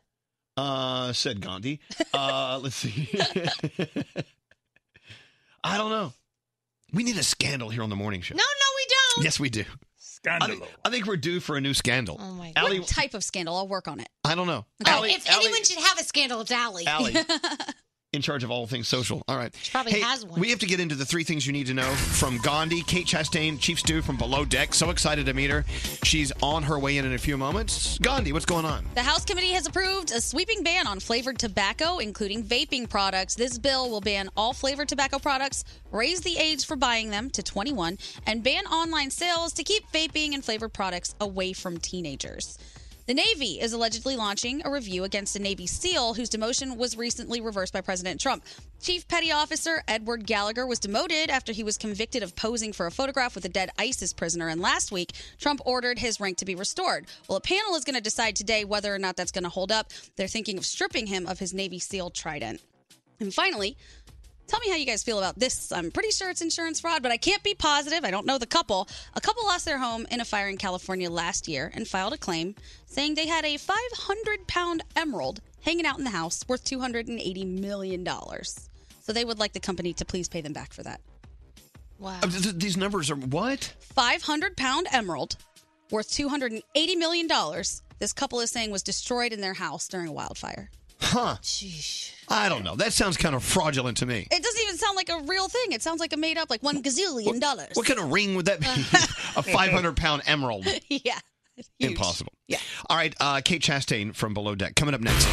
Speaker 2: Uh, said Gandhi. Uh, let's see. I don't know. We need a scandal here on the morning show.
Speaker 7: No, no, we don't.
Speaker 2: Yes, we do. Scandal. I, think- I think we're due for a new scandal.
Speaker 7: Oh my
Speaker 2: Allie,
Speaker 7: What type of scandal? I'll work on it.
Speaker 2: I don't know.
Speaker 9: Oh,
Speaker 2: Allie,
Speaker 9: if anyone should have a scandal, it's Allie.
Speaker 2: Allie. in charge of all things social. All right. She
Speaker 9: probably has one.
Speaker 2: We have to get into the three things you need to know from Gandhi, Kate Chastain, Chief Stew from Below Deck. So excited to meet her. She's on her way in in a few moments. Gandhi, what's going on?
Speaker 7: The House committee has approved a sweeping ban on flavored tobacco, including vaping products. This bill will ban all flavored tobacco products, raise the age for buying them to 21, and ban online sales to keep vaping and flavored products away from teenagers. The Navy is allegedly launching a review against a Navy SEAL whose demotion was recently reversed by President Trump. Chief Petty Officer Edward Gallagher was demoted after he was convicted of posing for a photograph with a dead ISIS prisoner, and last week, Trump ordered his rank to be restored. Well, a panel is going to decide today whether or not that's going to hold up. They're thinking of stripping him of his Navy SEAL trident. And finally, Tell me how you guys feel about this. I'm pretty sure it's insurance fraud, but I can't be positive. I don't know the couple. A couple lost their home in a fire in California last year and filed a claim saying they had a 500 pound emerald hanging out in the house worth $280 million. So they would like the company to please pay them back for that.
Speaker 9: Wow.
Speaker 2: Uh, th- th- these numbers are what?
Speaker 7: 500 pound emerald worth $280 million. This couple is saying was destroyed in their house during a wildfire.
Speaker 2: Huh. I don't know. That sounds kind of fraudulent to me.
Speaker 7: It doesn't even sound like a real thing. It sounds like a made up, like one gazillion dollars.
Speaker 2: What kind of ring would that be? a 500 pound emerald.
Speaker 7: yeah.
Speaker 2: Impossible. Yeah. All right. Uh, Kate Chastain from Below Deck coming up next.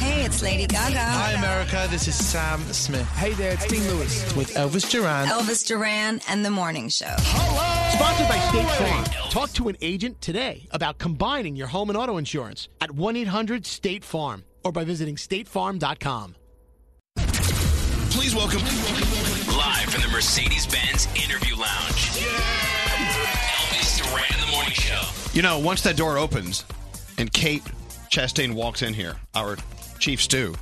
Speaker 8: Hey, it's Lady Gaga.
Speaker 15: Hi, America. This is Sam Smith. Hey there, it's Dean Lewis with Elvis Duran.
Speaker 8: Elvis Duran and the Morning Show.
Speaker 15: Sponsored by State Farm. Talk to an agent today about combining your home and auto insurance at 1 800 State Farm or by visiting statefarm.com.
Speaker 2: Please welcome.
Speaker 6: Live from the Mercedes Benz Interview Lounge. Elvis Duran in the Morning Show.
Speaker 2: You know, once that door opens and Kate Chastain walks in here, our chief stew,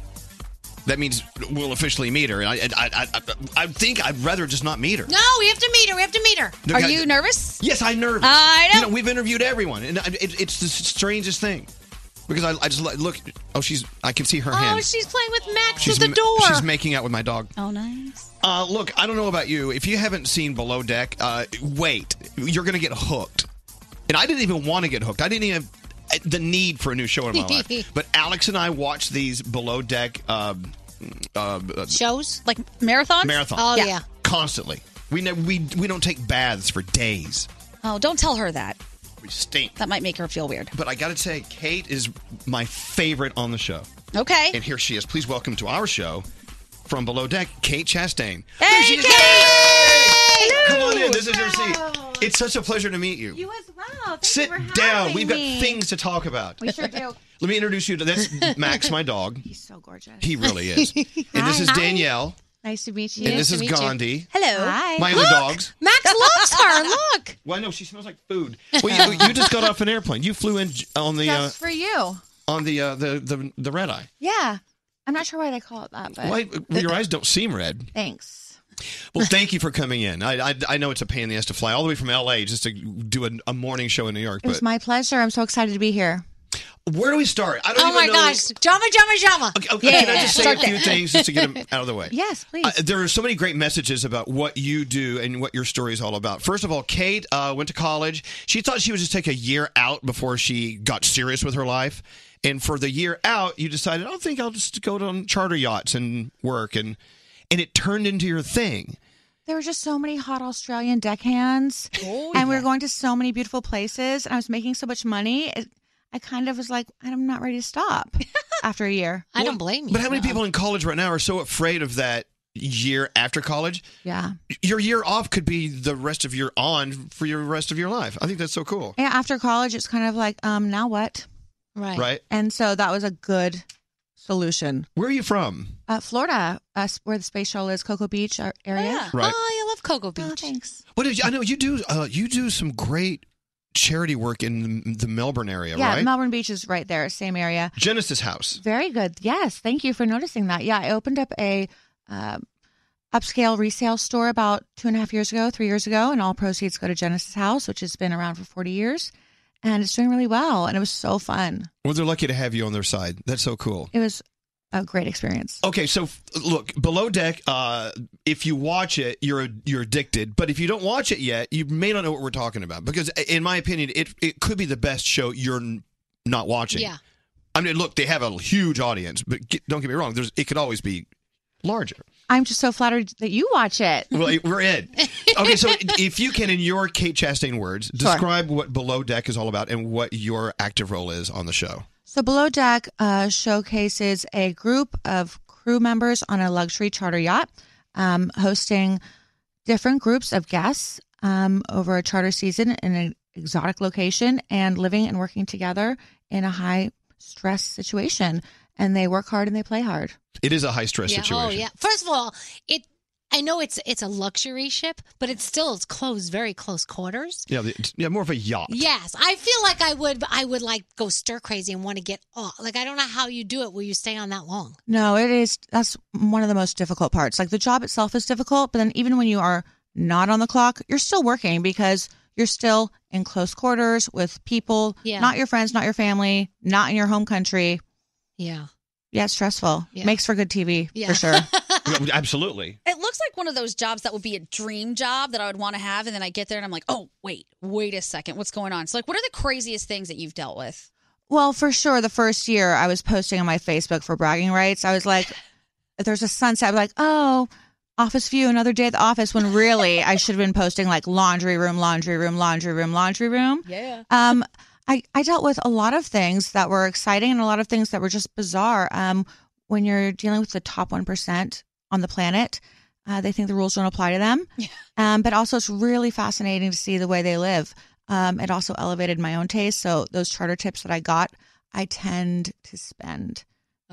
Speaker 2: that means we'll officially meet her. And I, I, I, I, I think I'd rather just not meet her.
Speaker 9: No, we have to meet her. We have to meet her.
Speaker 2: Are you
Speaker 7: nervous?
Speaker 2: Yes, I'm nervous.
Speaker 9: I know.
Speaker 2: You know, we've interviewed everyone, and I- it, it's the strangest thing because I, I just like, look. Oh, she's. I can see her
Speaker 9: Oh,
Speaker 2: hand.
Speaker 9: she's playing with Max
Speaker 2: she's
Speaker 9: at the
Speaker 2: ma-
Speaker 9: door.
Speaker 2: She's making out with my dog.
Speaker 7: Oh, nice.
Speaker 2: Uh, look, I don't know about you. If you haven't seen Below Deck, uh, wait. You're going to get hooked. And I didn't even want to get hooked. I didn't even have the need for a new show in my life. But Alex and I watched these Below Deck uh, uh,
Speaker 9: shows
Speaker 7: like marathons.
Speaker 2: marathon.
Speaker 9: Oh yeah.
Speaker 2: Constantly. We, ne- we, we don't take baths for days.
Speaker 7: Oh, don't tell her that.
Speaker 2: We stink.
Speaker 7: That might make her feel weird.
Speaker 2: But I got to say, Kate is my favorite on the show.
Speaker 7: Okay.
Speaker 2: And here she is. Please welcome to our show from Below Deck, Kate Chastain.
Speaker 17: Hey,
Speaker 2: she is.
Speaker 17: Kate!
Speaker 2: Yay!
Speaker 17: Hello.
Speaker 2: Come on in. This is your seat. It's such a pleasure to meet you.
Speaker 17: You as well. Thank
Speaker 2: Sit
Speaker 17: you for
Speaker 2: down.
Speaker 17: having
Speaker 2: We've got
Speaker 17: me.
Speaker 2: things to talk about.
Speaker 17: We sure do.
Speaker 2: Let me introduce you to that's Max, my dog.
Speaker 17: He's so gorgeous.
Speaker 2: He really is. and this is
Speaker 17: Hi.
Speaker 2: Danielle.
Speaker 17: Nice to meet you.
Speaker 2: And this is Gandhi.
Speaker 17: Hi.
Speaker 2: My other dogs.
Speaker 17: Max loves her. Look.
Speaker 2: Well, I know she smells like food. Well, you, you just got off an airplane. You flew in j- on the uh,
Speaker 17: Just for you.
Speaker 2: on the, uh, the the the red eye.
Speaker 17: Yeah. I'm not sure why they call it that, but
Speaker 2: Why? Well, your eyes don't seem red.
Speaker 17: thanks.
Speaker 2: Well, thank you for coming in. I, I I know it's a pain in the ass to fly all the way from L.A. just to do a, a morning show in New York,
Speaker 17: It was
Speaker 2: but
Speaker 17: my pleasure. I'm so excited to be here.
Speaker 2: Where do we start? I don't
Speaker 9: Oh
Speaker 2: even
Speaker 9: my
Speaker 2: know.
Speaker 9: gosh, drama, drama, drama.
Speaker 2: Okay, Okay,
Speaker 17: Oh,
Speaker 2: can I just say a few things just to get them out of the way?
Speaker 9: Yes, please.
Speaker 2: Uh, there are so many great messages about what you do and what your story is all about. First of all, Kate uh, went to college. She thought she would just take a year out before she got serious with her life. And for the year out, you decided, I don't think I'll just go on charter yachts and work. And, and it turned into your thing.
Speaker 24: There were just so many hot Australian deckhands,
Speaker 9: Oh,
Speaker 24: and we were going to so many beautiful places, and I was making so much money. It, I kind of was like, I'm not ready to stop after a year.
Speaker 9: I don't blame you.
Speaker 2: But how many people in college right now are so afraid of that year after college?
Speaker 24: Yeah.
Speaker 2: Your year off could be the rest of your on for your rest of your life. I think that's so cool.
Speaker 24: Yeah, after college, it's kind of like, um, now what?
Speaker 9: Right.
Speaker 2: Right.
Speaker 24: And so that was a good solution.
Speaker 2: Where are you from?
Speaker 24: Uh, Florida, uh, where the space shuttle is, Cocoa Beach ar- area. Oh,
Speaker 2: yeah. Right.
Speaker 9: I love Cocoa Beach.
Speaker 24: thanks.
Speaker 2: What did you, I know you do? Uh, you do some great charity work in the, the Melbourne area,
Speaker 24: yeah,
Speaker 2: right?
Speaker 24: Melbourne Beach is right there, same area.
Speaker 2: Genesis House.
Speaker 24: Very good. Yes, thank you for noticing that. Yeah, I opened up a uh, upscale resale store about two and a half years ago, three years ago, and all proceeds go to Genesis House, which has been around for forty years, and it's doing really well. And it was so fun.
Speaker 2: Well, they're lucky to have you on their side. That's so cool.
Speaker 24: It was a great experience.
Speaker 2: Okay, so f- look, Below Deck. Uh, if you watch it, you're you're addicted. But if you don't watch it yet, you may not know what we're talking about because, in my opinion, it it could be the best show you're n- not watching.
Speaker 9: Yeah.
Speaker 2: I mean, look, they have a huge audience, but get, don't get me wrong. There's it could always be larger.
Speaker 24: I'm just so flattered that you watch it.
Speaker 2: Well, we're in. Okay, so if you can, in your Kate Chastain words, describe what Below Deck is all about and what your active role is on the show.
Speaker 24: So Below Deck uh, showcases a group of crew members on a luxury charter yacht, um, hosting different groups of guests um, over a charter season in an exotic location and living and working together in a high stress situation. And they work hard and they play hard.
Speaker 2: It is a high stress
Speaker 9: yeah.
Speaker 2: situation.
Speaker 9: Oh yeah. First of all, it. I know it's it's a luxury ship, but it still is close, very close quarters.
Speaker 2: Yeah, the- yeah, more of a yacht.
Speaker 9: Yes, I feel like I would. I would like go stir crazy and want to get off. Like I don't know how you do it. Will you stay on that long?
Speaker 24: No, it is. That's one of the most difficult parts. Like the job itself is difficult, but then even when you are not on the clock, you're still working because you're still in close quarters with people,
Speaker 9: Yeah.
Speaker 24: not your friends, not your family, not in your home country.
Speaker 9: Yeah.
Speaker 24: Yeah, it's stressful.
Speaker 7: Yeah.
Speaker 24: Makes for good TV for sure.
Speaker 2: Yeah, Absolutely.
Speaker 7: It looks like one of those jobs that would be a dream job that I would want to have, and then I get there and I'm like, oh wait, wait a second, what's going on? So like, what are the craziest things that you've dealt with?
Speaker 24: Well, for sure, the first year I was posting on my Facebook for bragging rights. I was like, if there's a sunset, I'm like, oh, office view, another day at the office, when really I should have been posting like laundry room, laundry room, laundry room, laundry room.
Speaker 7: Yeah.
Speaker 9: Uh,
Speaker 24: Um, I, I dealt with a lot of things that were exciting and a lot of things that were just bizarre. Um, when you're dealing with the top 1% on the planet, uh, they think the rules don't apply to them. Um, but also, it's really fascinating to see the way they live. Um, it also elevated my own taste. So, those charter tips that I got, I tend to spend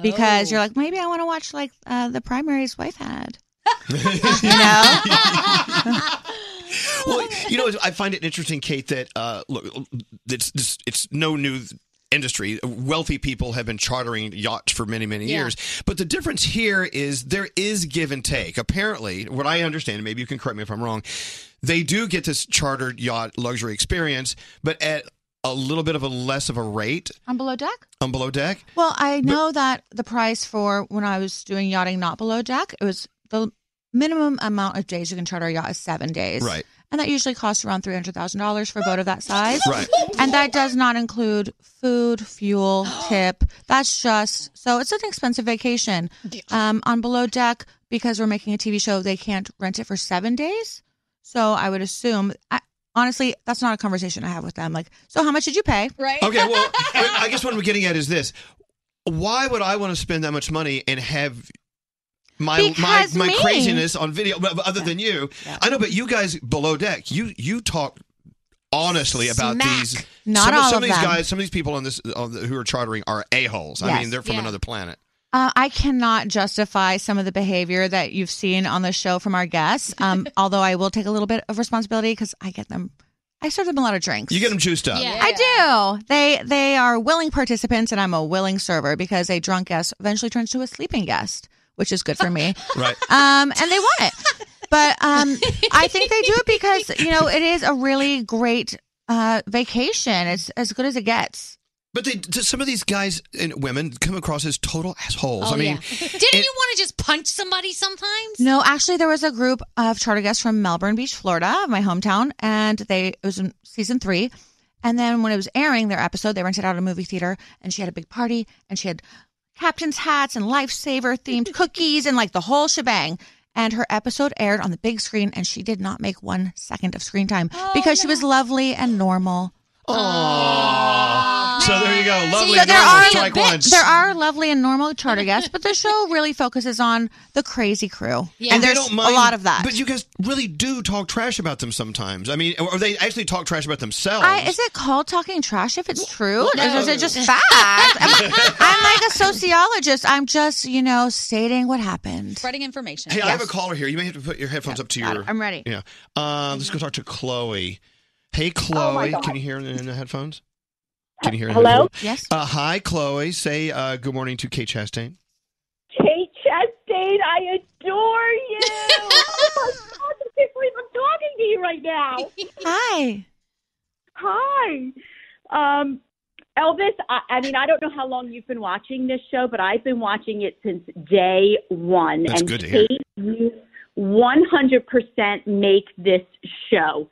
Speaker 24: because
Speaker 7: Oh.
Speaker 24: you're like, maybe I want to watch like uh, the primary's wife had. you know?
Speaker 2: well, you know, I find it interesting, Kate, that uh, look, it's it's, it's no new industry. Wealthy people have been chartering yachts for many, many
Speaker 20: Yeah.
Speaker 2: years. But the difference here is there is give and take. Apparently, what I understand, and maybe you can correct me if I'm wrong, they do get this chartered yacht luxury experience, but at a little bit of a less of a rate
Speaker 24: On below deck?
Speaker 2: on below deck.
Speaker 24: Well, I know that the price for when I was doing yachting not below deck, it was the minimum amount of days you can charter a yacht is seven days.
Speaker 2: Right.
Speaker 24: And that usually costs around three hundred thousand dollars for a boat of that size.
Speaker 2: Right.
Speaker 24: And that does not include food, fuel, tip. That's just so it's an expensive vacation. Um, on below deck, because we're making a TV show, they can't rent it for seven days. So I would assume. I, honestly, that's not a conversation I have with them. Like, so how much did you pay?
Speaker 7: Right.
Speaker 2: Okay, well, I I guess what I'm getting at is this: Why would I want to spend that much money and have my my,
Speaker 24: Because
Speaker 2: my
Speaker 24: me.
Speaker 2: craziness on video? but- but Other than you, I know, but you guys below deck, you you talk honestly about
Speaker 24: Smack.
Speaker 2: these.
Speaker 24: Not
Speaker 2: some,
Speaker 24: all
Speaker 2: some
Speaker 24: of
Speaker 2: these
Speaker 24: them.
Speaker 2: guys, some of these people on this on the, who are chartering are a holes. I
Speaker 24: Yes.
Speaker 2: mean, they're from
Speaker 24: Yeah.
Speaker 2: another planet.
Speaker 24: Uh, I cannot justify some of the behavior that you've seen on the show from our guests. Um, although I will take a little bit of responsibility because I get them, I serve them a lot of drinks.
Speaker 2: You get them juiced up.
Speaker 24: I do. They they are willing participants, and I'm a willing server because a drunk guest eventually turns to a sleeping guest, which is good for me.
Speaker 2: Right.
Speaker 9: uh,
Speaker 24: Um, and they want it, but um, I think they do it because you know it is a really great uh vacation. It's as good as it gets.
Speaker 2: But they, t- some of these guys and women come across as total assholes.
Speaker 9: Oh,
Speaker 2: I mean,
Speaker 9: yeah. didn't
Speaker 2: it-
Speaker 9: you want to just punch somebody sometimes?
Speaker 24: No, actually, there was a group of charter guests from Melbourne Beach, Florida, my hometown, and they it was in season three. And then when it was airing their episode, they rented out a movie theater, and she had a big party, and she had captain's hats and lifesaver themed cookies and like the whole shebang. And her episode aired on the big screen, and she did not make one second of screen time because she was lovely and normal.
Speaker 2: Aw. So there you go. Lovely
Speaker 24: So
Speaker 2: and
Speaker 24: there
Speaker 2: normal,
Speaker 24: are
Speaker 2: strike one.
Speaker 24: there are lovely and normal charter guests, but the show really focuses on the crazy crew, and
Speaker 2: they
Speaker 24: there's
Speaker 2: don't mind-
Speaker 24: a lot of that.
Speaker 2: But you guys really do talk trash about them sometimes. I mean, or they actually talk trash about themselves.
Speaker 24: I, is it called talking trash if it's true? Or is
Speaker 2: no.
Speaker 24: it just fact? I'm, I'm like a sociologist. I'm just, you know, stating what happened.
Speaker 7: Spreading information.
Speaker 2: Hey, I have a caller here. You may have to put your headphones up to your.
Speaker 24: I'm ready.
Speaker 2: Yeah. Uh, let's go talk to Chloe. Hey,
Speaker 24: Oh, my
Speaker 2: Chloe.
Speaker 24: God.
Speaker 2: can you hear in in the headphones? Can you hear? in the
Speaker 20: Hello?
Speaker 2: headphones?
Speaker 20: Yes.
Speaker 2: Uh, hi, Chloe. Say uh, good morning to Kate Chastain.
Speaker 20: Kate Chastain, I adore you. oh my God, I can't believe I'm talking to you right now.
Speaker 24: Hi.
Speaker 20: Hi. Um, Elvis, I, I mean, I don't know how long you've been watching this show, but I've been watching it since day one.
Speaker 25: That's
Speaker 20: and
Speaker 25: good to hear.
Speaker 20: Kate, you 100% make this show.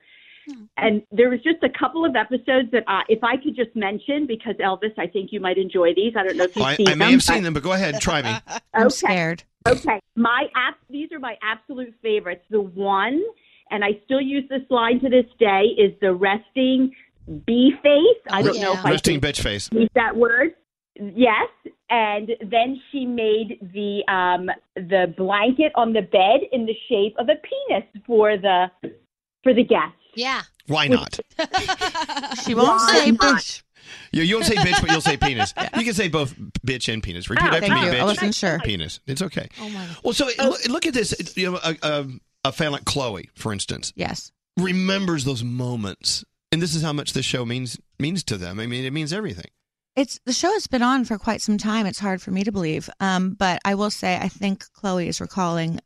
Speaker 20: And there was just a couple of episodes that I, if I could just mention, because Elvis, I think you might enjoy these. I don't know if you've
Speaker 2: I,
Speaker 20: seen
Speaker 2: I
Speaker 20: them.
Speaker 2: may have
Speaker 20: but-
Speaker 2: seen them, but go ahead, try me.
Speaker 24: I'm scared.
Speaker 20: Okay, my app. These are my absolute favorites. The one, and I still use this line to this day, is the resting bee face. I don't know if I
Speaker 2: Resting bitch face.
Speaker 20: use that word. Yes, and then she made the um, the blanket on the bed in the shape of a penis for the for the guest.
Speaker 9: Yeah.
Speaker 2: Why not?
Speaker 24: She won't say bitch.
Speaker 2: You, you won't say bitch, but you'll say penis. You can say both bitch and penis. Repeat
Speaker 24: Oh,
Speaker 2: after
Speaker 24: thank
Speaker 2: me,
Speaker 24: you.
Speaker 2: bitch.
Speaker 24: I wasn't sure.
Speaker 2: Penis. It's okay.
Speaker 24: Oh my God.
Speaker 2: Well, so it- look, look at this. You know, a, a, a fan like Chloe, for instance.
Speaker 24: Yes.
Speaker 2: Remembers those moments, and this is how much this show means means to them. I mean, it means everything.
Speaker 24: It's the show has been on for quite some time. It's hard for me to believe. Um, but I will say I think Chloe is recalling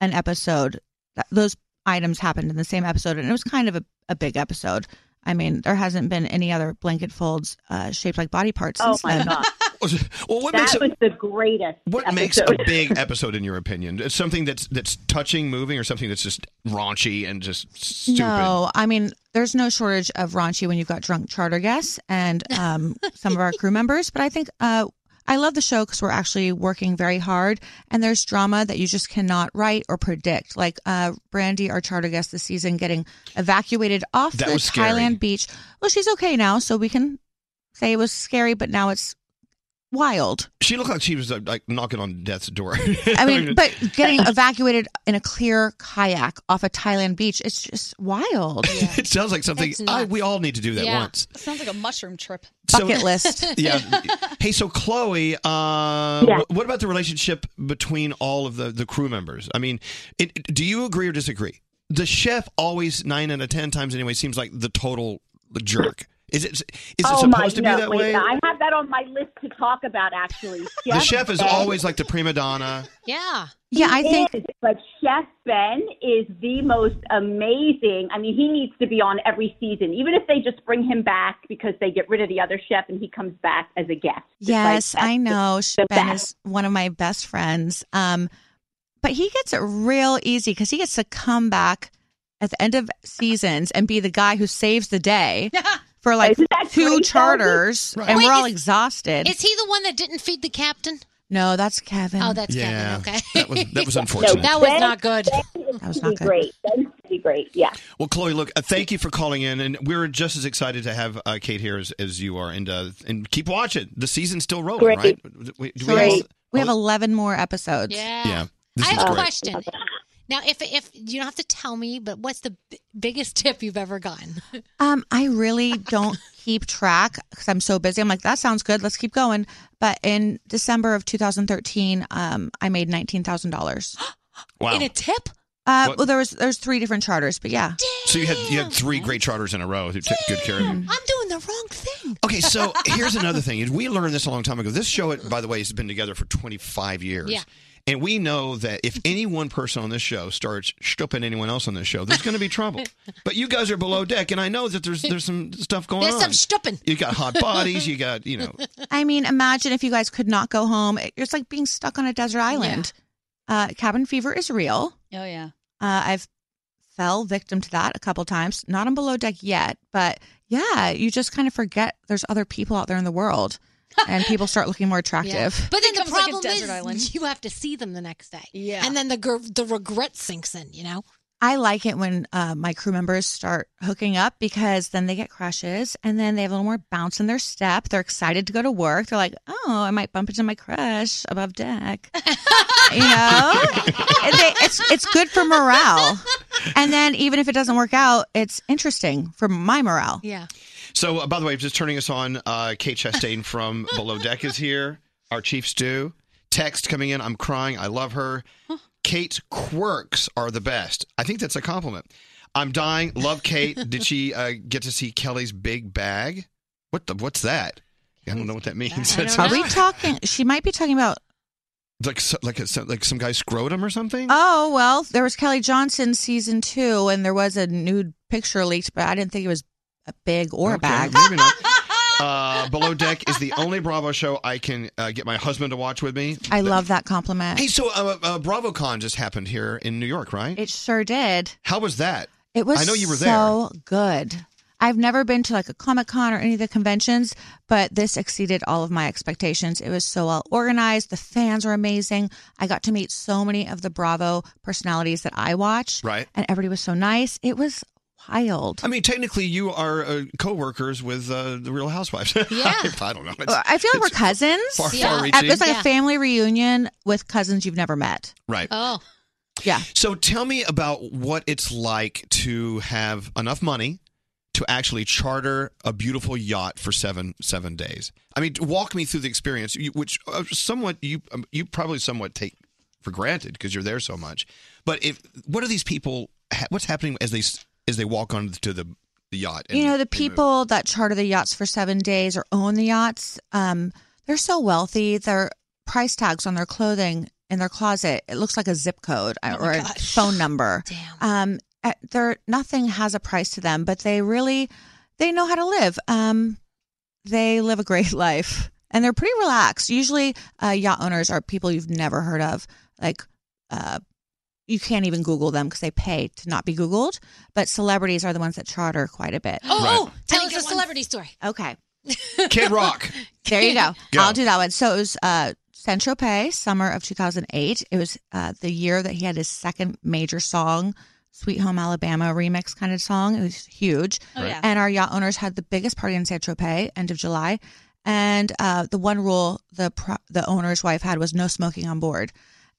Speaker 24: an episode. That, those items happened in the same episode, and it was kind of a, a big episode. I mean, there hasn't been any other blanket folds uh, shaped like body parts
Speaker 20: Oh
Speaker 24: since
Speaker 20: my
Speaker 24: then.
Speaker 20: god,
Speaker 2: well, what
Speaker 20: that
Speaker 2: makes a-
Speaker 20: was the greatest.
Speaker 2: What
Speaker 20: episode.
Speaker 2: makes a big episode, in your opinion? It's something that's that's touching, moving, or something that's just raunchy and just stupid.
Speaker 24: No, I mean, there's no shortage of raunchy when you've got drunk charter guests and um, some of our crew members. But I think uh, I love the show because we're actually working very hard, and there's drama that you just cannot write or predict. Like uh, Brandy, our charter guest this season, getting evacuated off
Speaker 26: That
Speaker 24: the
Speaker 26: was scary.
Speaker 24: Thailand beach. Well, she's okay now, so we can say it was scary, but now it's wild.
Speaker 2: She looked like she was uh, like knocking on death's door.
Speaker 24: I mean, but getting evacuated in a clear kayak off a Thailand beach, it's just wild.
Speaker 2: it sounds like something
Speaker 24: That's
Speaker 2: I,
Speaker 24: nuts.
Speaker 2: we all need to do that once.
Speaker 7: Sounds like a mushroom trip.
Speaker 2: So- yeah. Hey, so Chloe, uh, wh- what about the relationship between all of the, the crew members? I mean, it, it- do you agree or disagree? The chef always nine out of ten times anyway seems like the total jerk. Is it is it
Speaker 20: oh
Speaker 2: supposed
Speaker 20: my,
Speaker 2: to be
Speaker 20: no,
Speaker 2: that
Speaker 20: wait,
Speaker 2: way?
Speaker 20: I have that on my list to talk about actually.
Speaker 2: the chef is
Speaker 20: Ben-
Speaker 2: always like the prima donna.
Speaker 20: Yeah.
Speaker 24: Yeah, I think.
Speaker 20: but Chef Ben is the most amazing. I mean, he needs to be on every season, even if they just bring him back because they get rid of the other chef and he comes back as a guest. It's like,
Speaker 24: Yes, I know. Sh- Ben is one of my best friends. Um, but he gets it real easy because he gets to come back at the end of seasons and be the guy who saves the day for like
Speaker 20: Isn't that
Speaker 24: two
Speaker 20: great,
Speaker 24: charters,
Speaker 20: Elvis?
Speaker 24: and
Speaker 20: Right.
Speaker 24: we're all
Speaker 20: Wait, is-
Speaker 24: exhausted.
Speaker 9: Is he the one that didn't feed the captain?
Speaker 24: no, that's Kevin.
Speaker 9: Oh, that's Kevin. Okay.
Speaker 24: That
Speaker 9: that
Speaker 24: was
Speaker 9: was not good.
Speaker 24: That was not good.
Speaker 20: Great. Ben's pretty great. Yeah.
Speaker 2: Well, Chloe, look, uh, thank you for calling in, and we're just as excited to have uh, Kate here as, as you are, and uh, and keep watching. The season's still rolling,
Speaker 24: Great.
Speaker 2: right? Do we- do we have- oh.
Speaker 24: Great. We have 11 more episodes.
Speaker 2: yeah. This
Speaker 9: I
Speaker 2: is
Speaker 9: have a
Speaker 2: great.
Speaker 9: question. Now, if if you don't have to tell me, but what's the b- biggest tip you've ever gotten?
Speaker 24: Um, I really don't keep track because I'm so busy. I'm like, that sounds good. Let's keep going. But in December of 2013, um, I made nineteen thousand dollars.
Speaker 2: Wow. In a
Speaker 9: tip?
Speaker 24: Uh,
Speaker 2: What-
Speaker 24: well, there was there's three different charters, but yeah.
Speaker 2: So you had you had three great charters in a row who took good care of you.
Speaker 9: I'm doing the wrong thing.
Speaker 2: Okay, so here's another thing. We learned this a long time ago. This show, by the way, has been together for 25 years.
Speaker 9: Yeah.
Speaker 2: And we know that if any one person on this show starts stooping anyone else on this show, there's going to be trouble. but you guys are below deck, and I know that there's there's some stuff going
Speaker 9: There's
Speaker 2: on.
Speaker 9: some stooping.
Speaker 2: You got hot bodies. You got you know.
Speaker 24: I mean, imagine if you guys could not go home. It- It's like being stuck on a desert island. Uh, cabin fever is real.
Speaker 7: Oh yeah.
Speaker 24: Uh, I've fell victim to that a couple times. Not on below deck yet, but yeah, you just kind of forget there's other people out there in the world, and people start looking more attractive.
Speaker 9: But then the
Speaker 7: Becomes like a
Speaker 9: problem
Speaker 7: desert
Speaker 9: is
Speaker 7: island.
Speaker 9: you have to see them the next day. Yeah. And then the gr- the regret sinks in, you know?
Speaker 24: I like it when uh, my crew members start hooking up because then they get crushes and then they have a little more bounce in their step. They're excited to go to work. They're like, oh, I might bump into my crush above deck. you know? And they, it's, it's good for morale. And then even if it doesn't work out, it's interesting for my morale.
Speaker 9: Yeah.
Speaker 2: So uh, by the way, just turning us on. Uh, Kate Chastain from Below Deck is here. Our chief stew. Text coming in. I'm crying. I love her. Kate's quirks are the best. I think that's a compliment. I'm dying. Love Kate. Did she uh, get to see Kelly's big bag? What the? What's that? I don't know what that means. That's-
Speaker 24: Are we talking? She might be talking about
Speaker 2: like so- like a, so- like some guy's scrotum or something?
Speaker 24: Oh well, there was Kelly Johnson season two, and there was a nude picture leaked, but I didn't think it was a big or a bag.
Speaker 2: Maybe not. Uh, Below Deck is the only Bravo show I can uh, get my husband to watch with me.
Speaker 24: I love that compliment.
Speaker 2: Hey, so uh, uh, BravoCon just happened here in New York, right?
Speaker 24: It sure did.
Speaker 2: How was that?
Speaker 24: It was
Speaker 2: I know you were
Speaker 24: so good. I've never been to like a Comic Con or any of the conventions, but this exceeded all of my expectations. It was so well organized. The fans were amazing. I got to meet so many of the Bravo personalities that I watch.
Speaker 2: Right.
Speaker 24: And everybody was so nice. It was wild.
Speaker 2: there. I mean, technically, you are uh, co-workers with uh, the Real Housewives. Yeah. I don't know. It's-
Speaker 24: I feel like we're
Speaker 2: it's
Speaker 24: cousins.
Speaker 2: far-
Speaker 24: Uh,
Speaker 2: far-reaching.
Speaker 24: It's like
Speaker 2: Yeah.
Speaker 24: a family reunion with cousins you've never met.
Speaker 2: Right.
Speaker 9: Oh.
Speaker 24: Yeah.
Speaker 2: So tell me about what it's like to have enough money to actually charter a beautiful yacht for seven seven days. I mean, walk me through the experience, you- which uh, somewhat you um, you probably somewhat take for granted because you're there so much. But if what are these people? ha- What's happening as they s- as they walk onto the, the yacht? and-
Speaker 24: you know,
Speaker 2: and
Speaker 24: the
Speaker 2: move?
Speaker 24: people that charter the yachts for seven days or own the yachts, um, they're so wealthy. Their price tags on their clothing in their closet, it looks like a zip code
Speaker 2: Oh
Speaker 24: uh, or a phone number. Damn. Um, uh, they're, nothing has a price to them, but they really, they know how to live. Um, they live a great life and they're pretty relaxed. Usually, uh, yacht owners are people you've never heard of. Like, uh, you can't even Google them because they pay to not be Googled. But celebrities are the ones that charter quite a bit.
Speaker 9: Oh, oh tell us a celebrity story.
Speaker 24: Okay.
Speaker 2: Kid Rock.
Speaker 24: There you go.
Speaker 2: Go.
Speaker 24: I'll do that one. So it was uh, Saint Tropez, summer of 2008. It was uh, the year that he had his second major song, Sweet Home Alabama remix kind of song. It was huge.
Speaker 7: Oh, yeah.
Speaker 24: And our yacht owners had the biggest party in Saint Tropez, end of July. And uh, the one rule the pro- the owner's wife had was no smoking on board.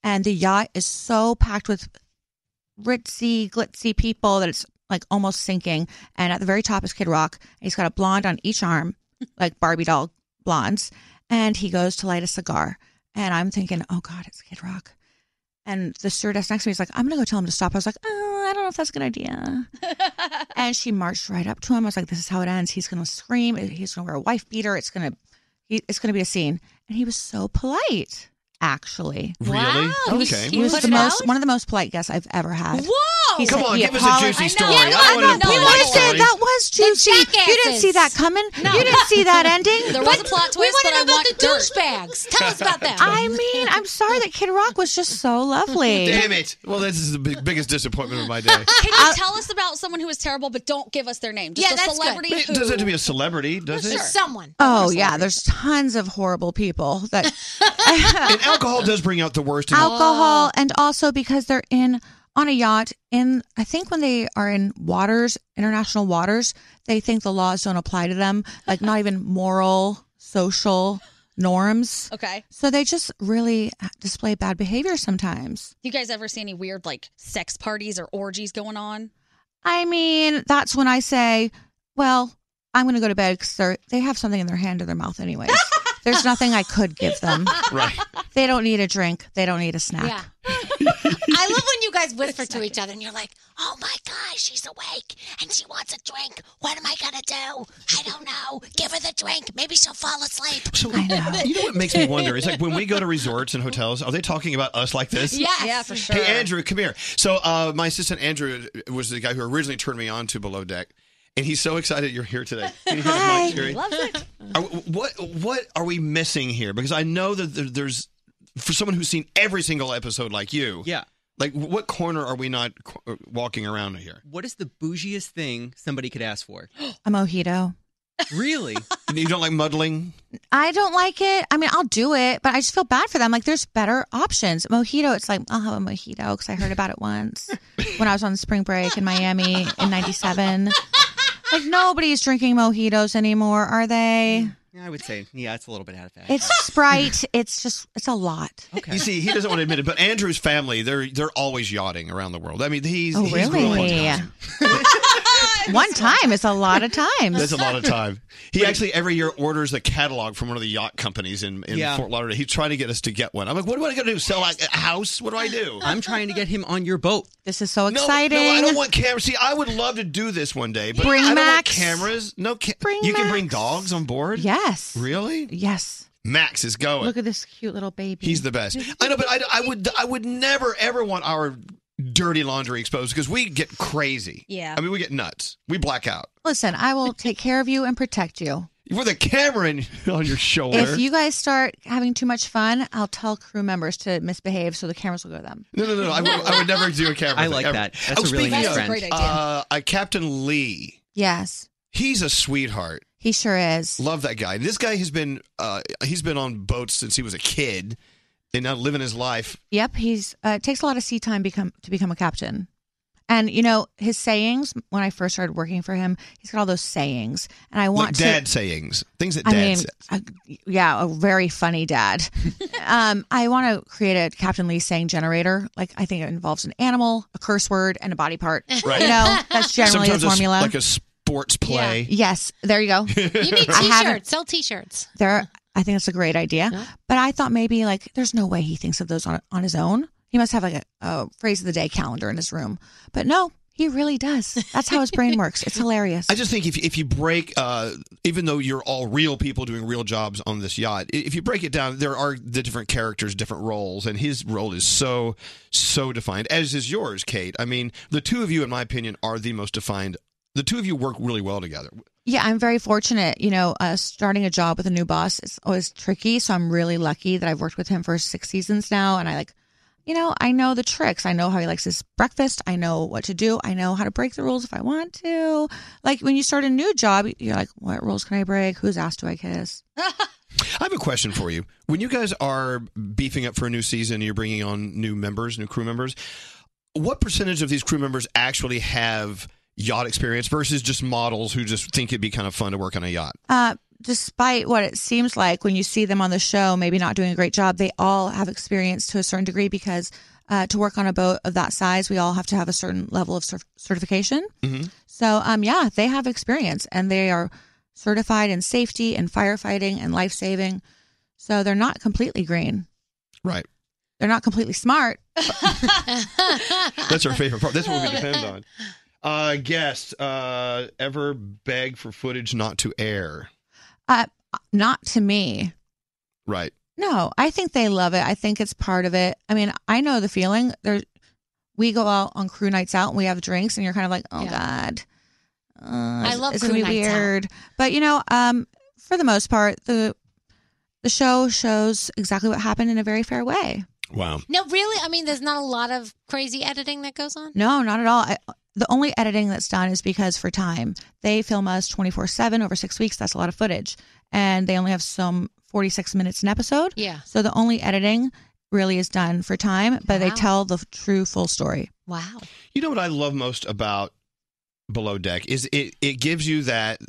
Speaker 24: And the yacht is so packed with ritzy, glitzy people that it's like almost sinking. And at the very top is Kid Rock. He's got a blonde on each arm, like Barbie doll blondes. And he goes to light a cigar. And I'm thinking, oh God, it's Kid Rock. And the stewardess next to me is like, I'm going to go tell him to stop. I was like, oh, I don't know if that's a good idea. and she marched right up to him. I was like, this is how it ends. He's going to scream. He's going to wear a wife beater. It's going to. he- It's going to be a scene, and he was so polite. Actually,
Speaker 2: Really? Wow.
Speaker 24: He was,
Speaker 2: Okay.
Speaker 24: he was
Speaker 2: Put
Speaker 24: the
Speaker 2: it
Speaker 24: most
Speaker 2: out?
Speaker 24: one of the most polite guests I've ever had.
Speaker 9: Whoa!
Speaker 24: He
Speaker 2: Come
Speaker 24: said
Speaker 2: on,
Speaker 24: he
Speaker 2: give us a
Speaker 24: apologized-
Speaker 2: juicy story. I
Speaker 24: Yeah,
Speaker 2: wanted a
Speaker 24: no,
Speaker 2: polite
Speaker 24: what is
Speaker 2: story.
Speaker 24: it? That was juicy. You didn't see that
Speaker 9: jackasses.
Speaker 24: coming. You didn't see that ending.
Speaker 7: There was a plot twist,
Speaker 9: we
Speaker 7: but I
Speaker 9: want to know about
Speaker 7: want
Speaker 9: the douchebags. Tell us about that.
Speaker 24: I mean, I'm sorry that Kid Rock was just so lovely.
Speaker 2: Damn it! Well, this is the big, biggest disappointment of my day.
Speaker 7: Can you tell us about someone who is terrible, but don't give us their name? Just
Speaker 9: Yeah,
Speaker 7: a
Speaker 9: that's good.
Speaker 7: celebrity
Speaker 2: It
Speaker 7: who
Speaker 2: doesn't have to be a celebrity, does it?
Speaker 9: Someone.
Speaker 24: Oh yeah, there's tons of horrible people that
Speaker 2: and alcohol does bring out the worst. in you.
Speaker 24: alcohol and also because they're in on a yacht in I think when they are in waters, international waters, they think the laws don't apply to them, like not even moral, social norms.
Speaker 7: Okay.
Speaker 24: So they just really display bad behavior sometimes.
Speaker 7: You guys ever see any weird like sex parties or orgies going on?
Speaker 24: I mean, that's when I say, well, I'm going to go to bed because they have something in their hand or their mouth, anyways. There's nothing I could give them.
Speaker 2: Right.
Speaker 24: They don't need a drink. They don't need a snack.
Speaker 9: Yeah. I love when you guys whisper to each other and you're like, oh my gosh, she's awake and she wants a drink. What am I going to do? I don't know. Give her the drink. Maybe she'll fall asleep.
Speaker 2: You know what makes me wonder? It's like when we go to resorts and hotels, are they talking about us like this?
Speaker 9: Yes. Yeah, for sure.
Speaker 2: Hey, Andrew, come here. So, uh, my assistant Andrew was the guy who originally turned me on to Below Deck, and he's so excited you're here today. Can you hear the mic, Jerry?
Speaker 9: Loves it.
Speaker 2: Are, what what are we missing here? Because I know that there, there's for someone who's seen every single episode like you.
Speaker 27: Yeah.
Speaker 2: Like what corner are we not qu- uh, walking around here?
Speaker 27: What is the bougiest thing somebody could ask for?
Speaker 24: A mojito.
Speaker 27: Really?
Speaker 2: you don't like muddling?
Speaker 24: I don't like it. I mean, I'll do it, but I just feel bad for them. Like, there's better options. Mojito, it's like, I'll have a mojito because I heard about it once when I was on spring break in Miami in 97. Like, nobody's drinking mojitos anymore, are they?
Speaker 27: Yeah, I would say, yeah, it's a little bit out of
Speaker 2: Mm.
Speaker 27: fashion.
Speaker 24: It's Sprite. It's just, it's a lot.
Speaker 2: You see, he doesn't want to admit it, but Andrew's family, they're they're always yachting around the world. I mean, he's
Speaker 24: Oh,
Speaker 2: he's
Speaker 24: really? One time is a lot of times.
Speaker 2: That's a lot of time. He actually every year orders a catalog from one of the yacht companies in, in
Speaker 27: Yeah.
Speaker 2: Fort Lauderdale. He's trying to get us to get one. I'm like, what do I got to do? Sell like a house? What do I do?
Speaker 27: I'm trying to get him on your boat.
Speaker 24: This is so
Speaker 2: No,
Speaker 24: exciting.
Speaker 2: No, I don't want cameras. See, I would love to do this one day, but
Speaker 24: Bring
Speaker 2: I don't
Speaker 24: Max.
Speaker 2: want cameras. No, ca- you can bring dogs on board.
Speaker 24: Yes.
Speaker 2: Really?
Speaker 24: Yes.
Speaker 2: Max is going.
Speaker 24: Look at this cute little baby.
Speaker 2: He's the best. I know, but I, I would I would never ever want our dirty laundry exposed because we get crazy.
Speaker 24: Yeah.
Speaker 2: I mean, we get nuts. We black out.
Speaker 24: Listen, I will take care of you and protect you.
Speaker 2: With a camera in, on your shoulder.
Speaker 24: If you guys start having too much fun, I'll tell crew members to misbehave so the cameras will go to them.
Speaker 2: No, no, no. I would, I would never do a camera.
Speaker 27: I
Speaker 2: thing,
Speaker 27: like
Speaker 2: ever. Oh,
Speaker 27: that. That's a really
Speaker 2: speaking
Speaker 27: nice
Speaker 2: of,
Speaker 27: friend. Great idea.
Speaker 2: Uh, uh, Captain Lee.
Speaker 24: Yes,
Speaker 2: He's a sweetheart.
Speaker 24: he sure is.
Speaker 2: Love that guy. This guy has been uh, he's been on boats since he was a kid, and now living his life.
Speaker 24: Yep, he's uh, it takes a lot of sea time become to become a captain. And you know his sayings. When I first started working for him, he's got all those sayings, and I want
Speaker 2: Like
Speaker 24: to.
Speaker 2: dad sayings, things that
Speaker 24: I
Speaker 2: dad
Speaker 24: mean,
Speaker 2: says.
Speaker 24: a, yeah, a very funny dad. um, I want to create a Captain Lee saying generator. Like I think it involves an animal, a curse word, and a body part.
Speaker 2: Right.
Speaker 24: You know, that's generally
Speaker 2: Sometimes
Speaker 24: the
Speaker 2: a s-
Speaker 24: formula.
Speaker 2: like a sports play.
Speaker 24: yes, there you go.
Speaker 9: You need
Speaker 24: I haven't-
Speaker 9: t-shirts. Sell t-shirts.
Speaker 24: There, I think that's a great idea. But I thought maybe like there's no way he thinks of those on on his own. He must have like a, a phrase of the day calendar in his room. But no, he really does. That's how his brain works. It's hilarious.
Speaker 2: I just think if if you break, uh, even though you're all real people doing real jobs on this yacht, i- if you break it down, there are the different characters, different roles, and his role is so so defined, as is yours, Kate. I mean, the two of you, in my opinion, are the most defined. The two of you work really well together.
Speaker 24: Yeah, I'm very fortunate. You know, uh, starting a job with a new boss is always tricky. So I'm really lucky that I've worked with him for six seasons now. And I like, you know, I know the tricks. I know how he likes his breakfast. I know what to do. I know how to break the rules if I want to. Like when you start a new job, you're like, what rules can I break? Whose ass do I kiss?
Speaker 2: I have a question for you. When you guys are beefing up for a new season, you're bringing on new members, new crew members. What percentage of these crew members actually have yacht experience versus just models who just think it'd be kind of fun to work on a yacht?
Speaker 24: Uh, despite what it seems like when you see them on the show, maybe not doing a great job, they all have experience to a certain degree because uh, to work on a boat of that size, we all have to have a certain level of cer- certification.
Speaker 2: Mm-hmm.
Speaker 24: So, um, yeah, they have experience and they are certified in safety and firefighting and life saving. So they're not completely green.
Speaker 2: Right.
Speaker 24: They're not completely smart.
Speaker 2: That's our favorite part. That's what we depend on. Uh, guest, uh, ever beg for footage not to air?
Speaker 24: Uh, not to me.
Speaker 2: Right.
Speaker 24: No, I think they love it. I think it's part of it. I mean, I know the feeling. There, we go out on crew nights out and we have drinks, and you're kind of like, oh god, uh,
Speaker 9: I love
Speaker 24: it's gonna
Speaker 9: crew
Speaker 24: be
Speaker 9: nights out.
Speaker 24: weird. But you know, um, for the most part, the the show shows exactly what happened in a very fair way.
Speaker 2: Wow.
Speaker 9: No, really? I mean, there's not a lot of crazy editing that goes on?
Speaker 24: No, not at all. I, the only editing that's done is because for time, they film us 24 7 over six weeks. That's a lot of footage. And they only have some 46 minutes an episode.
Speaker 9: Yeah.
Speaker 24: So the only editing really is done for time, but they
Speaker 9: Wow.
Speaker 24: tell the true full story.
Speaker 9: Wow.
Speaker 2: You know what I love most about Below Deck is it it gives you that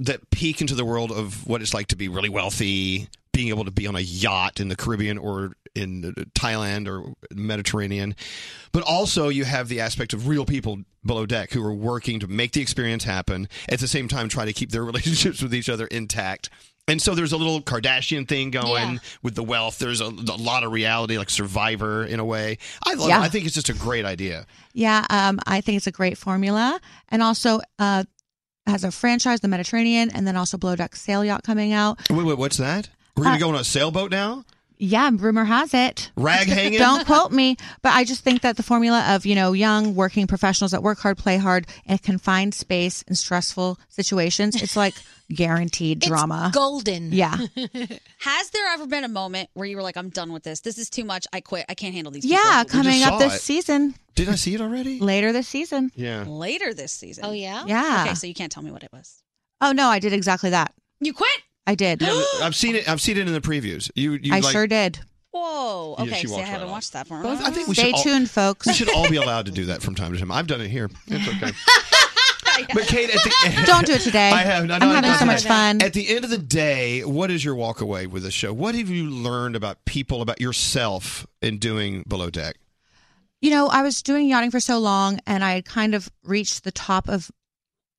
Speaker 2: that peek into the world of what it's like to be really wealthy, being able to be on a yacht in the Caribbean or in Thailand or Mediterranean. But also you have the aspect of real people below deck who are working to make the experience happen at the same time try to keep their relationships with each other intact And so there's a little Kardashian thing going with the wealth. There's a, a lot of reality, like Survivor, in a way. I love.
Speaker 24: Yeah.
Speaker 2: It. I think it's just a great idea.
Speaker 24: Yeah, um, I think it's a great formula, and also uh, has a franchise, the Mediterranean, and then also Blow Duck Sail Yacht coming out.
Speaker 2: Wait, wait, what's that? We're gonna go on a sailboat now.
Speaker 24: Yeah, rumor has it.
Speaker 2: Rag hanging?
Speaker 24: Don't quote me, but I just think that the formula of, you know, young working professionals that work hard, play hard in a confined space in stressful situations, it's like guaranteed drama.
Speaker 21: golden.
Speaker 24: Yeah.
Speaker 7: Has there ever been a moment where you were like, I'm done with this. This is too much. I quit. I can't handle these.
Speaker 24: Yeah,
Speaker 7: people."
Speaker 24: coming up this season.
Speaker 2: Did I see it already?
Speaker 24: Later this season.
Speaker 2: Yeah.
Speaker 7: Later this season. Oh, yeah?
Speaker 24: Yeah.
Speaker 7: Okay, so you can't tell me what it was.
Speaker 24: Oh no, I did exactly that.
Speaker 7: You quit?
Speaker 24: I did.
Speaker 2: Yeah, I've seen it. I've seen it in the previews. You, you
Speaker 24: I
Speaker 2: like-
Speaker 24: sure did.
Speaker 7: Whoa.
Speaker 2: Yeah,
Speaker 7: Okay,
Speaker 2: she
Speaker 7: see, I
Speaker 2: walked right
Speaker 7: haven't
Speaker 2: off.
Speaker 7: watched that for
Speaker 2: But I think we
Speaker 24: Stay
Speaker 2: should all-
Speaker 24: tuned, folks.
Speaker 2: We should all be allowed to do that from time to time. I've done it here. It's okay. But Kate, at the,
Speaker 24: Don't do it today.
Speaker 2: I have. no,
Speaker 24: I'm
Speaker 2: no,
Speaker 24: having
Speaker 2: not
Speaker 24: so much
Speaker 2: today.
Speaker 24: fun.
Speaker 2: At the end of the day, what is your walk away with the show? What have you learned about people, about yourself, in doing below deck?
Speaker 24: You know, I was doing yachting for so long and I had kind of reached the top of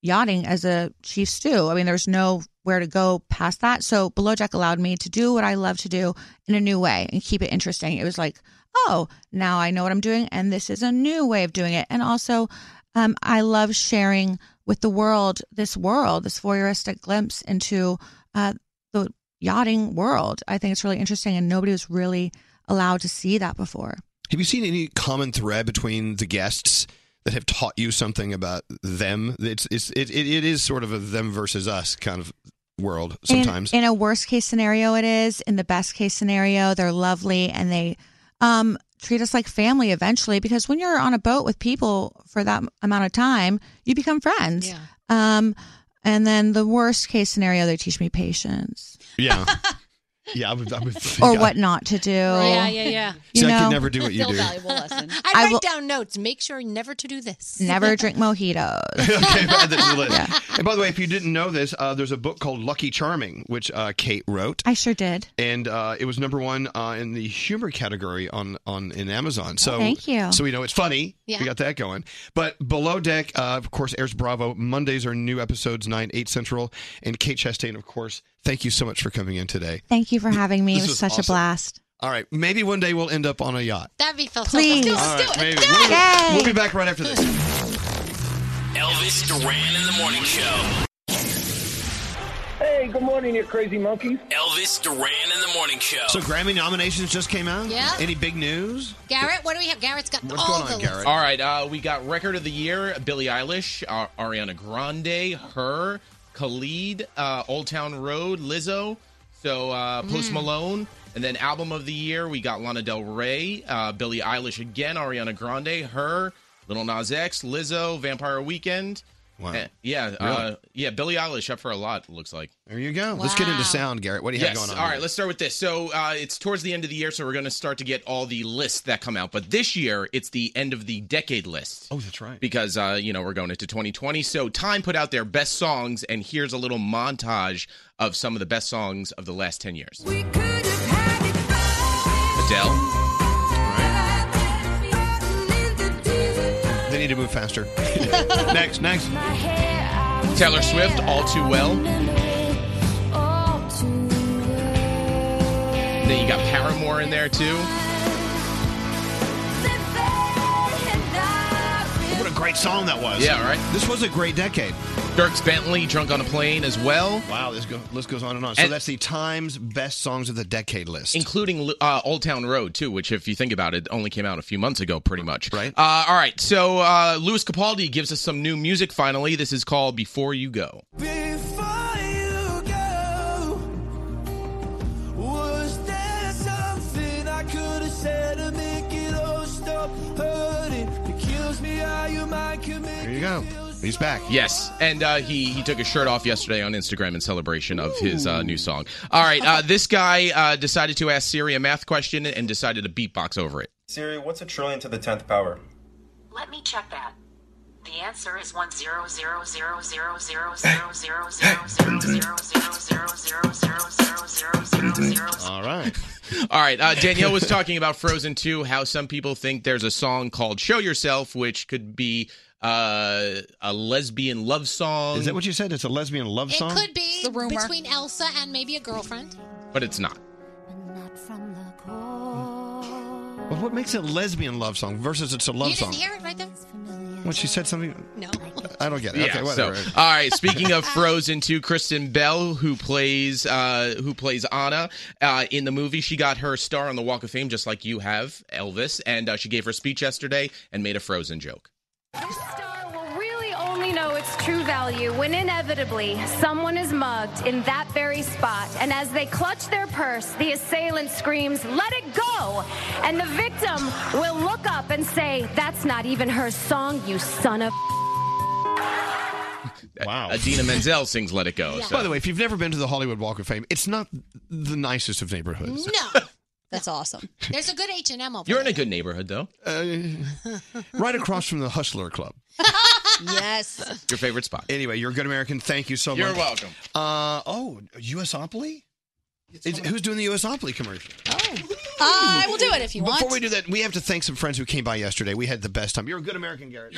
Speaker 24: yachting as a chief stew. I mean, there's nowhere to go past that. So Below Deck allowed me to do what I love to do in a new way and keep it interesting. It was like, oh, now I know what I'm doing and this is a new way of doing it. And also, um, I love sharing with the world this world, this voyeuristic glimpse into uh, the yachting world. I think it's really interesting and nobody was really allowed to see that before.
Speaker 2: Have you seen any common thread between the guests that have taught you something about them? It's, it's it, it, it is sort of a them versus us kind of world
Speaker 24: In-
Speaker 2: sometimes.
Speaker 24: In, a worst case scenario, it is. In the best case scenario, they're lovely and they um, treat us like family eventually. Because when you're on a boat with people for that amount of time, you become friends.
Speaker 21: Yeah.
Speaker 24: Um, and then the worst case scenario, they teach me patience
Speaker 2: yeah. Yeah, I would, I would think
Speaker 24: or
Speaker 2: I-
Speaker 24: what not to do.
Speaker 21: Yeah, yeah, yeah.
Speaker 24: You
Speaker 2: See, I
Speaker 24: know,
Speaker 2: could never do what you Still do. valuable
Speaker 21: lesson. I
Speaker 24: I
Speaker 21: write
Speaker 24: will-
Speaker 21: down notes. Make sure never to do this.
Speaker 24: never drink mojitos.
Speaker 2: okay, add that to the list. And by the way, if you didn't know this, uh, there's a book called Lucky Charming, which uh, Kate wrote.
Speaker 24: I sure did.
Speaker 2: and uh, it was number one uh, in the humor category on on in Amazon. So
Speaker 24: Oh, thank you.
Speaker 2: So we know it's funny.
Speaker 24: Yeah.
Speaker 2: We got that going. But Below Deck, uh, of course, airs Bravo Mondays are new episodes nine eight central. And Kate Chastain, of course, thank you so much for coming in today.
Speaker 24: Thank you for having me.
Speaker 2: This
Speaker 24: it was
Speaker 2: was
Speaker 24: such a
Speaker 2: awesome.
Speaker 24: blast.
Speaker 2: All right, maybe one day we'll end up on a yacht.
Speaker 21: That'd be fun.
Speaker 24: Please.
Speaker 2: All right, maybe.
Speaker 21: Yay.
Speaker 2: We'll, we'll be back right after this.
Speaker 6: Elvis Duran in the morning show.
Speaker 28: Hey, good morning, you crazy monkeys.
Speaker 6: Elvis Duran in the morning show.
Speaker 2: So Grammy nominations just came out.
Speaker 21: Yeah.
Speaker 2: Any big news?
Speaker 21: Garrett, what do we have? Garrett's got all the lists.
Speaker 16: All right, uh, we got record of the year: Billie Eilish, uh, Ariana Grande, her, Khalid, uh, Old Town Road, Lizzo. So uh, Post
Speaker 29: Mm.
Speaker 16: Malone, and then album of the year we got Lana Del Rey, uh, Billie Eilish again, Ariana Grande, her, Little Nas X, Lizzo, Vampire Weekend.
Speaker 2: Wow.
Speaker 16: Eh, yeah, uh,
Speaker 2: Really?
Speaker 16: yeah. Billie Eilish up for a lot. it Looks like.
Speaker 2: There you go. Oh, Let's get into sound, Garrett. What do you
Speaker 16: yes.
Speaker 2: have going on?
Speaker 16: All right,
Speaker 2: here?
Speaker 16: let's start with this. So uh, it's towards the end of the year, so we're going to start to get all the lists that come out. But this year, it's the end of the decade list.
Speaker 2: Oh, that's right.
Speaker 16: Because, uh, you know, we're going into 2020. So Time put out their best songs, and here's a little montage of some of the best songs of the last 10 years Adele.
Speaker 2: They need to move faster. next, next.
Speaker 16: Taylor Swift, All Too Well. Then you got Paramore in there, too.
Speaker 2: What a great song that was.
Speaker 16: Yeah, right.
Speaker 2: This was a great decade.
Speaker 16: Dirks Bentley, Drunk on a Plane as well.
Speaker 2: Wow, this go, list goes on and on. So
Speaker 16: And-
Speaker 2: that's the Times best songs of the decade list.
Speaker 16: including uh, Old Town Road too, which, if you think about it, only came out a few months ago, pretty much. Right. Uh, all right. So uh, Louis Capaldi gives us some new music finally. This is called "Before You Go."
Speaker 4: Was there something I could have said to make it all stop hurting? It kills me how your mind can make
Speaker 2: There you go. He's back.
Speaker 16: Yes, and uh, he he took his shirt off yesterday on Instagram in celebration of his uh, new song. All right, uh, this guy uh, decided to ask Siri a math question and decided to beatbox over it.
Speaker 30: Siri, what's a trillion to the tenth power?
Speaker 31: Let me check that. The answer is one zero zero zero zero zero zero zero zero zero zero zero zero zero zero zero zero zero zero.
Speaker 2: All right.
Speaker 16: All right. Uh, Danielle was talking about Frozen 2, how some people think there's a song called Show Yourself, which could be. uh, uh, a lesbian love song. Is that
Speaker 2: what you said? It's a lesbian love
Speaker 9: It could be between Elsa and maybe a girlfriend.
Speaker 16: but it's not.
Speaker 2: Well, what makes it a lesbian love song versus it's a love
Speaker 9: you
Speaker 2: song?
Speaker 9: didn't hear it right there?
Speaker 2: When she said something,
Speaker 9: No.
Speaker 2: I don't get it.
Speaker 16: Yeah,
Speaker 2: okay,
Speaker 16: so, uh,
Speaker 2: whatever.
Speaker 16: all right. Speaking of Frozen 2, Kristen Bell, who plays uh, who plays Anna uh, in the movie, she got her star on the Walk of Fame, just like you have, Elvis, and uh, she gave her speech yesterday and made a Frozen joke.
Speaker 28: will really only know its true value when inevitably someone is mugged in that very spot. And as they clutch their purse, the assailant screams, Let it go! And the victim will look up and say, That's not even her song, you son of.
Speaker 16: Wow. Adina Menzel sings "Let It Go." So.
Speaker 2: By the way, if you've never been to the Hollywood Walk of Fame, it's not the nicest of neighborhoods.
Speaker 9: No.
Speaker 7: That's awesome.
Speaker 9: There's a good H&M over
Speaker 16: You're in a good neighborhood, though.
Speaker 2: Uh, right across from the Hustler Club.
Speaker 7: yes.
Speaker 16: Your favorite spot.
Speaker 2: Anyway, you're a good American. Thank you so
Speaker 16: You're
Speaker 2: much.
Speaker 16: welcome.
Speaker 2: Uh, oh, USopoly? Is, who's doing the USopoly commercial?
Speaker 7: Uh, I will do it if you want.
Speaker 2: Before we do that, we have to thank some friends who came by yesterday. We had the best time. You're a good American, Garrett.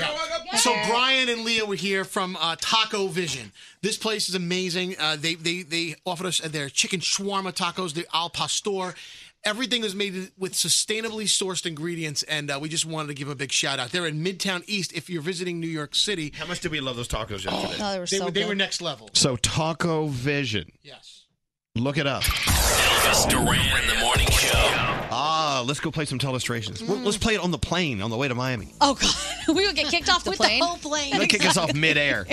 Speaker 13: So Brian and Leah were here from uh, Taco Vision. This place is amazing. Uh, they they they offered us their chicken shawarma tacos, the al pastor. Everything is made with sustainably sourced ingredients, and uh, we just wanted to give a big shout out. They're in Midtown East. If you're visiting New York City, how
Speaker 2: much did we love those tacos yesterday?
Speaker 13: Oh,
Speaker 7: they were
Speaker 13: they,
Speaker 7: so
Speaker 13: were,
Speaker 7: good.
Speaker 13: next level.
Speaker 2: So Taco Vision.
Speaker 13: Yes.
Speaker 2: Look it up.
Speaker 6: Elvis Duran in the morning show.
Speaker 2: Ah, let's go play some telestrations.
Speaker 7: Mm.
Speaker 2: Well, Let's play it on the plane on the way to Miami.
Speaker 7: Oh God, we would get kicked off the plane.
Speaker 9: whole plane.
Speaker 2: They'll kick us off midair.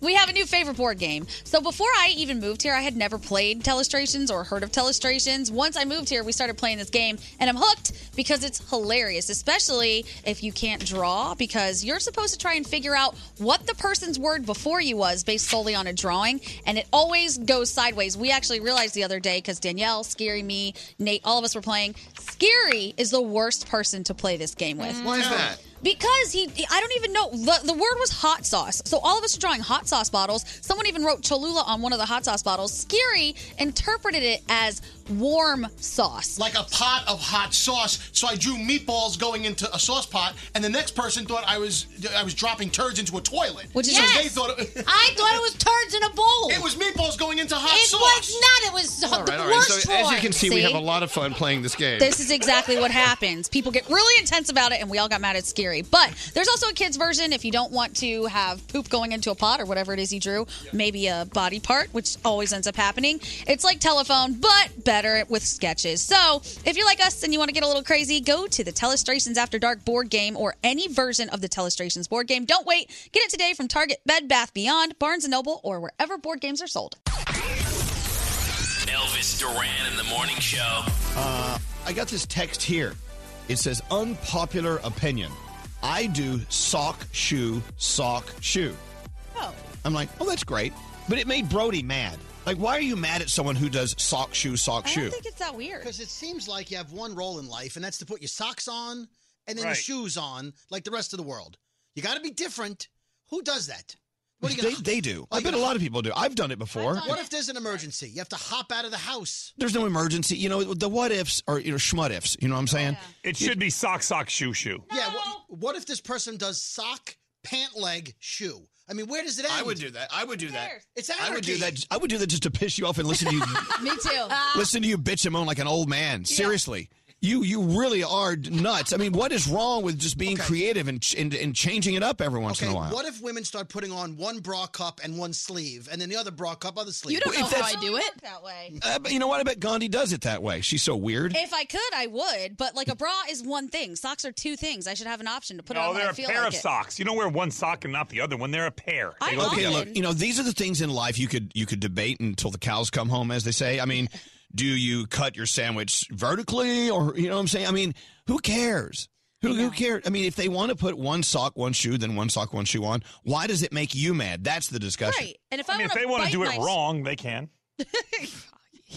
Speaker 7: We have a new favorite board game. So before I even moved here, I had never played Telestrations or heard of Telestrations. Once I moved here, we started playing this game, and I'm hooked because it's hilarious, especially if you can't draw, because you're supposed to try and figure out what the person's word before you was based solely on a drawing, and it always goes sideways. We actually realized the other day because Danielle, Scary, me, Nate, all of us were playing. Scary is the worst person to play this game with.
Speaker 2: Why is that?
Speaker 7: Because he, I don't even know. The, the word was hot sauce. So all of us are drawing hot sauce bottles. Someone even wrote Cholula on one of the hot sauce bottles. Scary interpreted it as warm sauce.
Speaker 13: Like a pot of hot sauce. So I drew meatballs going into a sauce pot, and the next person thought I was I was dropping turds into a toilet.
Speaker 7: Which is-
Speaker 13: so
Speaker 7: Yes!
Speaker 13: they thought it,
Speaker 9: I thought it was turds in a bowl.
Speaker 13: It was meatballs going into hot
Speaker 9: it
Speaker 13: sauce.
Speaker 9: was not. It was
Speaker 2: All right,
Speaker 9: the
Speaker 2: all right.
Speaker 9: worst
Speaker 2: So as you
Speaker 9: drawing.
Speaker 2: can see, we have
Speaker 7: See?
Speaker 2: a lot of fun playing this game.
Speaker 7: This is exactly what happens. People get really intense about it, and we all got mad at Scary. But there's also a kids' version if you don't want to have poop going into a pot or whatever it is you drew, maybe a body part, which always ends up happening. It's like telephone, but better with sketches. So if you're like us and you want to get a little crazy, go to the Telestrations After Dark board game or any version of the Telestrations board game. Don't wait. Get it today from Target, Bed Bath Beyond, Barnes & Noble, or wherever board games are sold.
Speaker 6: Elvis Duran in the morning show.
Speaker 2: Uh, I got this text here. It says unpopular opinion. I do sock shoe sock shoe.
Speaker 7: Oh.
Speaker 2: I'm like, oh, that's great, but it made Brody mad. Like, why are you mad at someone who does sock shoe sock shoe?
Speaker 7: it's that weird.
Speaker 18: Because it seems like you have one role in life, and that's to put your socks on and then
Speaker 2: Right.
Speaker 18: the shoes on, like the rest of the world. You got to be different. Who does that? What are you
Speaker 2: They,
Speaker 18: gonna,
Speaker 2: they do.
Speaker 18: Are
Speaker 2: I
Speaker 18: you
Speaker 2: bet a
Speaker 18: gonna-
Speaker 2: lot of people do. I've done it before.
Speaker 18: What if there's an emergency? You have to hop out of the house.
Speaker 2: There's no emergency. You know, the what ifs are you know schmut ifs. You know what I'm saying?
Speaker 5: It should be sock, sock, shoe, shoe.
Speaker 18: Yeah. What, what if this person does sock, pant leg, shoe? I mean, where does it end?
Speaker 2: I would do that. I would do that.
Speaker 18: It's
Speaker 2: I would do
Speaker 18: anarchy.
Speaker 2: that. I would do that just to piss you off and listen to you
Speaker 7: Me too.
Speaker 2: listen to you bitch and moan like an old man. Seriously. You you really are nuts. I mean, what is wrong with just being creative and, ch- and and changing it up every once
Speaker 18: Okay,
Speaker 2: in a while?
Speaker 18: what if women start putting on one bra cup and one sleeve, and then the other bra cup, other sleeve?
Speaker 7: You don't Well, know if how that's- I
Speaker 18: do it.
Speaker 7: That way.
Speaker 2: Uh, but you know what? I bet Gandhi does it that way. She's so weird.
Speaker 7: If I could, I would. But like a bra is one thing. Socks are two things. I should have an option to put it
Speaker 5: no,
Speaker 7: on when
Speaker 5: they're
Speaker 7: I
Speaker 5: a
Speaker 7: feel
Speaker 5: pair
Speaker 7: like
Speaker 5: of
Speaker 7: it.
Speaker 5: socks. You don't wear one sock and not the other one. They're a pair. They go
Speaker 2: okay,
Speaker 5: together.
Speaker 2: look, you know, these are the things in life you could you could debate until the cows come home, as they say. I mean, do you cut your sandwich vertically, or you know what I'm saying? I mean, who cares? Who, who cares? I mean, if they want to put one sock, one shoe, then one sock, one shoe on, why does it make you mad? That's the discussion.
Speaker 7: Right. And if
Speaker 5: I
Speaker 7: I,
Speaker 5: mean, if
Speaker 7: wanna
Speaker 5: they want to
Speaker 7: bite
Speaker 5: do it
Speaker 7: my-
Speaker 5: wrong, they can.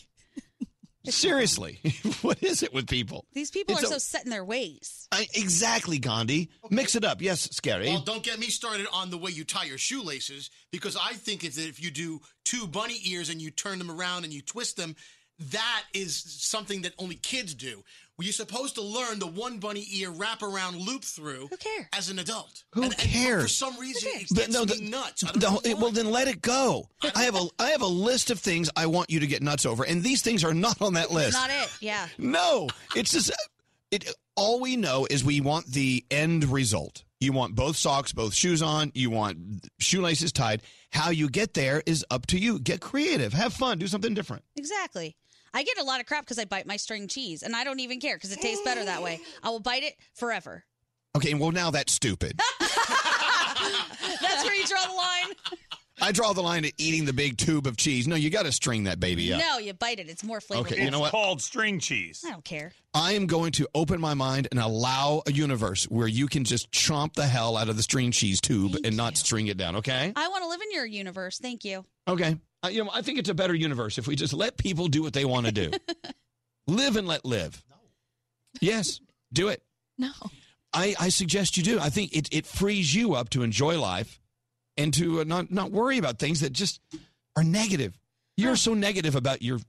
Speaker 2: Seriously, what is it with people?
Speaker 7: These people
Speaker 2: It's
Speaker 7: are
Speaker 2: a-
Speaker 7: so set in their ways.
Speaker 2: I, exactly, Gandhi. Mix it up. Yes, scary.
Speaker 13: Well, don't get me started on the way you tie your shoelaces because I think if, that if you do two bunny ears and you turn them around and you twist them, that is something that only kids do. where you're supposed to learn the one bunny ear wraparound loop through Who cares? as an adult.
Speaker 2: Who
Speaker 13: and, and
Speaker 2: cares?
Speaker 13: for some reason, it
Speaker 2: But
Speaker 13: gets
Speaker 2: no,
Speaker 13: me
Speaker 2: the-
Speaker 13: nuts. I don't
Speaker 2: the
Speaker 13: know
Speaker 2: whole- well, then let it go. I have a I have a list of things I want you to get nuts over, and these things are not on that list.
Speaker 7: Not it. Yeah.
Speaker 2: No, it's just it. All we know is we want the end result. You want both socks, both shoes on. You want shoelaces tied. How you get there is up to you. Get creative. Have fun. Do something different.
Speaker 7: Exactly. I get a lot of crap because I bite my string cheese, and I don't even care because it tastes better that way. I will bite it forever.
Speaker 2: Okay. Well, now that's stupid.
Speaker 7: That's where you draw the line.
Speaker 2: I draw the line at eating the big tube of cheese. No, you got to string that baby up.
Speaker 7: No, you bite it. It's more flavorful.
Speaker 2: Okay, you know what?
Speaker 5: called string cheese.
Speaker 7: I don't care.
Speaker 2: I am going to open my mind and allow a universe where you can just chomp the hell out of the string cheese tube and not string it down. Okay.
Speaker 7: I want to live in your universe. Thank you.
Speaker 2: Okay. I, Uh, you know, I think it's a better universe if we just let people do what they want to do. live and let live. No. Yes. Do it.
Speaker 7: No.
Speaker 2: I, I suggest you do. I think it, it frees you up to enjoy life and to uh, not, not worry about things that just are negative. You're so negative about your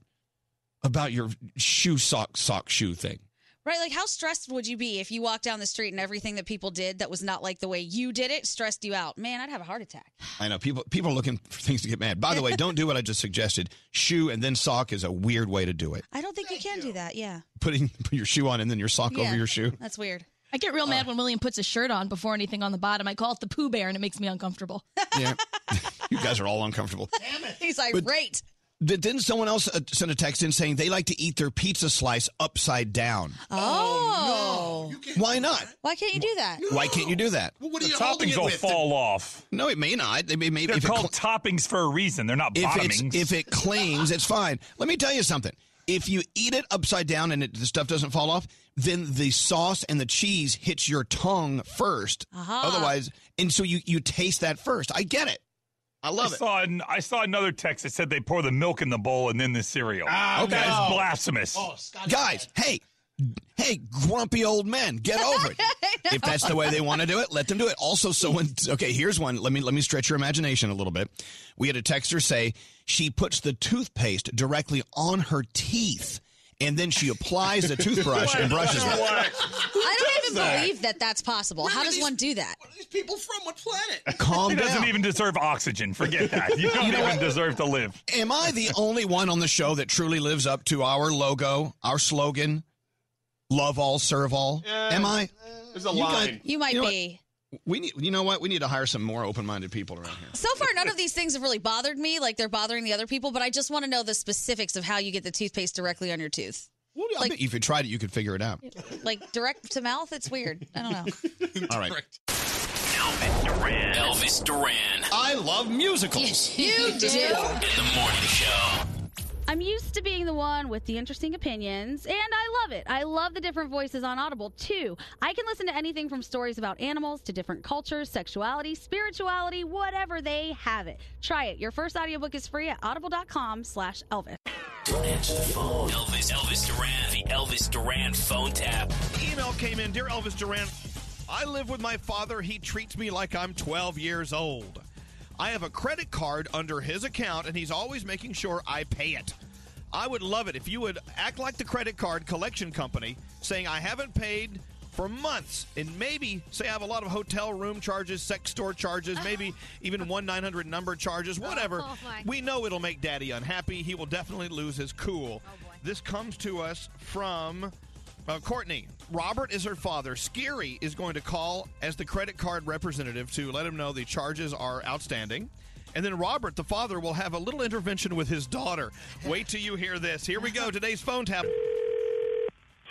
Speaker 2: about your shoe sock sock shoe thing.
Speaker 7: Right? Like, how stressed would you be if you walked down the street and everything that people did that was not like the way you did it stressed you out? Man, I'd have a heart attack.
Speaker 2: I know people people are looking for things to get mad. By the way, don't do what I just suggested. Shoe and then sock is a weird way to do it.
Speaker 7: I don't think you can do that. Yeah.
Speaker 2: Putting put your shoe on and then your sock
Speaker 11: Yeah.
Speaker 2: over your shoe. Uh.
Speaker 7: That's weird.
Speaker 11: I get real mad when William puts his shirt on before anything on the bottom. I call it the Pooh Bear, and it makes me uncomfortable.
Speaker 2: Yeah. you guys are all uncomfortable.
Speaker 7: He's like,
Speaker 2: But-
Speaker 7: great.
Speaker 2: Did- Didn't someone else uh, send a text in saying they like to eat their pizza slice upside down?
Speaker 7: Oh.
Speaker 2: Why not?
Speaker 7: Why can't you do that?
Speaker 2: Why can't you do that?
Speaker 7: Well,
Speaker 5: what are The you holding toppings it will with? fall off.
Speaker 2: No, it may not. They may, may
Speaker 5: They're
Speaker 2: if it
Speaker 5: called toppings for a reason. They're not
Speaker 2: if,
Speaker 5: bottomings.
Speaker 2: it's, if it clings, it's fine. Let me tell you something. If you eat it upside down and it, the stuff doesn't fall off, then the sauce and the cheese hits your tongue 1st
Speaker 5: Aha.
Speaker 2: Otherwise, and so you you taste that first. I get it. I love it.
Speaker 5: Saw an, I saw another text that said they pour the milk in the bowl and then the cereal.
Speaker 2: Ah,
Speaker 5: That
Speaker 2: no.
Speaker 5: is blasphemous.
Speaker 2: Guys, hey, hey, grumpy old men, get over it. if that's the way they want to do it, let them do it. Also, someone okay, here's one. Let me let me stretch your imagination a little bit. We had a texter say she puts the toothpaste directly on her teeth, and then she applies the toothbrush and brushes it.
Speaker 7: I don't
Speaker 2: does
Speaker 7: even
Speaker 2: that?
Speaker 7: believe that that's possible. How does one do that?
Speaker 13: these people from what planet?
Speaker 2: Calm
Speaker 5: he doesn't
Speaker 2: down.
Speaker 5: even deserve oxygen. Forget that. You don't
Speaker 2: You know
Speaker 5: even
Speaker 2: what?
Speaker 5: deserve to live.
Speaker 2: Am I the only one on the show that truly lives up to our logo, our slogan, "Love all, serve all"? Am I?
Speaker 32: There's
Speaker 2: a You line. guys-
Speaker 7: You might
Speaker 2: You know what?
Speaker 7: be.
Speaker 2: We need. You know what? We need to hire some more open-minded people around here.
Speaker 7: So far, none of these things have really bothered me. Like they're bothering the other people, but I just want to know the specifics of how you get the toothpaste directly on your tooth.
Speaker 2: I bet if you tried it, you could figure it out.
Speaker 7: Like direct to mouth, it's weird. I don't know.
Speaker 2: All right.
Speaker 6: Elvis Duran.
Speaker 2: I love musicals.
Speaker 6: You
Speaker 7: do?
Speaker 6: In the morning show.
Speaker 33: I'm used to being the one with the interesting opinions, and I love it. I love the different voices on Audible, too. I can listen to anything from stories about animals to different cultures, sexuality, spirituality, whatever they have it. Try it. Your first audiobook is free at audible.com slash Elvis.
Speaker 6: Don't answer the phone. Elvis, Elvis Duran, the Elvis Duran phone tap.
Speaker 34: Email came in Dear Elvis Duran, I live with my father. He treats me like I'm 12 years old. I have a credit card under his account, and he's always making sure I pay it. I would love it if you would act like the credit card collection company, saying, I haven't paid for months, and maybe say I have a lot of hotel room charges, sex store charges, maybe even 1 900 number charges, whatever.
Speaker 35: Oh, my.
Speaker 34: we know it'll make daddy unhappy. He will definitely lose his cool. This comes to us from uh, Courtney. Robert is her father. Scary is going to call as the credit card representative to let him know the charges are outstanding. And then Robert, the father, will have a little intervention with his daughter. Wait till you hear this. Here we go. Today's phone tap.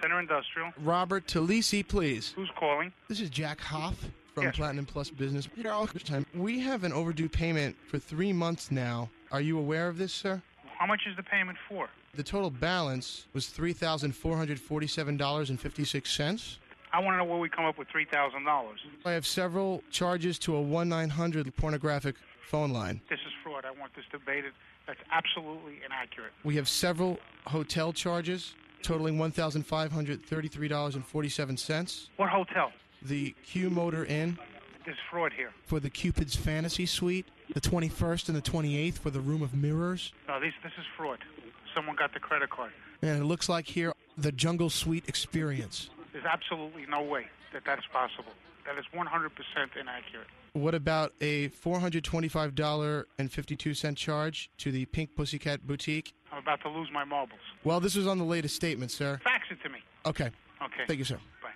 Speaker 19: Center Industrial.
Speaker 15: Robert Talisi, please.
Speaker 19: Who's calling?
Speaker 15: This is Jack Hoff from
Speaker 19: Yes.
Speaker 15: Platinum Plus Business. Peter Alkirstein, we have an overdue payment for three months now. Are you aware of this, sir?
Speaker 19: How much is the payment for?
Speaker 15: The total balance was $3,447.56.
Speaker 19: I want to know where we come up with three thousand dollars.
Speaker 15: I have several charges to a 1 900 pornographic phone line.
Speaker 19: This is fraud. I want this debated. That's absolutely inaccurate.
Speaker 15: We have several hotel charges totaling $1,533.47.
Speaker 19: What hotel?
Speaker 15: The Q Motor Inn.
Speaker 19: There's fraud here.
Speaker 15: for the Cupid's Fantasy Suite, the 21st and the 28th for the Room of Mirrors.
Speaker 19: No, this this is fraud. Someone got the credit card.
Speaker 15: And it looks like here
Speaker 36: the Jungle Suite experience.
Speaker 14: There's absolutely no way that that's possible. That is 100% inaccurate.
Speaker 15: What about a $425.52 charge to the Pink Pussycat Boutique?
Speaker 14: I'm about to lose my marbles.
Speaker 15: Well, this was on the latest statement, sir.
Speaker 14: Fax it to me.
Speaker 15: Okay.
Speaker 14: Okay.
Speaker 15: Thank you, sir.
Speaker 14: Bye.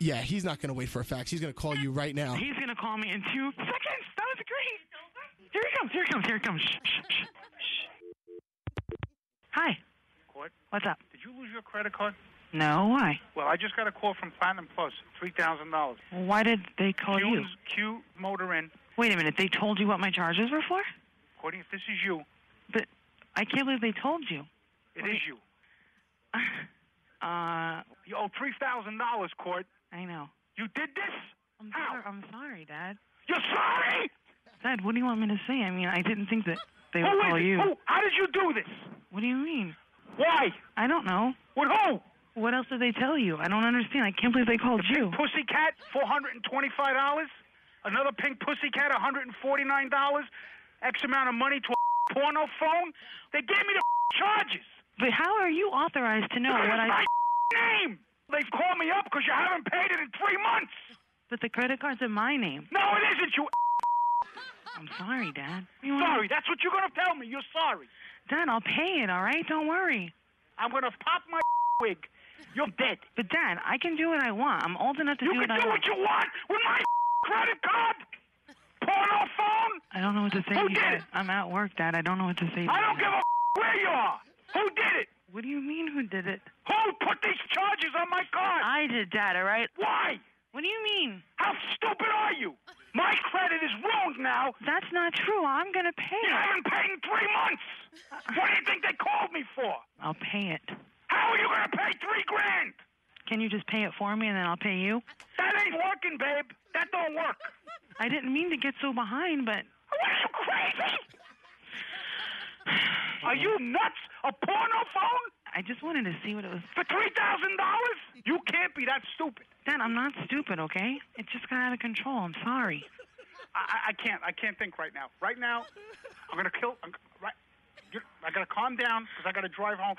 Speaker 15: Yeah, he's not going to wait for a fax. He's going to call you right now.
Speaker 17: He's gonna call me in two seconds. That was great. Here he comes. Here he comes. Here he comes. Shh, shh, shh, shh. Hi.
Speaker 14: Court,
Speaker 17: What's up?
Speaker 14: did you lose your credit card?
Speaker 17: No. Why?
Speaker 14: Well, I just got a call from Platinum Plus, $3,000.
Speaker 17: Why did they call you?
Speaker 14: Q's- Q Motor Inn.
Speaker 17: Wait a minute. They told you what my charges were for?
Speaker 14: Courtney, if this is you,
Speaker 17: But I can't believe they told you.
Speaker 14: it is you.
Speaker 17: Uh,
Speaker 14: You owe $3,000, Court.
Speaker 17: I know.
Speaker 14: You did this?
Speaker 17: I'm, sorry, I'm sorry, Dad.
Speaker 14: You're sorry?
Speaker 17: Dad, what do you want me to say? I mean, I didn't think that they
Speaker 14: Who
Speaker 17: would
Speaker 14: is
Speaker 17: call
Speaker 14: it?
Speaker 17: you.
Speaker 14: Who? How did you do this?
Speaker 17: What do you mean?
Speaker 14: Why?
Speaker 17: I don't know.
Speaker 14: With who?
Speaker 17: What else did they tell you? I don't understand. I can't believe they called you.
Speaker 14: Pussycat, $425. Another pink pussycat, $149. X amount of money to a porno phone. They gave me the charges.
Speaker 17: But how are you authorized to know
Speaker 14: Because
Speaker 17: what
Speaker 14: it's
Speaker 17: I?
Speaker 14: my name. They called me up because you haven't paid it in three months.
Speaker 17: But the credit card's in my name.
Speaker 14: No, it isn't, you
Speaker 17: I'm sorry, Dad. You
Speaker 14: Sorry,
Speaker 17: want-
Speaker 14: that's what you're going to tell me. You're sorry.
Speaker 17: Dad, I'll pay it. All right, don't worry.
Speaker 14: I'm going to pop my wig. You're dead.
Speaker 17: But Dad, I can do what I want. I'm old enough to
Speaker 14: You
Speaker 17: do
Speaker 14: can
Speaker 17: what I
Speaker 14: do
Speaker 17: want.
Speaker 14: what you want with my credit card, porno phone.
Speaker 17: I don't know what to say.
Speaker 14: Who
Speaker 17: to you,
Speaker 14: did
Speaker 17: Dad.
Speaker 14: it?
Speaker 17: I'm at work, Dad. I don't know what to say. to
Speaker 14: I
Speaker 17: you.
Speaker 14: don't give a where you are. Who did it?
Speaker 17: What do you mean? Who did it?
Speaker 14: Who put these charges on my card?
Speaker 17: I did, Dad. All right.
Speaker 14: Why?
Speaker 17: What do you mean?
Speaker 14: How stupid are you? My credit is ruined now.
Speaker 17: That's not true. I'm gonna pay
Speaker 14: You
Speaker 17: it. Uh-uh.
Speaker 14: haven't paid in three months. What do you think they called me for?
Speaker 17: I'll pay it.
Speaker 14: How are you going to pay three grand?
Speaker 17: Can you just pay it for me and then I'll pay you?
Speaker 14: That ain't working, babe. That don't work.
Speaker 17: I didn't mean to get so behind, but
Speaker 14: What are you crazy? Are you nuts? A porno phone
Speaker 17: I just wanted to see what it was.
Speaker 14: for three thousand dollars? You can't be that stupid.
Speaker 17: Dad, I'm not stupid, okay? It just got out of control. I'm sorry.
Speaker 14: I, I I can't. I can't think right now. Right now, I'm gonna kill. I'm, right, you- I gotta calm down because I gotta drive home.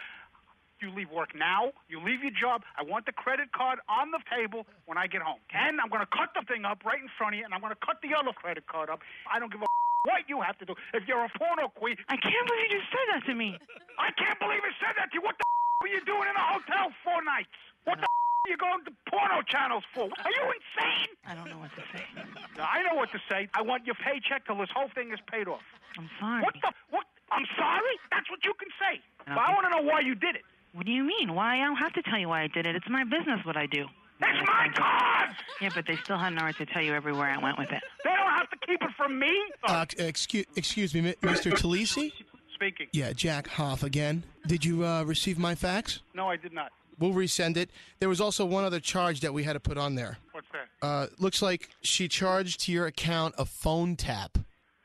Speaker 14: You leave work now. You leave your job. I want the credit card on the table when I get home. And I'm gonna cut the thing up right in front of you, and I'm gonna cut the other credit card up. I don't give a what you have to do. If you're a porno queen,
Speaker 17: I can't believe you just said that to me.
Speaker 14: I can't believe it said that to you. What the were you doing in a hotel four nights? What the are you going to porno channels for? Are you insane?
Speaker 17: I don't know what to say.
Speaker 14: Now, I know what to say. I want your paycheck till this whole thing is paid off.
Speaker 17: I'm sorry.
Speaker 14: What the? What? I'm sorry. That's what you can say.
Speaker 17: Okay.
Speaker 14: But I want to know why you did it.
Speaker 17: What do you mean? Why? I don't have to tell you why I did it. It's my business what I do.
Speaker 14: It's my card.
Speaker 17: Yeah, but they still had an right to tell you everywhere I went with it.
Speaker 14: They don't have to keep it from me.
Speaker 15: Uh, excuse, excuse me, Mi- Mr. Talisi?
Speaker 14: Speaking.
Speaker 15: Yeah, Jack Hoff again. Did you uh, receive my fax?
Speaker 14: No, I did not.
Speaker 15: We'll resend it. There was also one other charge that we had to put on there.
Speaker 14: What's that?
Speaker 15: Uh, looks like she charged to your account a phone tap.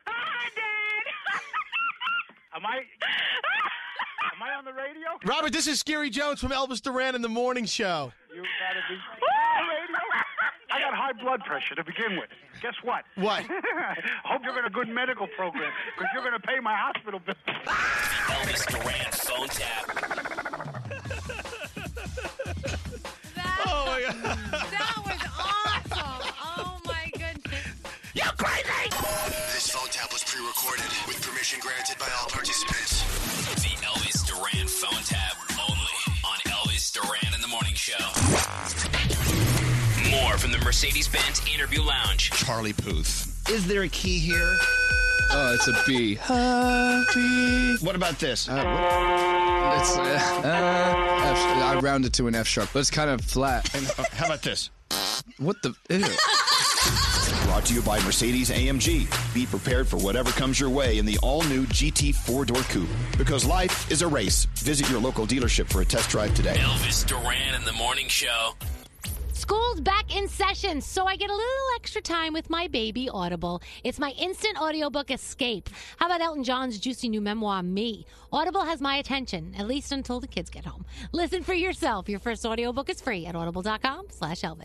Speaker 17: Ah,
Speaker 14: Am I? am I on the radio?
Speaker 15: Robert, this is Scary Jones from Elvis Duran in the Morning Show.
Speaker 14: You gotta be on the radio. I got high blood pressure to begin with. Guess what?
Speaker 15: What?
Speaker 14: Hope you're in a good medical program because you're gonna pay my hospital bill.
Speaker 6: Elvis Duran phone tap.
Speaker 4: oh my god. That was awesome. Oh my goodness.
Speaker 37: You crazy! This phone tap was pre-recorded with permission granted by all participants.
Speaker 6: The Elvis Duran phone tap only on Elvis Duran in the Morning Show. More from the Mercedes Benz Interview Lounge.
Speaker 2: Charlie Puth.
Speaker 6: Is there a key here?
Speaker 2: Oh, it's a B. What about this?
Speaker 38: It's, uh, uh, F, I rounded to an F sharp, but it's kind of flat.
Speaker 2: How about this?
Speaker 38: What the? Ew.
Speaker 2: Brought to you by Mercedes AMG. Be prepared for whatever comes your way in the all new GT four door coupe. Because life is a race. Visit your local dealership for a test drive today.
Speaker 6: Elvis Duran in the Morning Show.
Speaker 9: School's back in session, so I get a little extra time with my baby Audible. It's my instant audiobook escape. How about Elton John's juicy new memoir, Me? Audible has my attention, at least until the kids get home. Listen for yourself. Your first audiobook is free at audible.com slash Elvis.